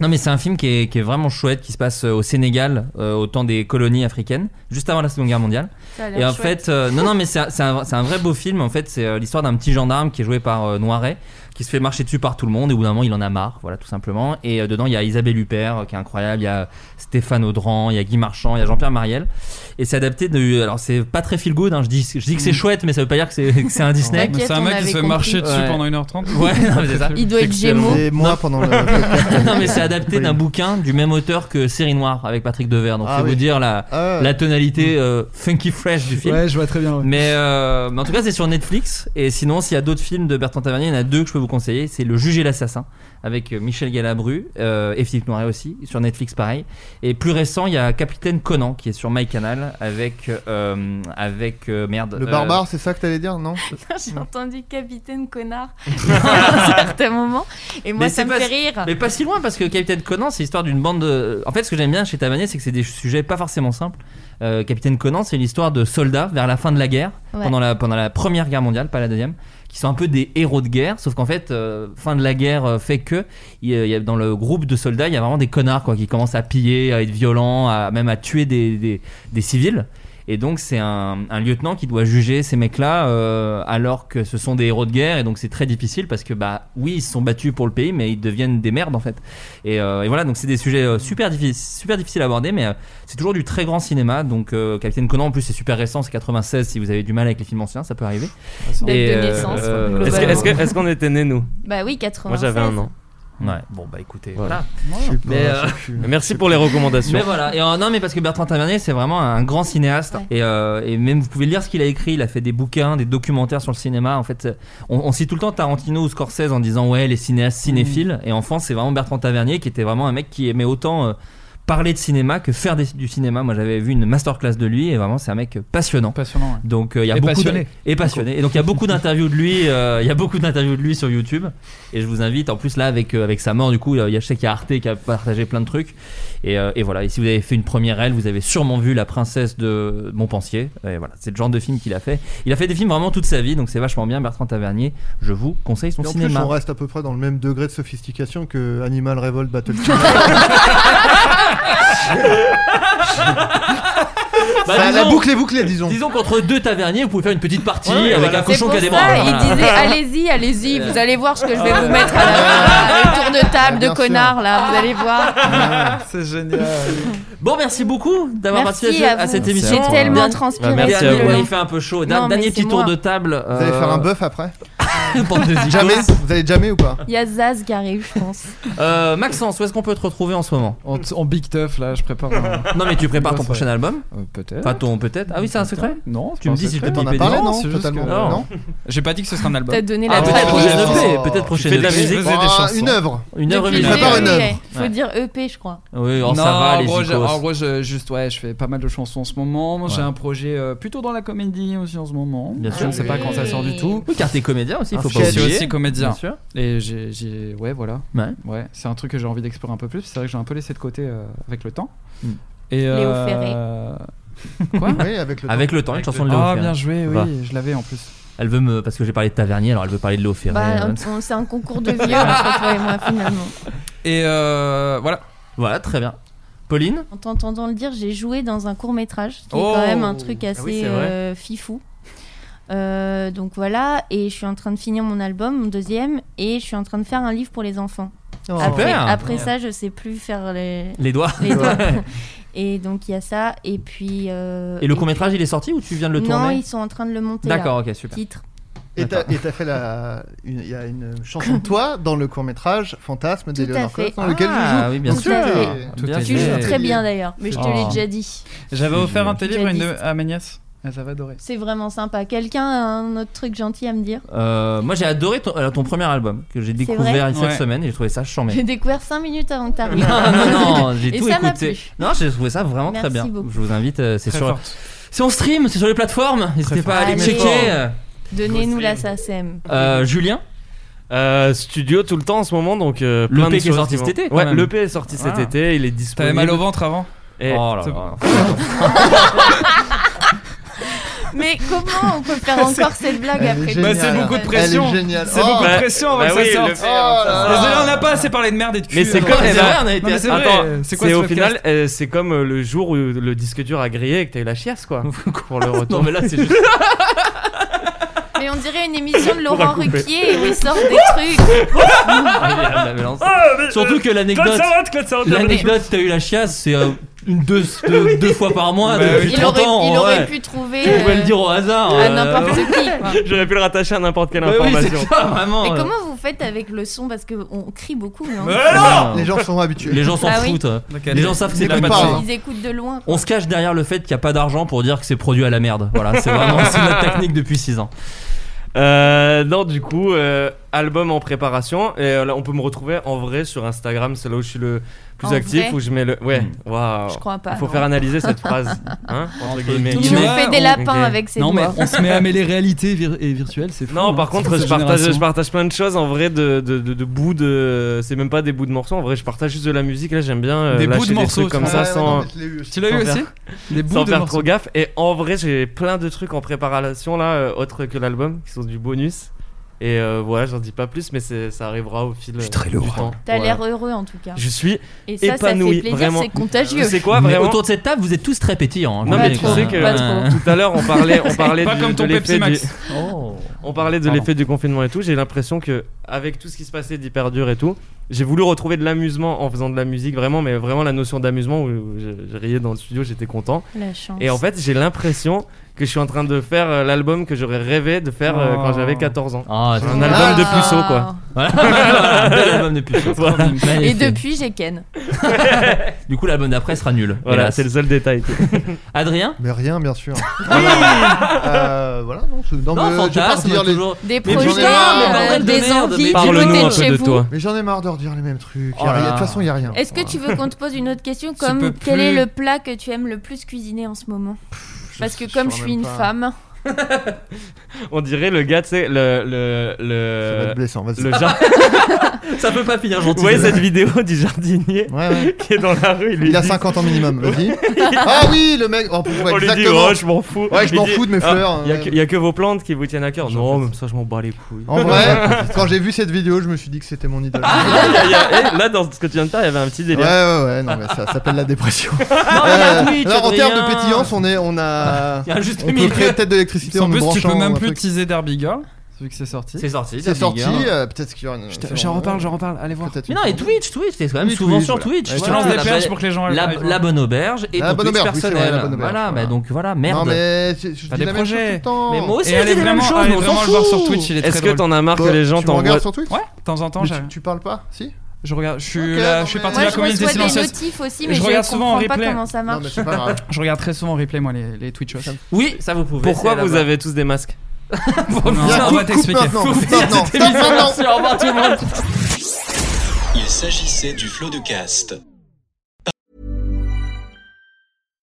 non mais c'est un film qui est, qui est vraiment chouette, qui se passe euh, au Sénégal, euh, au temps des colonies africaines, juste avant la Seconde Guerre mondiale. Ça a l'air Et en chouette. fait, euh, non non mais c'est un, c'est un- c'est un vrai beau film, en fait c'est euh, l'histoire d'un petit gendarme qui est joué par euh, Noiret, qui se fait marcher dessus par tout le monde et au bout d'un moment il en a marre, voilà tout simplement. Et euh, dedans il y a Isabelle Huppert euh, qui est incroyable, il y a Stéphane Audran, il y a Guy Marchand, il y a Jean-Pierre Mariel. Et c'est adapté de... Alors c'est pas très feel good, hein, je, dis, je dis que Mm. c'est chouette mais ça veut pas dire que c'est *laughs* que c'est un Disney. T'inquiète, C'est un on mec qui avait se fait compris. marcher dessus Ouais. pendant 1h30. *laughs* Ouais, non, mais c'est ça. Il doit être Excellent. Gémeaux. Et moi pendant le. *laughs* non mais c'est adapté Oui. d'un bouquin du même auteur que Série Noire avec Patrick Devers donc Ah c'est oui. vous dire la, Ah ouais. la tonalité euh, funky fresh du film Ouais, je vois très bien. ouais. mais, euh, mais en tout cas c'est sur Netflix et sinon s'il y a d'autres films de Bertrand Tavernier il y en a deux que je peux vous conseiller c'est Le Juge et l'Assassin avec euh, Michel Galabru euh, et Philippe Noiret aussi sur Netflix pareil et plus récent il y a Capitaine Conan qui est sur MyCanal avec euh, avec euh, merde Le euh, barbare, c'est ça que t'allais dire, non *laughs* J'ai entendu Capitaine Connard *laughs* à un certain moment, et moi Mais ça c'est me pas- fait rire. Mais pas si loin parce que Capitaine Conan, c'est l'histoire d'une bande. de- En fait, ce que j'aime bien chez Tavernier, c'est que c'est des sujets pas forcément simples. Euh, Capitaine Conan, c'est l'histoire de soldats vers la fin de la guerre, Ouais. pendant, la, pendant la première guerre mondiale, pas la deuxième, qui sont un peu des héros de guerre. Sauf qu'en fait, euh, fin de la guerre euh, fait que il y a- il y a, dans le groupe de soldats, il y a vraiment des connards quoi, qui commencent à piller, à être violents, à, même à tuer des, des, des civils. Et donc c'est un, un lieutenant qui doit juger ces mecs-là euh, alors que ce sont des héros de guerre et donc c'est très difficile parce que bah oui ils se sont battus pour le pays mais ils deviennent des merdes en fait. Et, euh, et voilà donc c'est des sujets euh, super difficiles super difficiles à aborder mais euh, c'est toujours du très grand cinéma donc euh, Capitaine Conan en plus c'est super récent c'est 96 si vous avez du mal avec les films anciens ça peut arriver. euh, Date de naissance, globalement. Est-ce que- est-ce que- est-ce qu'on était nés, nous Bah oui, 80. Moi, j'avais un an. Ouais bon bah écoutez Voilà. voilà. Je sais pas, Mais, euh, je sais plus. *laughs* Merci pour les recommandations. Mais voilà, et euh, non, mais parce que Bertrand Tavernier, c'est vraiment un grand cinéaste. Ouais. Et, euh, et même, vous pouvez lire ce qu'il a écrit. Il a fait des bouquins, des documentaires sur le cinéma. En fait, euh, on, on cite tout le temps Tarantino ou Scorsese en disant, ouais, les cinéastes cinéphiles. Et en France, c'est vraiment Bertrand Tavernier qui était vraiment un mec qui aimait autant. euh, parler de cinéma que faire des- du cinéma moi j'avais vu une masterclass de lui et vraiment c'est un mec euh, passionnant Passionnant. ouais. donc euh, il y a Et beaucoup passionné. de... et passionné et donc il y a beaucoup d'interviews de lui euh, il y a beaucoup d'interviews de lui sur YouTube et je vous invite en plus là avec euh, avec sa mort du coup il y a je sais qu'il y a Arte qui a partagé plein de trucs et, euh, et voilà et si vous avez fait une première aile vous avez sûrement vu La princesse de Montpensier et voilà c'est le genre de film qu'il a fait il a fait des films vraiment toute sa vie donc c'est vachement bien Bertrand Tavernier je vous conseille son Et en plus, cinéma on reste à peu près dans le même degré de sophistication que Animal Revolt Battle. *laughs* Bah, Bah, la disons- boucle est bouclée, disons. disons qu'entre deux Tavernier vous pouvez faire une petite partie Ouais, avec voilà. un C'est cochon pour qui a ça, des bras il Voilà. *laughs* disait allez-y, allez-y, vous allez voir ce que je vais vous mettre à la- à la tour de table de Ah. Bien sûr. connards là, vous allez voir. Ah, C'est *laughs* génial. bon merci beaucoup d'avoir Merci participé à, à à vous. cette Merci émission J'ai tellement Dernier- transpiré. Bah, merci à Dernier- vous. il fait un peu chaud. Non, mais Dernier c'est petit tour moi. de table. Vous allez faire *laughs* euh, un bœuf après Bande de zikos. Jamais Vous allez jamais ou pas Il y a Zaz qui arrive, *laughs* je pense. Euh, Maxence, où est-ce qu'on peut te retrouver en ce moment En, en big tough, là, je prépare. un- Non mais tu prépares ton Ouais, prochain ça- album Euh, peut-être. Enfin ton peut-être. Ah oui, c'est un secret Non, Tu me dis si je te te T'en as dis parlé, non c'est juste Totalement, que- non. non J'ai pas dit que ce serait un album. T'as donné Ah, la peut-être date. prochaine Oh. EP, peut-être prochaine fais de la EP. musique. Ah, chansons. une œuvre Une œuvre Depuis Il le musicale. prépare une début, œuvre. ouais. Faut Ouais. dire EP, je crois. Oui, or non, ça va en les gros, je, zikos. en gros, je- juste, ouais, je fais pas mal de chansons en ce moment. J'ai Ouais. un projet euh, plutôt dans la comédie aussi en ce moment. Bien Je sûr. ne sais pas quand ça sort du tout. Oui, car t'es comédien aussi, il faut Je pas sketch. suis oublier. aussi comédien. Bien sûr. Et j'ai, j'ai- ouais, voilà. Ouais. Ouais, c'est un truc que j'ai envie d'explorer un peu plus. C'est vrai que j'ai un peu laissé de côté euh, avec le temps. Mm. Et, Léo euh, *laughs* Quoi *laughs* Oui, avec le. Avec le temps, une chanson de Léo Ah, Ferré. bien joué, oui, Va. je l'avais en plus. Elle veut me parce que j'ai parlé de Tavernier, alors elle veut parler de Léo Ferré. Bah, Euh, on- on- c'est un concours de vieux entre toi et moi, finalement. Et euh, voilà. Voilà, très bien. Pauline, En t'entendant le dire, j'ai joué dans un court métrage, qui Oh. est quand même un truc assez Ah c'est vrai. euh, fifou. Euh, donc voilà, et je suis en train de finir mon album, mon deuxième, et je suis en train de faire un livre pour les enfants. Oh. Après, Super. après ça, je sais plus faire les, les doigts. *laughs* les doigts. et donc il y a ça, et puis. euh, Et le court métrage, il est sorti ou tu viens de le non, tourner ils sont en train de le monter. là. D'accord, ok, super. Titre. Et t'as et t'as fait la. une- Il y a une chanson de toi dans le court métrage Fantasme Tout à d'Eleonore fait. Cox, dans lequel je joue. Ah oui, bien Tout sûr. à fait. Bien Tout est Tu sûr. joues fait. très bien d'ailleurs, mais je te Oh. l'ai déjà dit. J'avais offert un petit livre à, une- Djihadiste. à ma nièce. Elle avait adoré. C'est vraiment sympa. Quelqu'un a un autre truc gentil à me dire Euh, moi j'ai adoré ton, alors, ton premier album que j'ai découvert vrai cette Ouais. semaine et j'ai trouvé ça *laughs* chambé. J'ai découvert 5 minutes avant que tu non, arrives. *laughs* non, non, j'ai Et tout ça m'a écouté. plu. Non, j'ai trouvé ça vraiment très Merci bien. beaucoup. Je vous invite, euh, c'est Très sur. forte. C'est en stream, c'est sur les plateformes. N'hésitez pas à aller forte. checker. Ah, Donnez-nous la SACEM. Euh, Julien, Euh, studio tout le temps en ce moment, donc euh, Le plein de P qui est choses sorti vont- cet été, quand Ouais, même. l'EP est sorti cet Ah. été, il est disponible. T'avais mal au ventre avant Et- Oh là *laughs* c'est- là. Mais comment on peut faire *laughs* encore cette blague Elle est après géniale. Bah, c'est beaucoup de Elle pression. est géniale. C'est Oh. beaucoup de Bah, pression avant bah que oui, ça sorte. le P, Oh là là. Désolé, on n'a pas assez parlé de merde et de cul. Mais c'est euh, comme. dans eh cette ben, on a été Non, mais c'est vrai, Attends, euh, c'est c'est quoi ce au podcast final, euh, c'est comme euh, le jour où le disque dur a grillé et que t'as eu la chiasse, *laughs* quoi. pour le retour. Non, mais là c'est juste. Mais on dirait une émission de Laurent couper. Ruquier où il *laughs* sort des trucs. Ah, la *laughs* balance. Surtout que l'anecdote. L'anecdote, t'as eu la chiasse, c'est euh, une *laughs* deux, deux, deux fois par mois Bah depuis oui. Il 30 aurait, ans. il ouais. aurait pu trouver Tu pouvais euh, le dire au hasard. à euh, n'importe ouais. qui. quoi. J'aurais pu le rattacher à n'importe quelle Bah oui, information. c'est ça, vraiment. Mais euh. comment vous faites avec le son Parce qu'on crie beaucoup. mais on- Ah, Les gens sont habitués. Les gens s'en Ah oui. foutent. Donc, Les gens savent que c'est de la N'écoute batterie. pas, hein. Ils écoutent de loin. quoi. On se cache derrière le fait qu'il n'y a pas d'argent pour dire que c'est produit à la merde. Voilà, *laughs* c'est vraiment c'est notre technique depuis 6 ans. Euh, non, du coup, euh, album en préparation. Et euh, là, on peut me retrouver en vrai sur Instagram. C'est là où je suis le plus En actif, vrai où je mets le. Ouais, Mm. waouh. Je crois pas. Faut non. faire analyser cette phrase. Hein, entre guillemets. Il nous Ouais, fait des on- lapins ok. avec ses Non, mais doigts. on se met à mêler réalité vir- et virtuelle, c'est fou. Non, hein, par c'est contre, cette je partage, je génération. partage plein de choses en vrai de, de, de- de bouts de. C'est même pas des bouts de morceaux. En vrai, je partage juste de la musique. Là, j'aime bien euh, Des bouts de lâcher morceaux, trucs comme Ouais, ça ouais, sans, non, mais je l'ai eu aussi. Tu l'as eu sans aussi Des bouts sans de faire morceaux. trop gaffe. Et en vrai, j'ai plein de trucs en préparation là, euh, autres que l'album, qui sont du bonus. Et euh, voilà, j'en dis pas plus, mais c'est- ça arrivera au fil. Je suis très lourd. Ouais. T'as l'air heureux en tout cas. Je suis. Et ça, ça épanoui, fait plaisir, vraiment. c'est contagieux. C'est quoi Mais vraiment autour de cette table, vous êtes tous très pétillants. hein, Non je Pas mais vous tu le dis, trop, sais quoi. que euh, pas trop. tout à l'heure on parlait, *laughs* on parlait Pas du- comme de ton l'effet Pepsi du- Max. Oh. On parlait de Pardon. l'effet du confinement et tout. J'ai l'impression que, avec tout ce qui se passait d'hyper dur et tout, j'ai voulu retrouver de l'amusement en faisant de la musique, vraiment, mais vraiment la notion d'amusement où je, je riais dans le studio, j'étais content. La chance. Et en fait, j'ai l'impression que je suis en train de faire euh, l'album que j'aurais rêvé de faire euh, Oh. quand j'avais 14 ans. Ah, c'est Un album de puceau, quoi. *laughs* Voilà. Bel album de puceau. Voilà. Et Magnifique. depuis, j'ai Ken. *laughs* Du coup, l'album d'après sera nul. Voilà, hélas. c'est le seul détail. Adrien Mais rien, *laughs* bien sûr. Ah Euh, Voilà, non, c'est- non, mais Non, je vais pas fantasme, redire les- toujours. Des Mais projets, j'en ai marre, mais euh, bordel de des merde, mais envies, du Parle-nous côté un de peu chez de vous. toi. Mais j'en ai marre de redire les mêmes trucs. Oh Y a là rien- De là. toute façon, il n'y a rien. Est-ce que tu veux qu'on te pose une autre question comme peux quel plus. est le plat que tu aimes le plus cuisiner en ce moment Parce que comme je suis une femme, On dirait le gars, tu sais, le. le, Ça va le... être blessant, vas-y. Le *laughs* jardin. *laughs* Ça peut pas finir Vous gentil. voyez cette vidéo du jardinier *laughs* Ouais, ouais. qui est dans la rue, *laughs* il lui Il a dit- 50 *laughs* ans minimum, vas-y. ah oui, le mec. Oh, ouais, On lui dit, exactement. oh, je m'en fous. Ouais, je Il m'en dit, fous de mes Ah, fleurs, hein. Il y a ouais. que- il y a que vos plantes qui vous tiennent à cœur. J'en Non, fais même ça, je m'en bats les couilles. En *laughs* vrai, quand j'ai vu cette vidéo, je me suis dit que c'était mon idole. Il y a- eh, là, dans ce que tu viens de faire, il y avait un petit Ouais, délire. ouais, ouais, non, mais ça s'appelle la dépression. Non, mais il y a un Twitch, Euh, alors, en termes de Adrien. pétillance, on, est, on a. Il y a un juste On peut milieu. créer peut-être de l'électricité en En nous plus, tu branchant peux ou même un plus truc. teaser Derby Girl. vu que c'est sorti. C'est sorti, C'est ça, sorti, Big Girl. euh, peut-être qu'il y aura une. Putain, J'en reparle, j'en reparle, allez voir. Mais non, et Twitch, Twitch, c'est quand même Oui, souvent Twitch, sur voilà. Twitch. Ouais, je lance des la perches bonne- pour que les gens aillent La, voir. la bonne auberge et hein. La ton bonne Twitch auberge, oui, c'est vrai, personnel. la bonne auberge, voilà, voilà. bah donc voilà, merde. Non, mais je, je T'as dis des la même chose projets. tout le temps. Mais moi aussi, Et j'ai allez la même vraiment, chose, allez mais on s'en vraiment le voir sur fout. Twitch, il est très Est-ce que drôle. t'en as marre que Toi, les gens tu me regardes t'envoient sur Twitch Ouais, de temps en temps, Mais je, tu, tu parles pas Si je regarde, je suis Ok, là, non, je suis parti mais- Moi, de Moi, la je communauté reçois des silencieuse. notifs aussi, mais je mais je, je regarde comprends souvent en comprends pas pas replay. comment comment ça Non, marche. mais c'est pas grave. Je regarde très souvent en replay, moi, les, les Twitchers. Oui, ça vous pouvez. Pourquoi c'est la vous bonne. avez tous des masques Non, Viens, on coupe, va coupe t'expliquer. maintenant, Faut coupe finir maintenant, cette stop émission, maintenant. merci, au revoir tout le monde. Il s'agissait du flot de cast.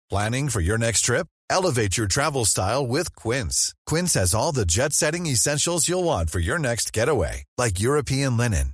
Planning for your next trip? Elevate your travel style with Quince. Quince has all the jet setting essentials you'll want for your next getaway, like European linen,